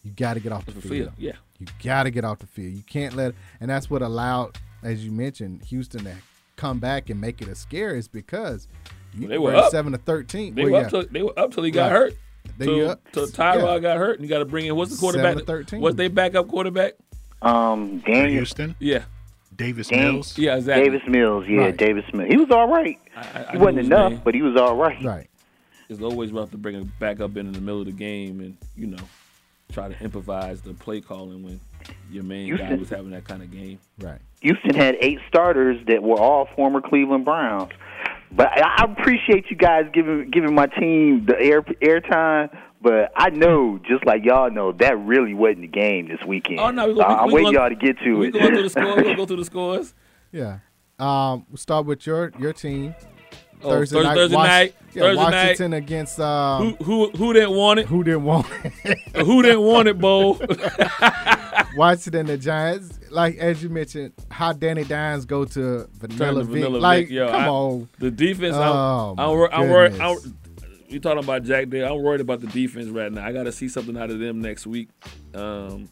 E: You got to get off the
C: The
E: field.
C: field, yeah.
E: You got to get off the field. You can't let, and that's what allowed, as you mentioned, Houston to come back and make it a scare is because you
C: They were
E: were
C: up.
E: seven to thirteen.
C: They
E: Well,
C: were up
E: yeah.
C: till they were up till he got
E: Right.
C: hurt.
E: They
C: till,
E: up-
C: till
E: yeah.
C: Tyrod got hurt, and you got to bring in what's the quarterback?
E: Seven to 13.
C: What's their backup quarterback?
M: Um, Daniel
F: Houston,
C: Yeah,
F: Davis
M: Dan-
F: Mills.
C: Yeah, exactly.
M: Davis Mills. Yeah,
C: Right.
M: Davis Mills. He was all right.
C: I
M: he
C: knew
M: wasn't
C: his
M: enough,
C: name.
M: but he was all right.
E: Right.
C: It's always rough to bring a backup in in the middle of the game, and you know, try to improvise the play calling when your main
M: You
C: guy
M: said-
C: was having that kind of game.
E: Right.
M: Houston had eight starters that were all former Cleveland Browns. But I I appreciate you guys giving giving my team the air airtime. But I know, just like y'all know, that really wasn't the game this weekend.
C: Oh no, we,
M: So
C: we,
M: I'm
C: we
M: waiting
C: gonna-
M: y'all to get to
C: we
M: it.
C: going through the score. We gonna go through the scores.
E: Yeah. Um, we'll start with your your team.
C: Oh, Thurs- Thursday
E: Wash-
C: night,
E: Yeah,
C: Thursday night.
E: Washington against um,
C: Who who who didn't want it?
E: Who didn't want
C: it? who didn't want it, Bo?
E: Washington the Giants, like as you mentioned, how Danny Dimes go to
C: Turn
E: Vanilla,
C: to Vanilla
E: Vic. Like,
C: Vic, yo,
E: come
C: I-
E: on,
C: The defense. I'm,
E: Oh,
C: I'm,
E: my
C: wor- I'm worried. I'm,
E: goodness.
C: you talking about Jack there? I'm worried about the defense right now. I got to see something out of them next week. Um,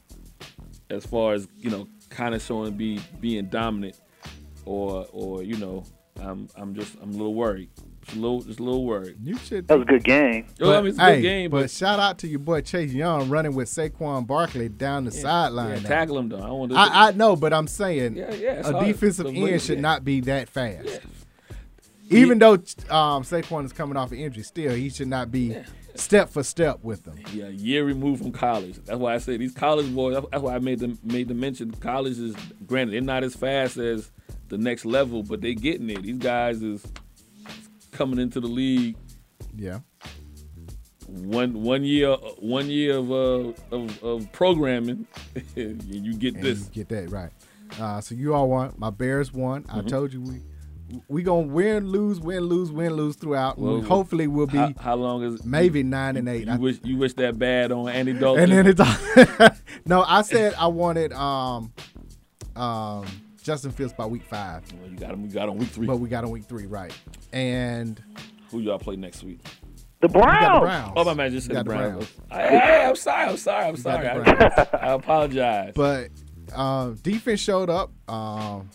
C: as far as you know, kind of showing be being dominant, or or you know, I'm I'm just I'm a little worried. Just a little, just a little worried.
E: You should.
M: That was a good game.
C: Yo, I mean, it's a good
E: hey,
C: game, but,
E: shout out to your boy Chase Young running with Saquon Barkley down the sideline.
C: yeah,
E: now.
C: tackle him though. I don't want to.
E: I, I know, but I'm saying
C: Yeah, yeah, it's
E: a
C: hard.
E: defensive
C: It's a
E: end
C: win,
E: should
C: yeah.
E: not be that fast. Even though um, Saquon is coming off an injury, still he should not be step for step with them.
C: Yeah, a year removed from college. That's why I say these college boys. that's- That's why I made them made the mention. College is granted they're not as fast as the next level, but they getting there. These guys is coming into the league
E: Yeah,
C: one one year one year of uh, of, of programming, and you get
E: and
C: this.
E: you get that right. Uh, so you all won. My Bears won. I
C: Mhm.
E: told you we we gonna win, lose, win, lose, win, lose throughout.
C: Well,
E: we hopefully we'll be
C: how, how long is
E: maybe nine and eight.
C: You wish you wish that bad on Andy Dalton.
E: and then it's no. I said I wanted um um Justin Fields by week five,
C: Well, you got him. You got on week three.
E: but we got on week three right. And
C: Who y'all play next week?
M: The
E: Browns.
M: Browns.
C: Oh my man, just
E: You
C: said the
E: got the
C: Browns.
E: Browns.
C: I, I, I'm sorry. I'm sorry. I'm
E: got
C: sorry.
E: the
C: I, I apologize.
E: But um, defense showed up. Um,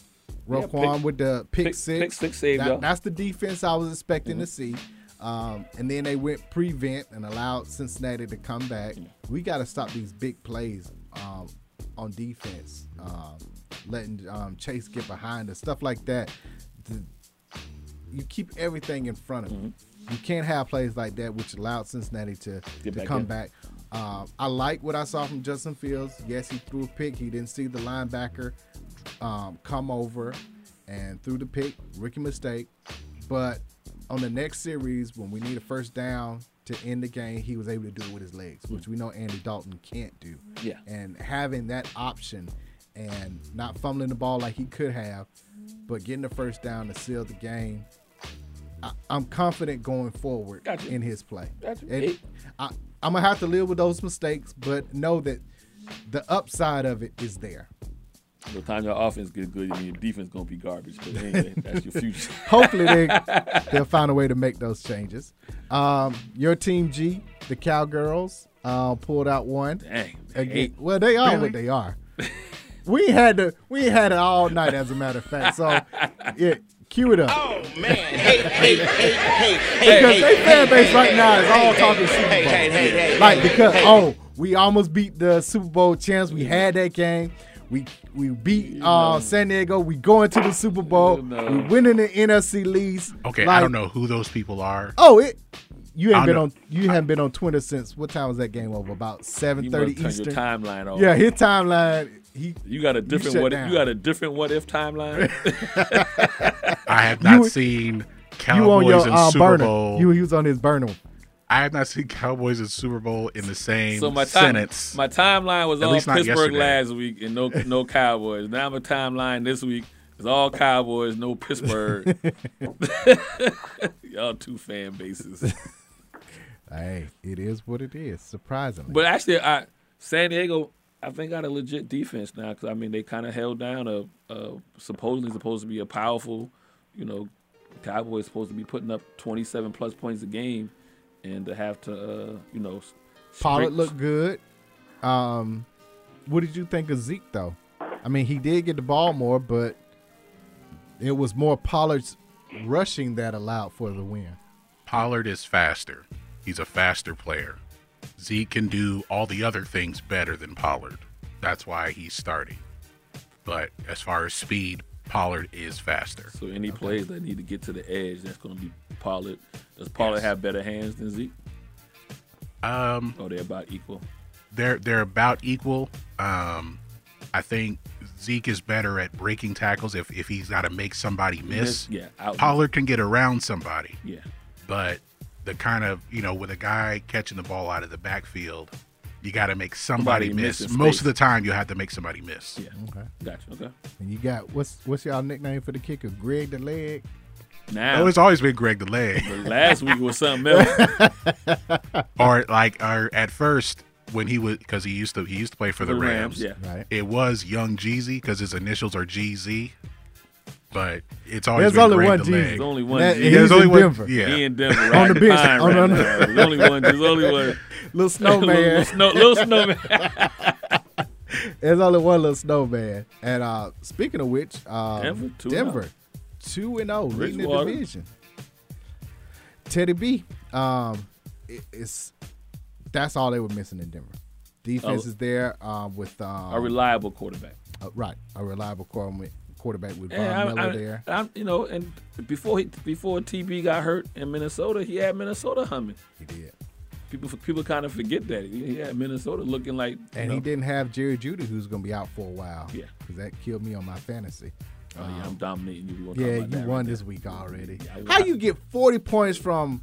C: Yeah,
E: Roquan
C: pick-
E: with the pick,
C: pick-
E: six.
C: pick six saved Mm-hmm.
E: That-
C: y'all.
E: that's the defense I was expecting to see. Um, and then they went prevent and allowed Cincinnati to come back. We got to stop these big plays um, on defense, um, letting um, Chase get behind us, stuff like that. The- you keep everything in front of you. You can't have plays like that, which allowed Cincinnati to, to
C: Mm-hmm. back
E: come
C: in.
E: back. Um, I like what I saw from Justin Fields. Yes, he threw a pick. He didn't see the linebacker um, come over and threw the pick, rookie mistake. But on the next series, when we need a first down to end the game, he was able to do it with his legs, which we know Andy Dalton can't do.
C: Mm. Yeah.
E: And having that option and not fumbling the ball like he could have, but getting the first down to seal the game, I, I'm confident going forward
C: Gotcha.
E: in his play.
C: Gotcha.
E: And I, I'm gonna have to live with those mistakes, but know that the upside of it is there.
C: By the time your offense gets good, I mean, your defense gonna be garbage. But anyway, that's your future.
E: Hopefully they they'll find a way to make those changes. Um, your team G, the Cowgirls, uh, pulled out one.
C: Dang,
E: Again,
C: eight.
E: well, they are
C: Really?
E: what they are. We had to we had it all night, as a matter of fact. So, yeah, cue it up.
R: Oh,
E: because they fan base right now is all talking Super Bowl. like because oh, we almost beat the Super Bowl champs.
F: Mm-hmm.
E: We had that game. We we beat uh, San Diego. We going to the Super Bowl. We winning the NFC leads.
F: Okay, I
E: Like,
F: don't know who those people are.
E: Oh, it. You
F: I
E: ain't been
F: know.
E: on. You haven't been on Twitter since what time was that game over? About seven
C: You
E: thirty
C: must turn
E: Eastern.
C: your timeline off.
E: Yeah, his timeline. He
C: You got a different
E: shut
C: what?
E: down.
C: If, you got a different what if timeline.
F: I have not
E: You-
F: seen
E: you on
F: Cowboys
E: your
F: and
E: uh,
F: Super
E: burner.
F: Bowl.
E: You he was on his burner.
F: I have not seen Cowboys and Super Bowl in the same
C: so my time,
F: sentence.
C: my timeline was
F: At
C: all
F: least not
C: Pittsburgh
F: yesterday.
C: last week and no no Cowboys. Now my timeline this week is all Cowboys, no Pittsburgh. Y'all two fan bases.
E: Hey, it is what it is. Surprisingly,
C: But actually, I San Diego, I think got a legit defense now because I mean they kind of held down a, a supposedly supposed to be a powerful, you know, Cowboys supposed to be putting up 27 plus points a game, and to have to, uh, you know, s-
E: Pollard
C: sprint-
E: looked good. Um, what did you think of Zeke though? I mean, he did get the ball more, but it was more Pollard's rushing that allowed for the win.
F: Pollard is faster. He's a faster player. Zeke can do all the other things better than Pollard. That's why he's starting. But as far as speed, Pollard is faster.
C: So any plays that need to get to the edge, that's going to be Pollard. Does Pollard have better hands than Zeke?
F: Um,
C: oh, they're about equal.
F: They're they're about equal. Um, I think Zeke is better at breaking tackles if, if he's got to make somebody miss.
C: Miss, yeah, out-
F: Pollard can get around somebody.
C: Yeah.
F: But the kind of you know with a guy catching the ball out of the backfield, you got to make somebody,
E: Somebody
F: miss.
E: miss in
F: Most
E: space.
F: of the time, you have to make somebody miss.
C: Yeah.
E: Okay.
C: Gotcha. Okay.
E: And you got what's what's y'all nickname for the kicker? Greg the leg.
C: Now,
F: Oh, it's always been Greg the leg.
C: But last week was something else.
F: or like or at first when he was because he used to he used to play for the
C: The
F: Rams.
C: Rams, yeah.
E: Right.
F: It was Young Jeezy because his initials are GZ. But it's always
E: There's
F: been
E: only
F: Greg
E: one
F: the
E: Jeezy.
F: leg.
E: There's
C: only one
E: That-
C: Jeezy.
E: he's
F: There's only
E: in
F: one-
E: Denver.
F: Yeah.
C: He in Denver.
E: On the
C: riding
E: bench.
C: pine
E: On
C: right
E: the-
C: now. There's only one. There's only one.
E: Little snowman.
C: little, snow, little snowman.
E: There's only one little snowman. And uh speaking of which, uh
C: Denver, 2 and
E: Denver, two and oh, leading the
C: Bridgewater.
E: division. Teddy B, um, it- it's that's all they were missing in Denver. Defense
C: Oh.
E: is there um, with um,
C: a reliable quarterback.
E: uh, right a reliable quarterback quarterback with Von
C: And I-
E: Miller
C: I-
E: there.
C: I- you know, and before he before TB got hurt in Minnesota, he had Minnesota humming.
E: He did.
C: People people kind of forget that he he had Minnesota looking like.
E: And he didn't have Jerry Judy, who's going to be out for a while.
C: Yeah.
E: because that killed me on my fantasy.
C: Oh yeah, I'm dominating you. We won't talk
E: Yeah,
C: about
E: you
C: that
E: won
C: right
E: this week already.
C: now. Yeah, I-
E: How you get 40 points from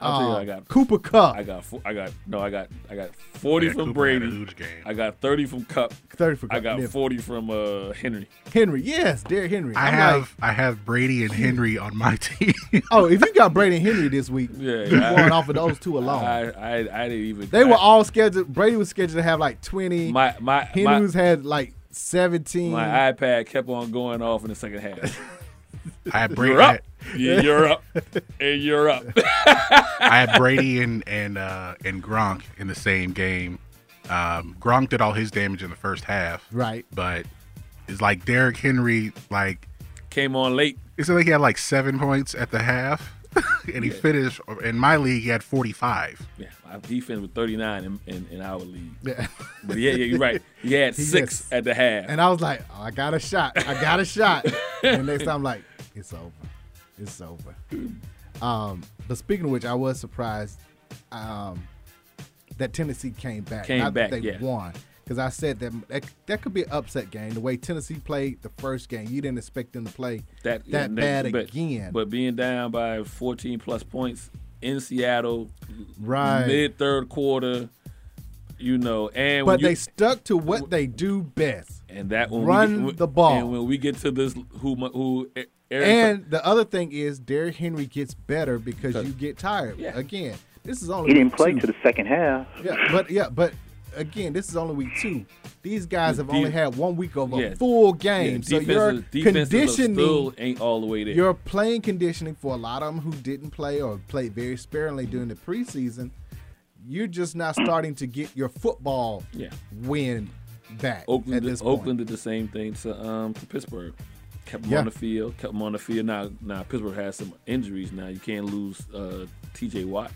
C: I'll tell you,
E: uh,
C: I got
E: Cooper Cup?
C: I got fo- I got no, I got I got forty
F: Yeah,
C: from
F: Cooper had a
C: Brady.
F: huge game.
C: I got thirty from Cup.
E: 30 from
C: I
E: Kupp,
C: got
E: yeah.
C: forty from uh, Henry.
E: Henry, yes, Derrick Henry.
F: I
E: I'm
F: have I have Brady and Henry on my team.
E: like, oh, if you got Brady and Henry this week,
C: Yeah,
E: you
C: I-
E: going off of those two alone.
C: I, I I didn't even.
E: they were
C: I-
E: all scheduled. Brady was scheduled to have like 20.
C: My- my-
E: Henry
C: my-
E: was had like 17.
C: My iPad kept on going off in the second half.
F: I have Brady.
C: You're up. Yeah, you're up. And you're up.
F: I had Brady and and uh, and Gronk in the same game. Um, Gronk did all his damage in the first half,
E: Right.
F: but it's like Derrick Henry. Like
C: Came on late.
F: it's like he had like seven points at the half, and he
C: Yeah.
F: finished in my league. He had forty five.
C: Yeah, my defense was 39 in, in, in our league.
E: Yeah.
C: But yeah, yeah, you're right. He had
E: He
C: six
E: just-
C: at the half.
E: And I was like, oh, I got a shot. I got a shot. and next time, I'm like, it's over. It's over. Um, but speaking of which, I was surprised um, that Tennessee came back.
C: Came
E: Not that
C: back,
E: they
C: yeah.
E: won. Because I said that, that that could be an upset game. The way Tennessee played the first game, you didn't expect them to play that,
C: yeah, and
E: bad
C: but,
E: again.
C: But being down by 14 plus points in Seattle,
E: Right.
C: mid third quarter, you know, and when
E: But
C: you-
E: they stuck to what they do best.
C: and that when
E: run
C: we get,
E: the ball.
C: And when we get to this, who mu- who E-, Aaron-
E: And the other thing is, Derrick Henry gets better because you get tired. Again, this is only
M: He didn't
E: week
M: play
E: two.
M: to the second half.
E: Yeah, but yeah, but again, this is only week two. These guys have
C: The
E: only
C: de-
E: had one week of a
C: yeah,
E: full
C: yeah,
E: game, so
C: defenses-
E: your
C: defenses are
E: conditioning,
C: still ain't all the way there.
E: your playing conditioning for a lot of them who didn't play or played very sparingly during the preseason, you're just not starting to get your football
C: Yeah.
E: win back
C: Oakland,
E: at this point.
C: Oakland did the same thing to um to Pittsburgh. Kept them
E: Yeah.
C: on the field. Kept them on the field. Now, now Pittsburgh has some injuries. Now you can't lose uh, T.J. Watt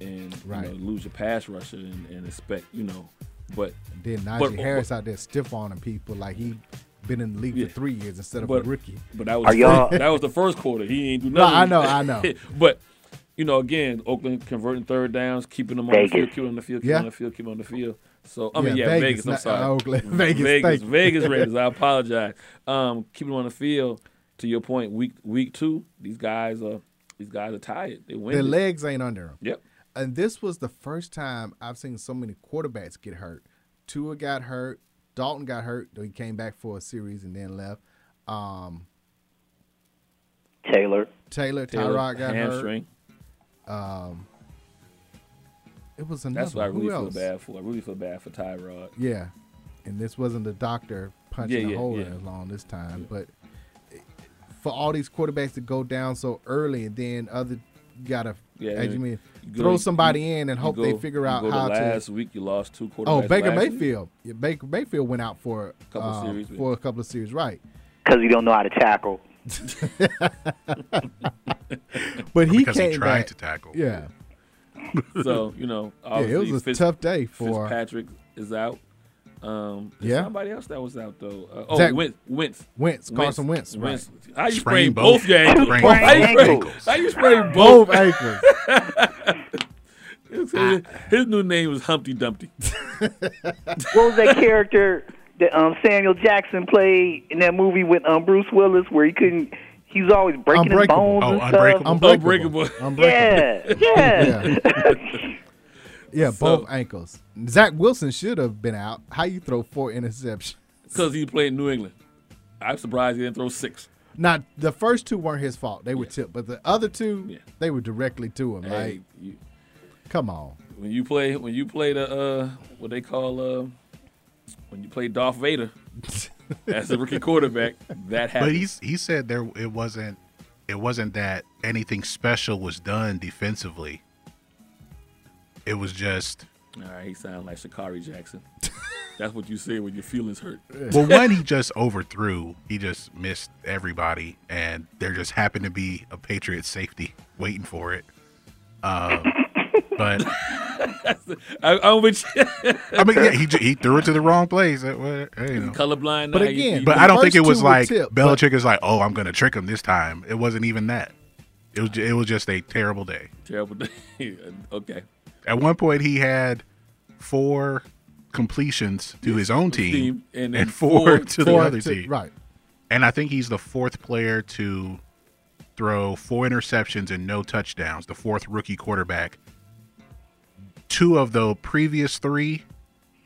C: and you
E: Right.
C: know, lose your pass rusher and, and expect you know. But
E: Then Najee
C: but-
E: Harris out there stiff arming people like he been in the league
C: Yeah.
E: for three years instead of
C: but,
E: a rookie.
C: But that
M: Are
C: was
M: y'all-
C: that was the first quarter. He ain't do
E: No, I
C: nothing.
E: know, I know.
C: but you know, again, Oakland converting third downs, keeping them on the
M: Vegas.
C: field, keeping them on the field, keeping
E: Yeah.
C: them on the field, keeping them on the field. So I mean,
E: Yeah,
C: yeah,
E: Vegas,
C: Vegas.
E: not-
C: I'm sorry,
E: uh, Oakland. Vegas,
C: Vegas,
E: thank
C: Vegas,
E: you.
C: Vegas Raiders. I apologize. Um, keeping them on the field. To your point, week week two, these guys are these guys are tired. They win.
E: Their legs ain't under him.
C: Yep.
E: And this was the first time I've seen so many quarterbacks get hurt. Tua got hurt. Dalton got hurt, though he came back for a series and then left. Um,
M: Taylor.
E: Taylor,
C: Taylor,
E: Tyrod got
C: hamstring.
E: hurt. Um, It was
C: That's what I
E: another- who
C: really feel
E: else?
C: bad for. I really feel bad for Tyrod.
E: Yeah, and this wasn't the doctor punching
C: Yeah,
E: a
C: yeah,
E: hole in
C: yeah.
E: his long this time, but for all these quarterbacks to go down so early and then other you gotta,
C: Yeah,
E: as
C: and
E: you mean,
C: you go-
E: throw somebody
C: you-
E: in and
C: you
E: hope they
C: go-
E: figure
C: you
E: out
C: go to
E: how to.
C: last week you lost two
E: oh,
C: quarterbacks
E: Baker
C: last week?
E: Mayfield. Yeah, Baker Mayfield went out for
C: Couple
E: uh,
C: series,
E: for a couple of series, right?
M: because he don't know how to tackle.
E: But he
F: Because he
E: came
F: tried
E: back.
F: to tackle.
E: Yeah,
C: so you know,
E: Yeah, it
C: obviously
E: was a
C: Fitz-
E: tough day for-
C: Fitzpatrick is out. Um, there's
E: Yeah.
C: somebody else that was out though. Uh, oh,
E: Zach-
C: Wentz, Wentz,
E: Wentz, Carson Wentz, right.
C: How you
E: Sprained
C: sprain
E: both-
C: both your ankles?
E: sprained
C: How you
E: both
C: sprain?
E: ankles.
C: How you sprain both
E: Both ankles.
C: His- His new name was Humpty Dumpty.
M: what was that character that um, Samuel Jackson played in that movie with um, Bruce Willis, where he couldn't? He was always breaking his bones
F: Oh,
M: and stuff.
C: Unbreakable.
M: Um, Yeah, yeah.
E: yeah,
C: So-
E: both ankles. Zach Wilson should have been out. How you throw four interceptions?
C: Because he played in New England. I'm surprised he didn't throw six.
E: Now the first two weren't his fault; they were tipped. But the other two, they were directly to him.
C: Hey,
E: Like, come on,
C: When you play, when you play the uh, what they call uh, when you play Darth Vader as a rookie quarterback, that
F: But
C: happens.
F: he's he said there it wasn't it wasn't that anything special was done defensively. It was just
C: All right, he sounds like Shakari Jackson. That's what you say when your feelings hurt.
F: well one he just overthrew. He just missed everybody and there just happened to be a Patriot safety waiting for it. Um but
C: I, I'm with you.
F: I mean yeah, he ju- he threw it to the wrong place. That was- hey, you know.
C: colorblind.
E: But
C: now, you-
E: again,
C: you-
F: But
E: The
F: I don't think
E: first
F: it was
E: two were
F: like
E: tipped, but-
F: Belichick is like, "Oh, I'm going to trick him this time." It wasn't even that. It was ju- it was just a terrible day.
C: terrible day. okay,
F: At one point, he had four completions to his own team,
C: Team, and
F: and,
C: then
F: four,
C: four
F: to the
E: Four
F: other
E: to-
F: team.
E: right?
F: And I think he's the fourth player to throw four interceptions and no touchdowns. The fourth rookie quarterback. Two of the previous three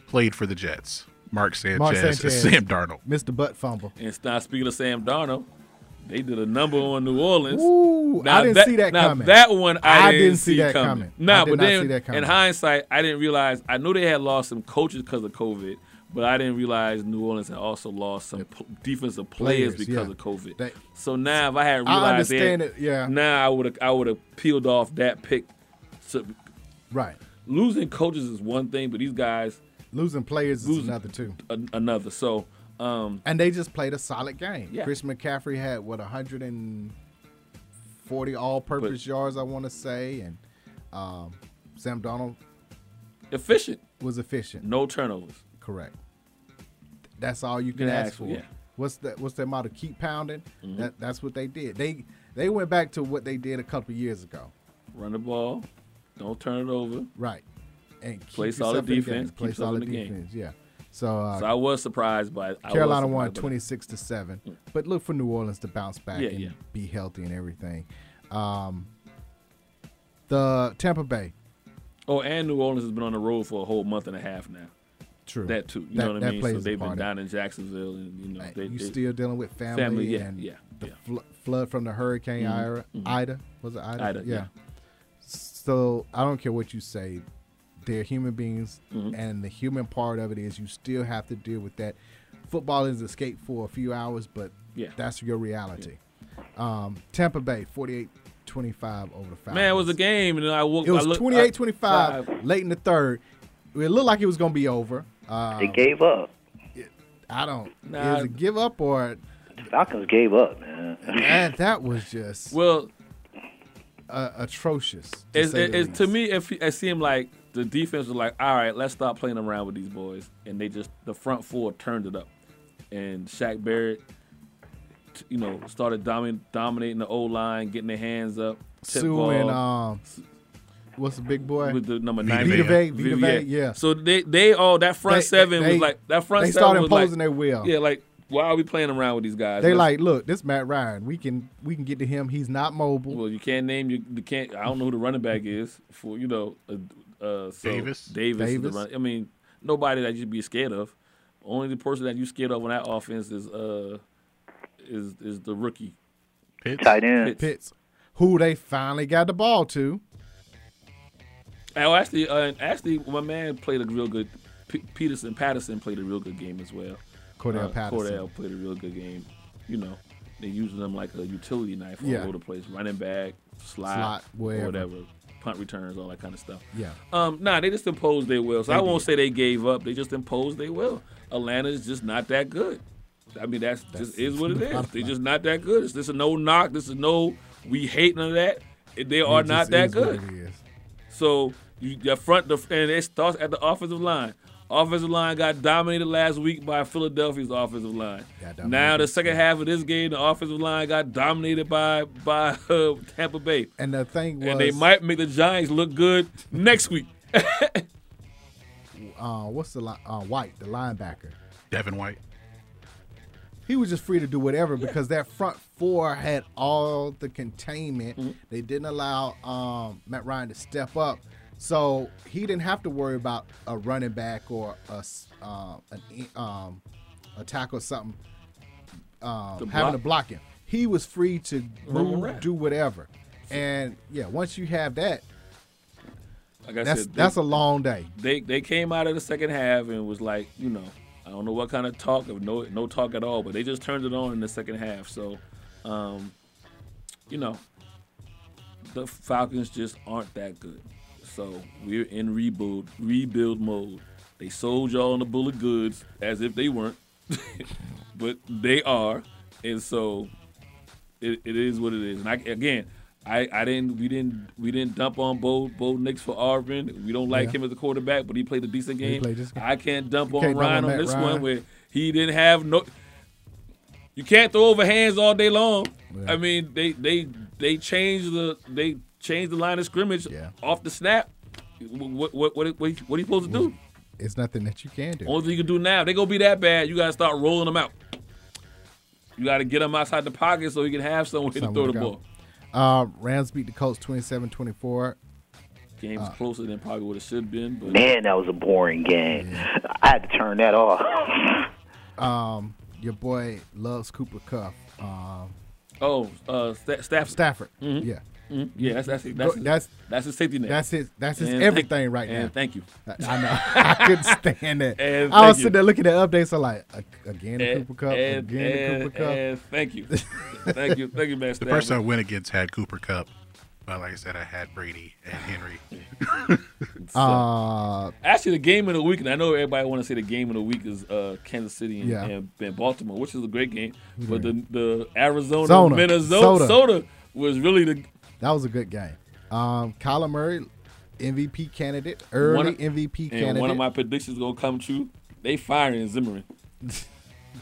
F: played for the Jets. Mark Sanchez,
E: Mark
F: and
E: Sanchez.
F: Sam Darnold.
E: Mr. Butt Fumble.
C: and it's not speaking of Sam Darnold, they did a number on New Orleans.
E: Ooh, I didn't see that
C: now
E: coming.
C: That one I,
E: I
C: didn't, see that coming.
E: I
C: Nah,
E: did
C: but
E: not
C: then
E: see that coming.
C: in hindsight, I didn't realize. I knew they had lost some coaches because of COVID, but I didn't realize New Orleans had also lost some p- defensive players,
E: Players,
C: because
E: yeah.
C: of COVID.
E: They-
C: so now, if I had
E: I
C: realized that,
E: understand it, yeah.
C: now I would have I would have peeled off that pick. So
E: Right.
C: losing coaches is one thing, but these guys
E: Losing players is another too,
C: an- another. So. Um,
E: and they just played a solid game.
C: Yeah.
E: Chris McCaffrey had what 140 all-purpose yards, I want to say, and um, Sam Donald
C: efficient,
E: was efficient.
C: no turnovers.
E: Correct. That's all you can
C: Yeah,
E: ask for.
C: actually, yeah.
E: What's that? What's their motto? Keep pounding.
C: Mhm.
E: That, that's what they did. They they went back to what they did a couple years ago.
C: Run the ball, don't turn it over.
E: Right. And keep
C: Play
E: yourself
C: solid
E: in the game.
C: defense,
E: Play
C: keep yourself in
E: solid
C: the game.
E: defense. Yeah. So, uh,
C: So I was surprised by I was
E: Carolina
C: surprised
E: won
C: by that.
E: twenty six to seven, but look for New Orleans to bounce back
C: Yeah,
E: and
C: yeah.
E: be healthy and everything. Um, the Tampa Bay,
C: Oh, and New Orleans has been on the road for a whole month and a half now.
E: True.
C: That too. You
E: That-
C: know what
E: that
C: I mean?
E: plays
C: So
E: a
C: they've
E: part
C: been
E: in
C: down in Jacksonville, and you know they,
E: you
C: they-
E: still dealing with family,
C: Family, yeah,
E: and
C: yeah,
E: the
C: yeah.
E: Fl- flood from the Hurricane
C: Mhm,
E: Ira,
C: mhm.
E: Ida was it Ida?
C: Ida,
E: yeah.
C: yeah.
E: So I don't care what you say, they're human beings,
C: Mm-hmm.
E: and the human part of it is you still have to deal with that. Football is escape for a few hours, but
C: Yeah.
E: that's your reality. Um, Tampa Bay 48-25 over the Falcons.
C: man, it was a game, and I woke.
E: It was
C: I looked,
E: 28
C: I-
E: 25 late in the third. It looked like it was going to be over. Uh,
M: They gave up.
E: I don't.
C: Nah.
E: Is it give up or.
M: The Falcons gave up, man.
E: Man, that was just
C: well,
E: uh, atrocious. To
C: it's,
E: say
C: it,
E: the
C: it's
E: least.
C: to me, it, fe- it seemed like the defense was like, all right, let's stop playing around with these boys, and they just the front four turned it up, and Shaq Barrett, t- you know, started domin- dominating the O line, getting their hands up, tip
E: Sue
C: ball.
E: and um, what's the big boy?
C: with the number
E: Vita Vea,
C: nine.
E: Vita Vea, yeah.
C: So they they all that front
E: They-
C: seven
E: they-
C: was like that front
E: they
C: seven
E: started
C: was like-
E: imposing their will.
C: Yeah, like why are we playing around with these guys?
E: They
C: Let's-
E: like, look, this Matt Ryan. We can we can get to him. He's not mobile.
C: well, you can't name you, you can't. I don't know who the running back is for you know uh, uh, so
F: Davis?
C: Davis. Is the
F: Davis?
C: run, I mean, nobody that you'd be scared of. Only the person that you scared of on that offense is uh is is the rookie.
F: Pitts.
M: Tight end.
E: Pitts, who they finally got the ball to.
C: Oh, actually, uh, actually, my man played a real good. P- Peterson Patterson played a real good game as well.
E: Cordell
C: Uh,
E: Patterson.
C: Cordell played a real good game. You know, they using them like a utility knife all
E: Yeah.
C: over the place, running back, slot,
E: Slot, wherever.
C: whatever, punt returns, all that kind of stuff.
E: Yeah.
C: Um, nah, they just imposed their will. So
E: They
C: I won't say they gave up. They just imposed their will. Atlanta's just not that good. I mean, that's, just is what it is. They're just not that good. This is no knock. This is no we hate none of that. They are
E: It
C: not
E: just
C: that
E: is what
C: good.
E: it is.
C: So you your front the and it starts at the offensive line. Offensive line got dominated last week by Philadelphia's offensive line. Now the second half of this game, the offensive line got dominated by by uh, Tampa Bay,
E: And the thing was,
C: and they might make the Giants look good next week.
E: uh, what's the li- uh, White, the linebacker?
F: Devin White.
E: He was just free to do whatever because that front four had all the containment. They didn't allow um, Matt Ryan to step up, so he didn't have to worry about a running back or a s- um, an in- um, a tackle or something um,
C: To
E: having to block
C: block.
E: him. He was free to
C: Roam
E: move,
C: around.
E: do whatever, and yeah, once you have that,
C: Like I
E: that's
C: said, they-
E: that's a long day.
C: they they came out of the second half and was like, you know, I don't know what kind of talk of no no talk at all, but they just turned it on in the second half. So, um, you know, the Falcons just aren't that good. So we're in rebuild rebuild mode. They sold y'all on the bill of goods as if they weren't, but they are, and so it, it is what it is. And I, again, I, I didn't we didn't we didn't dump on Bo Bo Nix for Arvin. We don't like
E: Yeah.
C: him as a quarterback, but he played a decent
E: He
C: game.
E: played this
C: I can't dump
E: You
C: on
E: can't dump
C: Ryan
E: on
C: on,
E: Matt
C: this
E: Ryan.
C: one where he didn't have no. You can't throw over hands all day long. I mean, they they they changed the they changed the line of scrimmage off the snap. What what what what, what are you supposed to do?
E: It's nothing that you can do.
C: Only thing you can do now, they gonna be that bad. You gotta start rolling them out. You gotta get them outside the pocket so he can have someone to
E: Somewhere
C: throw the
E: to go.
C: ball.
E: Uh, Rams beat the Colts 27-24.
C: Game
E: Uh.
C: was closer than probably would have should been, but
M: Man, that was a boring game. I had to turn that off.
E: Um, your boy loves Cooper Cuff. Um,
C: oh, uh, Sta- Stafford.
E: Stafford.
C: Mhm.
E: Yeah.
C: Mhm. yeah, that's that's that's
E: Go-
C: that's, that's his safety net.
E: That's his. That's his
C: And thank-
E: everything right
C: and
E: now.
C: Thank you.
E: I, I know. I couldn't stand that.
C: And
E: I
C: thank
E: was
C: you.
E: sitting there looking at updates. I'm like, "A- again the
C: And-
E: Cooper Cup.
C: and-
E: Again the
C: and-
E: Cooper Cup.
C: and eh, thank you, thank you, thank you, man.
F: The person I
C: Stafford.
F: went against had Cooper Cup, but like I said, I had Brady and Henry.
E: Uh,
C: Actually, the game of the week, and I know everybody want to say the game of the week is uh, Kansas City and,
E: Yeah.
C: and, and Baltimore, which is a great game.
E: Mhm.
C: But the the Arizona
E: Zona. Soda.
C: Minnesota soda was really the
E: that was a good game. Um, Kyler Murray, MVP candidate, early
C: One of-
E: MVP
C: and
E: candidate.
C: one of my predictions gonna come true. They firing Zimmerman.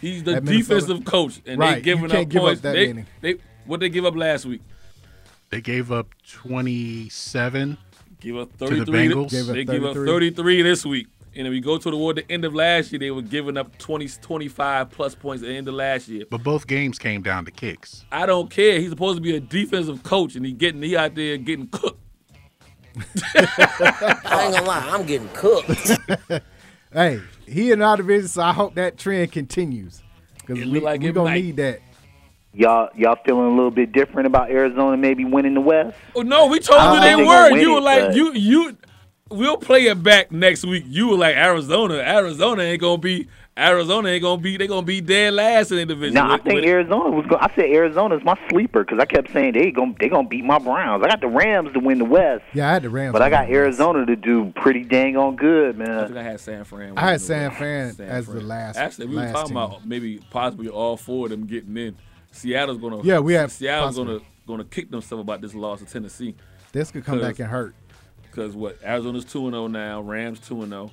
C: He's the
E: At Minnesota?
C: defensive coach, and
E: Right,
C: they
E: you
C: giving
E: can't
C: up
E: give up
C: points.
E: that
C: they,
E: many.
C: they what they give up last week?
F: They gave up 27.
C: Give up
F: To the
C: thirty three.
F: Bengals? Gave up
C: They give up
F: 33.
C: thirty three this week. And then we go to toward the end of last year, they were giving up 20, 25 plus points at the end of last year.
F: But both games came down to kicks.
C: I don't care. He's supposed to be a defensive coach, and he getting he out there getting cooked.
R: I ain't gonna lie, I'm getting cooked.
E: hey, he in our division, so I hope that trend continues because we,
M: look like
E: we
M: it
E: gonna
M: might.
E: need that.
M: y'all, y'all feeling a little bit different about Arizona maybe winning the West?
C: Oh no, we told
M: I
C: you
M: don't
C: they
M: think
C: were.
M: they'll win
C: You were
M: it,
C: like
M: but-
C: you you. We'll play it back next week. You were like Arizona. Arizona ain't gonna be. Arizona ain't gonna be. They gonna be dead last in the division.
M: No, I
C: But-
M: think
C: but-
M: Arizona was. Go- I said Arizona's my sleeper because I kept saying they going they gonna beat my Browns. I got the Rams to win the West,
E: Yeah, I had the Rams,
M: but I got
E: winning.
M: Arizona to do pretty dang on good,
C: I
M: man.
C: think I had San Fran.
E: I had
C: winning the
E: San
C: West.
E: Fran
C: San
E: as the
C: Fran.
E: last.
C: Actually, we were
E: last
C: talking
E: team.
C: about maybe possibly all four of them getting in. Seattle's gonna.
E: Yeah, we had
C: Seattle's
E: possibly.
C: gonna gonna kick themselves about this loss to Tennessee.
E: This could come back and hurt.
C: Because what Arizona's two and zero now, Rams two and zero.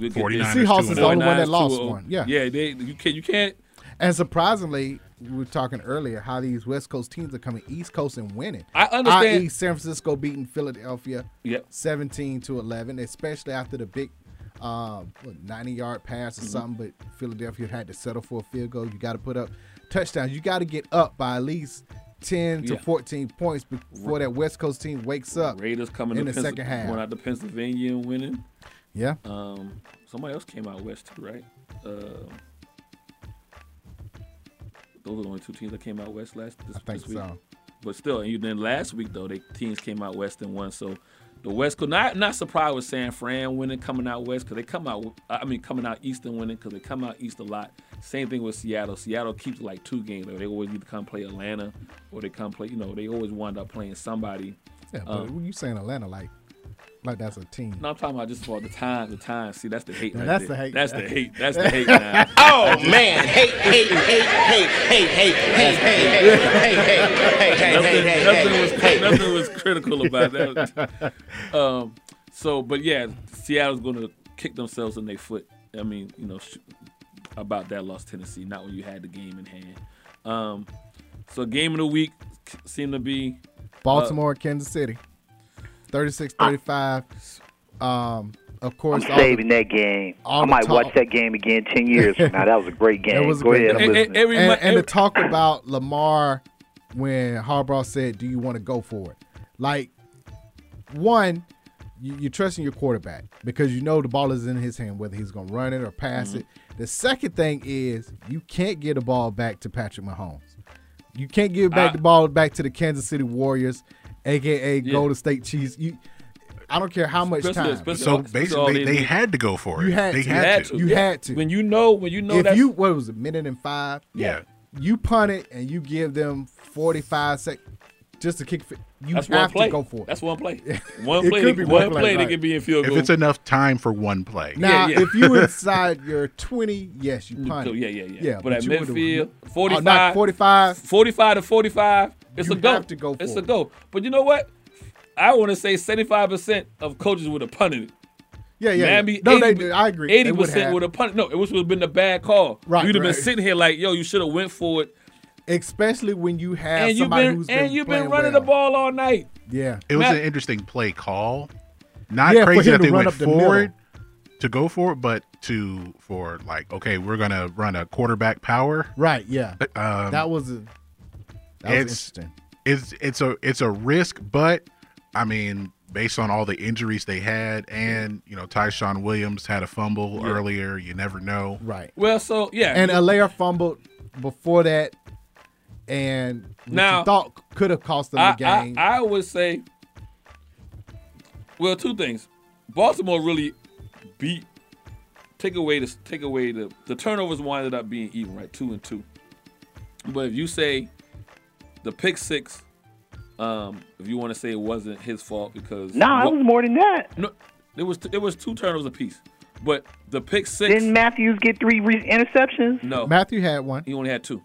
C: We'll get
E: 49ers
C: there.
E: Seahawks is the only one that
C: 49ers
E: lost
C: 2-0.
E: one. Yeah.
C: oh. yeah. They, you can't. You can't.
E: And surprisingly, we were talking earlier how these West Coast teams are coming East Coast and winning.
C: I understand-
E: I.e., San Francisco beating Philadelphia,
C: Yep.
E: seventeen to eleven, especially after the big um, what, ninety-yard pass or
C: Mhm.
E: something. But Philadelphia had to settle for a field goal. You got to put up touchdowns. You got to get up by at least ten to
C: Yeah.
E: fourteen points before that West Coast team wakes up.
C: Raiders coming
E: in
C: to
E: the
C: Pennsyl-
E: second half.
C: going out to Pennsylvania and winning.
E: Yeah.
C: Um, somebody else came out west too, right? Uh, those are the only two teams that came out west last this,
E: think
C: this week.
E: so.
C: But still, and you, then last week though, they teams came out west and won. So The West Coast. Not not surprised with San Fran winning, coming out West because they come out. I mean, coming out East and winning because they come out East a lot. Same thing with Seattle. Seattle keeps like two games. Like, they always either come play Atlanta or they come play. You know, they always wind up playing somebody.
E: Yeah, but
C: Um,
E: you saying Atlanta like, like that's a team.
C: no, I'm talking about just for the time. The time. See, that's the hate.
E: Now,
C: right
E: that's
C: there.
E: the hate.
C: That's the hate. That's the hate. Now.
R: Oh man, hate, hate, hate, hate, hate, hate, hate, hate, hate, hate, hate, hate,
C: nothing,
R: hate, hate,
C: nothing was
R: hate, hate.
C: nothing was critical about that. um, so, but yeah, Seattle's going to kick themselves in their foot. I mean, you know, sh- about that lost Tennessee, not when you had the game in hand. Um, so, game of the week seemed to be uh,
E: Baltimore, Kansas City, Ah. 36-35. Um, of
M: I'm
E: course, all the-
M: saving that game.
E: all
M: I
E: the
M: might
E: talk-
M: watch that game again ten years from now. That was a great game.
E: It was a
M: Go
E: great
C: e-,
M: ahead.
E: game.
M: I'm
E: And,
M: listening.
E: and, to talk about Lamar when Harbaugh said, "Do you want to go for it?" Like, one, you, you're trusting your quarterback because you know the ball is in his hand, whether he's going to run it or pass it. The second thing is you can't get the ball back to Patrick Mahomes. You can't give back
C: I-
E: the ball back to the Kansas City Warriors, aka
C: Yeah.
E: Golden State Chiefs. You, I don't care how much
C: Especially-
E: time.
C: especially
F: So
C: all- especially all
F: basically, they,
C: need-
F: had to go for it.
E: You had
F: they
E: to.
F: had,
E: Had
F: to.
E: to. You
C: Yeah.
E: had to.
C: When you know, when you know
E: if
C: that's
E: you what was it, minute and five?
F: Yeah.
E: You punt it and you give them forty five seconds just to kick. fi- You
C: that's one
E: have
C: play.
E: to go for it.
C: That's one play. One
E: It
C: play.
E: could be
C: They, one
E: one play,
C: play. they
E: right.
C: can be in field
F: If
C: goal.
F: it's enough time for one play,
E: now,
C: yeah.
E: if you inside your twenty, yes, you punt.
C: So,
E: it.
C: yeah, yeah, yeah.
E: Yeah,
C: but, at
E: you would've-
C: midfield,
E: Oh,
C: 45,
E: not 45.
C: 45 to 45, it's
E: You
C: a go.
E: have to go
C: it's
E: for
C: a
E: it.
C: go. But you know what? I want to say 75% of coaches would have punted it.
E: Yeah, yeah.
C: Miami,
E: yeah. No, they
C: 80
E: did. I agree. They
C: Eighty percent would have punted. No, it would have been a bad call.
E: Right,
C: you'd have
E: right.
C: been sitting here like, yo, you should have went for it.
E: especially when you have
C: and you've
E: somebody
C: been
E: who's been
C: and you've been
E: playing
C: running
E: well.
C: the ball all night.
E: Yeah,
F: it was
C: Matt-
F: an interesting play call. Not
E: Yeah, for
F: crazy
E: him
F: that
E: to
F: they
E: run
F: went
E: up the
F: forward to go for it, but to for like, okay, we're gonna run a quarterback power.
E: right. Yeah,
F: Um,
E: that was a, that
F: it's-
E: was interesting.
F: it's it's a it's a risk, but I mean, based on all the injuries they had, and you know, Tyshawn Williams had a fumble earlier. You never know.
E: Right.
C: Well, so yeah,
E: And
C: you-
E: Alaire fumbled before that, and what
C: Now-
E: you thought could have cost them
C: I,
E: the game.
C: I, I would say, well, two things. Baltimore really beat. Take away the take away the the turnovers winded up being even right two and two. But if you say the pick six, um, if you want to say it wasn't his fault because
M: No,
C: what-
M: it was more than that.
C: no, it was it was two turnovers apiece. But the pick 6
M: Didn't Matthews get three re- interceptions?
C: no,
E: Matthew had one.
C: he only had two.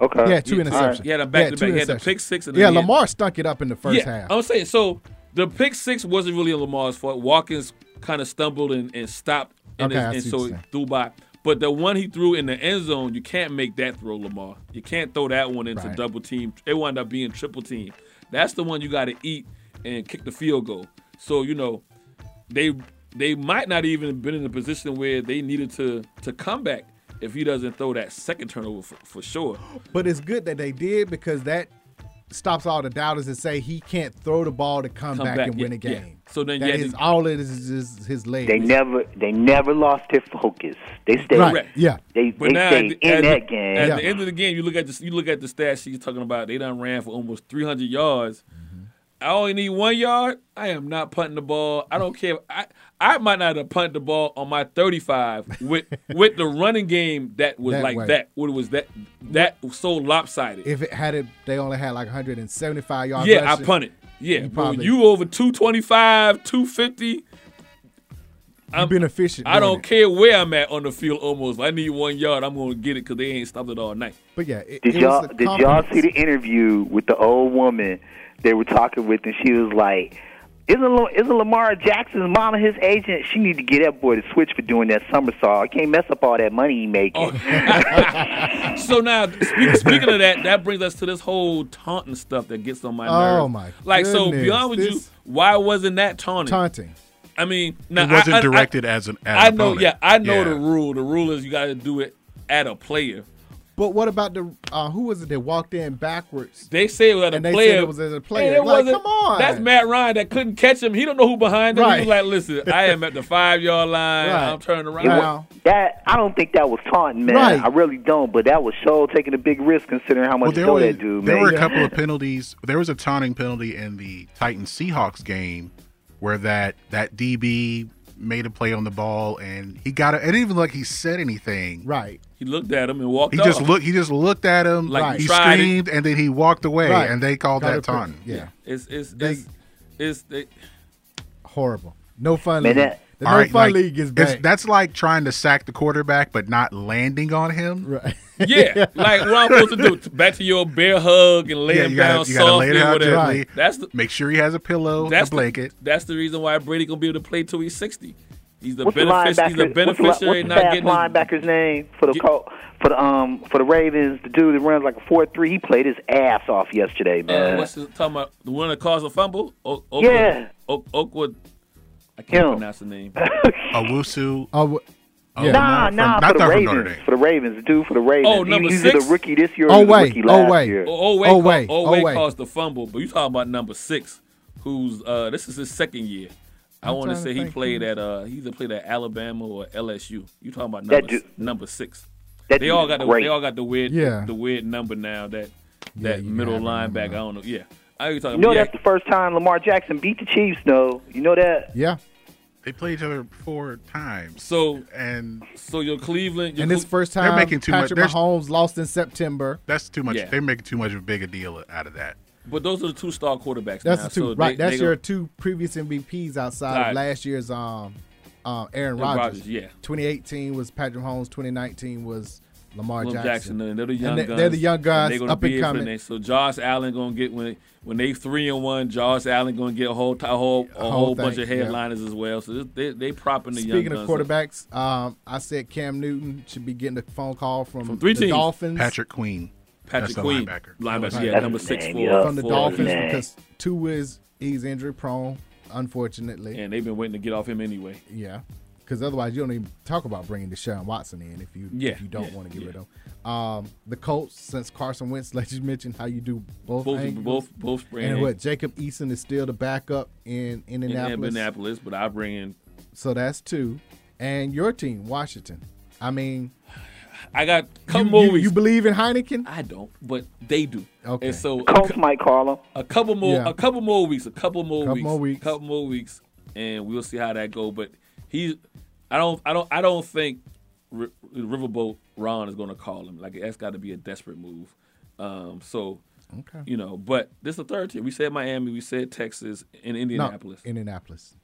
M: Okay.
E: Yeah, two
C: Yeah,
E: interceptions.
C: he had a back-to-back.
E: two
C: He had the
E: interceptions.
C: pick six and then
E: yeah,
C: he had-
E: Lamar stunk it up in the first
C: yeah, Oh.
E: half.
C: I'm saying so. The pick six wasn't really Lamar's fault. Watkins kind of stumbled and, and stopped, and,
E: Okay,
C: it-
E: I
C: and
E: see
C: so
E: what
C: it
E: you're saying.
C: threw by. But the one he threw in the end zone, you can't make that throw, Lamar. You can't throw that one into
E: Right.
C: double team. It wound up being triple team. That's the one you got to eat and kick the field goal. So you know, they they might not even been in a position where they needed to to come back if he doesn't throw that second turnover for, for sure.
E: But it's good that they did because that stops all the doubters that say he can't throw the ball to come,
C: Come
E: back,
C: back,
E: and
C: yeah,
E: win a
C: yeah.
E: game.
C: So then you
E: that
C: had to-
E: is all it is is his legs.
M: They never they never lost their focus. They stayed
E: Right, yeah.
M: they,
C: But
M: they
C: now
M: stayed
C: at the, at
M: in
C: the-
M: that game.
C: At the end of the game, you look at the you look at the stat sheet you're talking about. They done ran for almost 300 yards.
E: Mm-hmm.
C: I only need one yard. I am not punting the ball. I don't care. if- I I might not have punted the ball on my 35 with with the running game that was
E: That
C: like
E: way.
C: that. What was that? That was so lopsided.
E: If it had it, they only had like 175 yards.
C: yeah, I
E: rushing.
C: punted. Yeah,
E: You
C: you,
E: probably-
C: you over 225, 250.
E: You've been efficient.
C: I
E: doing
C: don't
E: it.
C: care where I'm at on the field. Almost, If I need one yard. I'm gonna get it because they ain't stopped it all night.
E: But yeah, it,
M: Did
E: it
M: y'all
E: was the
M: did y'all
E: confidence.
M: see the interview with the old woman they were talking with, and she was like, "Isn't Lo- isn't Lamar Jackson's mom and his agent? She need to get that boy to switch for doing that somersault. I can't mess up all that money he making."
F: Oh,
C: So now, speak, speaking of that, that brings us to this whole taunting stuff that gets on my nerves.
E: Oh, my
C: Like so,
E: goodness.
C: beyond with you,
E: This-
C: why wasn't that taunting?
E: taunting?
C: I mean, now,
F: it wasn't
C: I, I,
F: directed as an. At
C: I, I
F: an
C: know.
F: opponent.
C: Yeah, I know
F: Yeah.
C: the rule. The rule is you got to do it at a player.
E: But what about the uh, who was it that walked in backwards?
C: They say it was at
E: And
C: a
E: they
C: player.
E: said it was at a
C: and
E: player.
C: it
E: Like,
C: wasn't-
E: come on.
C: That's Matt Ryan that couldn't catch him. He don't know who behind him.
E: Right.
C: He was like, "Listen, I am at the five yard line.
E: Right.
C: I'm turning around."
E: It wa-
M: That I don't think that was taunting, man.
E: Right.
M: I really don't. But that was so taking a big risk considering how
F: Well,
M: much
F: there
M: dough
F: were,
M: that dude
F: there
M: made.
F: were a couple of penalties. There was a taunting penalty in the Titans Seahawks game where that that DB made a play on the ball and he got it. It didn't even look like he said anything.
E: Right.
C: He looked at him and walked.
F: He just
C: off.
F: looked. He just looked at him.
C: Like
F: Like
C: he
F: he
C: tried it.
F: screamed, and then he walked away,
C: Right.
F: and they called
C: Got
F: that
C: it for-
F: taunting.
E: Yeah.
C: It's it's
E: They-
C: it's it's they,
E: Horrible. No fun
C: Man,
E: league.
C: that-
E: the
F: All
E: no
F: right,
E: fun
F: like,
E: league is
F: it's-
E: back.
F: That's like trying to sack the quarterback but not landing on him.
E: Right.
C: yeah. Like what I'm supposed to do? T- Back to your bear hug and lay
F: Yeah,
C: him
F: you gotta-
C: down
F: you gotta lay
C: softly,
F: it out
C: whatever.
F: gently.
C: That's the
F: Make sure he has a pillow,
C: that's
F: a blanket.
C: The, that's the reason why Brady gonna be able to play till he's 60. He's the
M: What's
C: beneficiary.
M: the
C: He's
M: linebacker?
C: the
M: what's the, li-
C: beneficiary
M: what's the
C: not
M: fast
C: getting his
M: linebacker's name for the Col- for the um for the Ravens? The dude that runs like a four three. He played his ass off yesterday,
C: Uh,
M: man.
C: what's the, talking about the one that caused a fumble? O- Oakwood,
M: Yeah.
C: O- Oakwood. I can't
M: Him.
C: pronounce the name.
F: Awusu.
E: Oh,
C: yeah.
M: Nah,
C: Not
M: nah,
C: from- not
M: for the
C: from
M: Ravens.
C: Notre Dame.
M: for the Ravens, the dude for the Ravens.
C: Oh,
M: He-
C: number
M: he's
C: six?
M: either rookie this year. or
E: Oh,
M: he was
E: wait,
M: rookie
E: oh,
M: last
E: wait.
M: year.
C: Oh, wait,
E: Oh, wait.
C: oh,
E: Oh,
C: wait,
E: wait.
C: caused the fumble. But you talking about number six, who's uh, this is his second year. I
E: I'm
C: want to
E: trying to
C: say he
E: think
C: played
E: who's-
C: at uh, he either played at Alabama or LSU. You talking about
M: That
C: number
M: dude-
C: number six?
M: that
C: they
M: dude
C: all
M: is
C: got the
M: great.
C: they all got the weird
M: Yeah.
C: the weird number now that that
M: you
C: middle
M: have a number
C: linebacker. I don't know. Yeah, I you
M: You
C: talking
M: know
C: about yeah,
M: that's the first time Lamar Jackson beat the Chiefs. No, you know that.
E: Yeah.
F: They played each other four times.
C: So
F: and
C: so your Cleveland your
E: and this
C: Cle-
E: first time
F: They're making too much-
E: Patrick
F: there's-
E: Mahomes lost in September.
F: That's too much.
C: Yeah.
F: They're making too much of a big a deal out of that.
C: But those are the two star quarterbacks.
E: That's
C: now,
E: the two.
C: so
E: right.
C: They,
E: That's
C: they
E: your
C: go-
E: two previous MVPs outside
C: Right.
E: of last year's um, um Aaron
C: Aaron
E: Rodgers.
C: Rodgers, yeah.
E: 2018 was Patrick Mahomes. 2019 was Lamar
C: Lamar
E: Jackson.
C: Jackson. and they're the
E: And
C: young
E: they-
C: guns.
E: They're the young guys
C: they're gonna
E: up and
C: be it for the
E: coming.
C: next- So Josh Allen gonna get when when they three and one, Josh Allen gonna get a whole ti- a whole, a
E: Whole
C: whole, bunch
E: thing,
C: of
E: yeah.
C: headliners as well. So this, they they propping the young
E: Speaking of
C: guns up.
E: quarterbacks, um, I said Cam Newton should be getting a phone call from,
C: From three
E: the
C: teams.
E: Dolphins.
F: Patrick Queen.
C: Patrick
F: That's the
C: Queen,
F: linebacker.
C: linebacker,
E: Right.
C: yeah,
E: That's
C: number
E: his
C: six
M: name,
C: for
M: yeah.
E: from the
C: for-
E: Dolphins
M: man.
E: because two is he's injury prone, unfortunately.
C: and they've been waiting to get off him anyway.
E: Yeah, because otherwise you don't even talk about bringing Deshaun Watson in if you
C: Yeah,
E: if you don't
C: yeah,
E: want to get
C: yeah.
E: rid of him. Um, the Colts, since Carson Wentz, let you mention how you do both
C: Both-
E: angles.
C: both- both spraying
E: and
C: it.
E: what Jacob Eason is still the backup in
C: In
E: Indianapolis,
C: Indianapolis, but I bring in.
E: so that's two. And your team, Washington. I mean,
C: I got a couple
E: you,
C: more
E: you-
C: weeks.
E: you believe in Heineken?
C: I don't, but they do.
E: Okay.
C: And so
M: Colts might call him.
C: a couple more
E: Yeah.
C: a couple more weeks a couple more
E: Couple
C: weeks
E: more weeks.
C: couple more weeks and we'll see how that go but he i don't i don't i don't think R- riverboat ron is going to call him like that's got to be a desperate move um so
E: Okay.
C: you know but this is the third tier we said miami we said texas and indianapolis
E: No, Indianapolis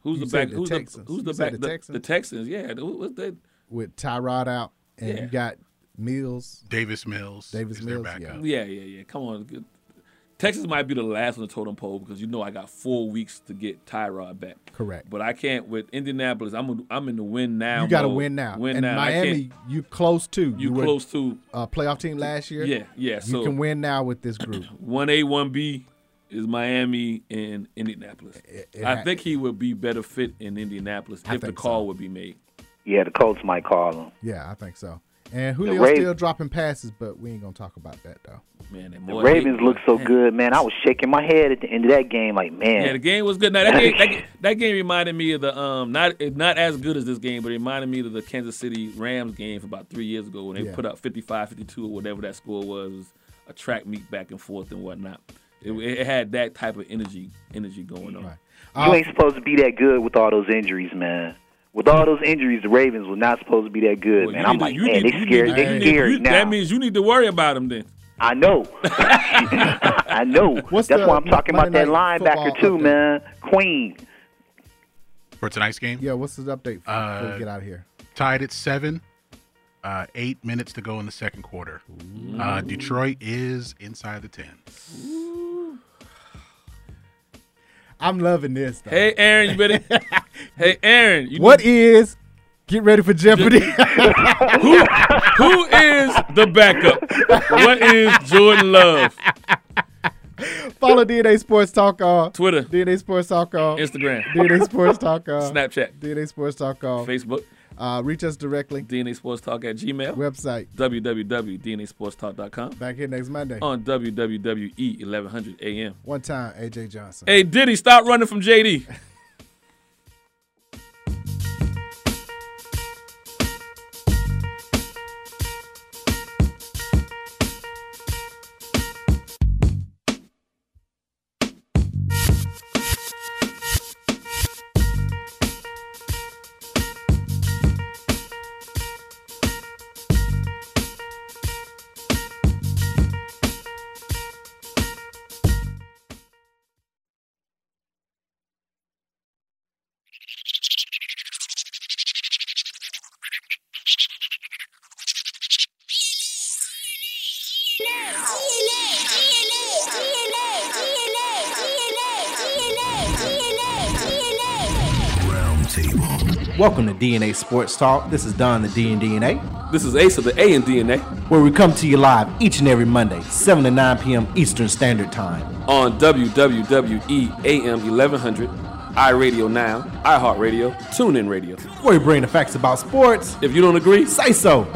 C: who's
E: You
C: the
E: said
C: back
E: the
C: who's
E: Texans.
C: the who's
E: You
C: the
E: said
C: back
E: the
C: the,
E: Texans.
C: the texans yeah who- what's that
E: with Tyrod out, and
C: Yeah.
E: you got Mills,
F: Davis Mills.
E: Davis
F: is their
E: Mills,
F: backup.
E: yeah.
C: Yeah, yeah, yeah. Come on. Good. Texas might be the last on the totem pole because you know I got four weeks to get Tyrod back.
E: Correct.
C: But I can't with Indianapolis. I'm a, I'm in the win now.
E: You got to
C: mode.
E: win now.
C: Win
E: and
C: now. I
E: Miami,
C: can't-
E: you close to.
C: You
E: were
C: close to.
E: a playoff team last year.
C: Yeah, yeah. So
E: you can win now with this group.
C: one A, one B is Miami and Indianapolis.
E: it
C: I
E: ha-
C: think he would be better fit in Indianapolis
E: I
C: if the
E: think so.
C: call would be made.
M: Yeah, the Colts might call him.
E: Yeah, I think so. And Julio's
M: Ravens-
E: still dropping passes, but we ain't gonna talk about that though.
C: Man, that
M: The
C: boy-
M: Ravens look so
C: Man.
M: good, man. I was shaking my head at the end of that game, like man.
C: Yeah, the game was good. Now that game, that, ga- that game reminded me of the um not it's not as good as this game, but it reminded me of the Kansas City Rams game from about three years ago when they
E: Yeah.
C: put up 55, 52 or whatever that score was. It was a track meet back and forth and whatnot. It, it had that type of energy energy going on.
M: you ain't supposed to be that good with all those injuries, man. With all those injuries, the Ravens were not supposed to be that good,
C: Well,
M: man.
C: you
M: I'm
C: need to-
M: like,
C: you
M: man,
C: need-
M: they
C: you
M: scared.
C: need- you
M: They
C: need-
M: scared
C: you-
M: now.
C: That means you need to worry about them then.
M: I know. I know.
E: What's
M: That's
E: the
M: why I'm talking about
E: Monday
M: that
E: night
M: linebacker
E: football
M: too, man. Queen.
F: For tonight's game,
E: Yeah, what's the update before
F: Uh,
E: we get out of here?
F: tied at seven. Uh, eight minutes to go in the second quarter. Uh, Detroit is inside the ten.
E: I'm loving this. Though.
C: Hey Aaron, you better. hey Aaron, you
E: What
C: need-
E: is? Get ready for Jeopardy.
C: who, who is the backup? What is Jordan Love?
E: Follow DNA Sports Talk on
C: Twitter,
E: DNA Sports Talk on
C: Instagram,
E: DNA Sports Talk on
C: Snapchat,
E: DNA Sports Talk on
C: Facebook,
E: Uh, reach us directly.
C: DNA Sports Talk at Gmail.
E: Website
C: www.dnasportstalk.com
E: back here next Monday.
C: on WWE 1100 AM.
E: One time, AJ Johnson.
C: Hey, Diddy, stop running from JD.
E: Welcome to DNA Sports Talk. This is Don the D and DNA.
C: This is Ace of the A and DNA
E: where we come to you live each and every Monday, 7 to 9 p.m. Eastern Standard Time.
C: on WWWE AM 1100, iRadio Now, iHeartRadio, TuneIn Radio.
E: Where we bring the facts about sports.
C: If you don't agree,
E: say so.
S: Tell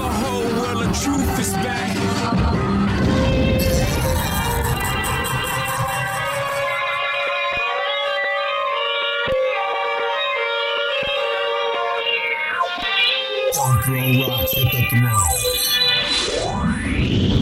S: the whole world the truth is back. Funk Girl Rocks at the throne.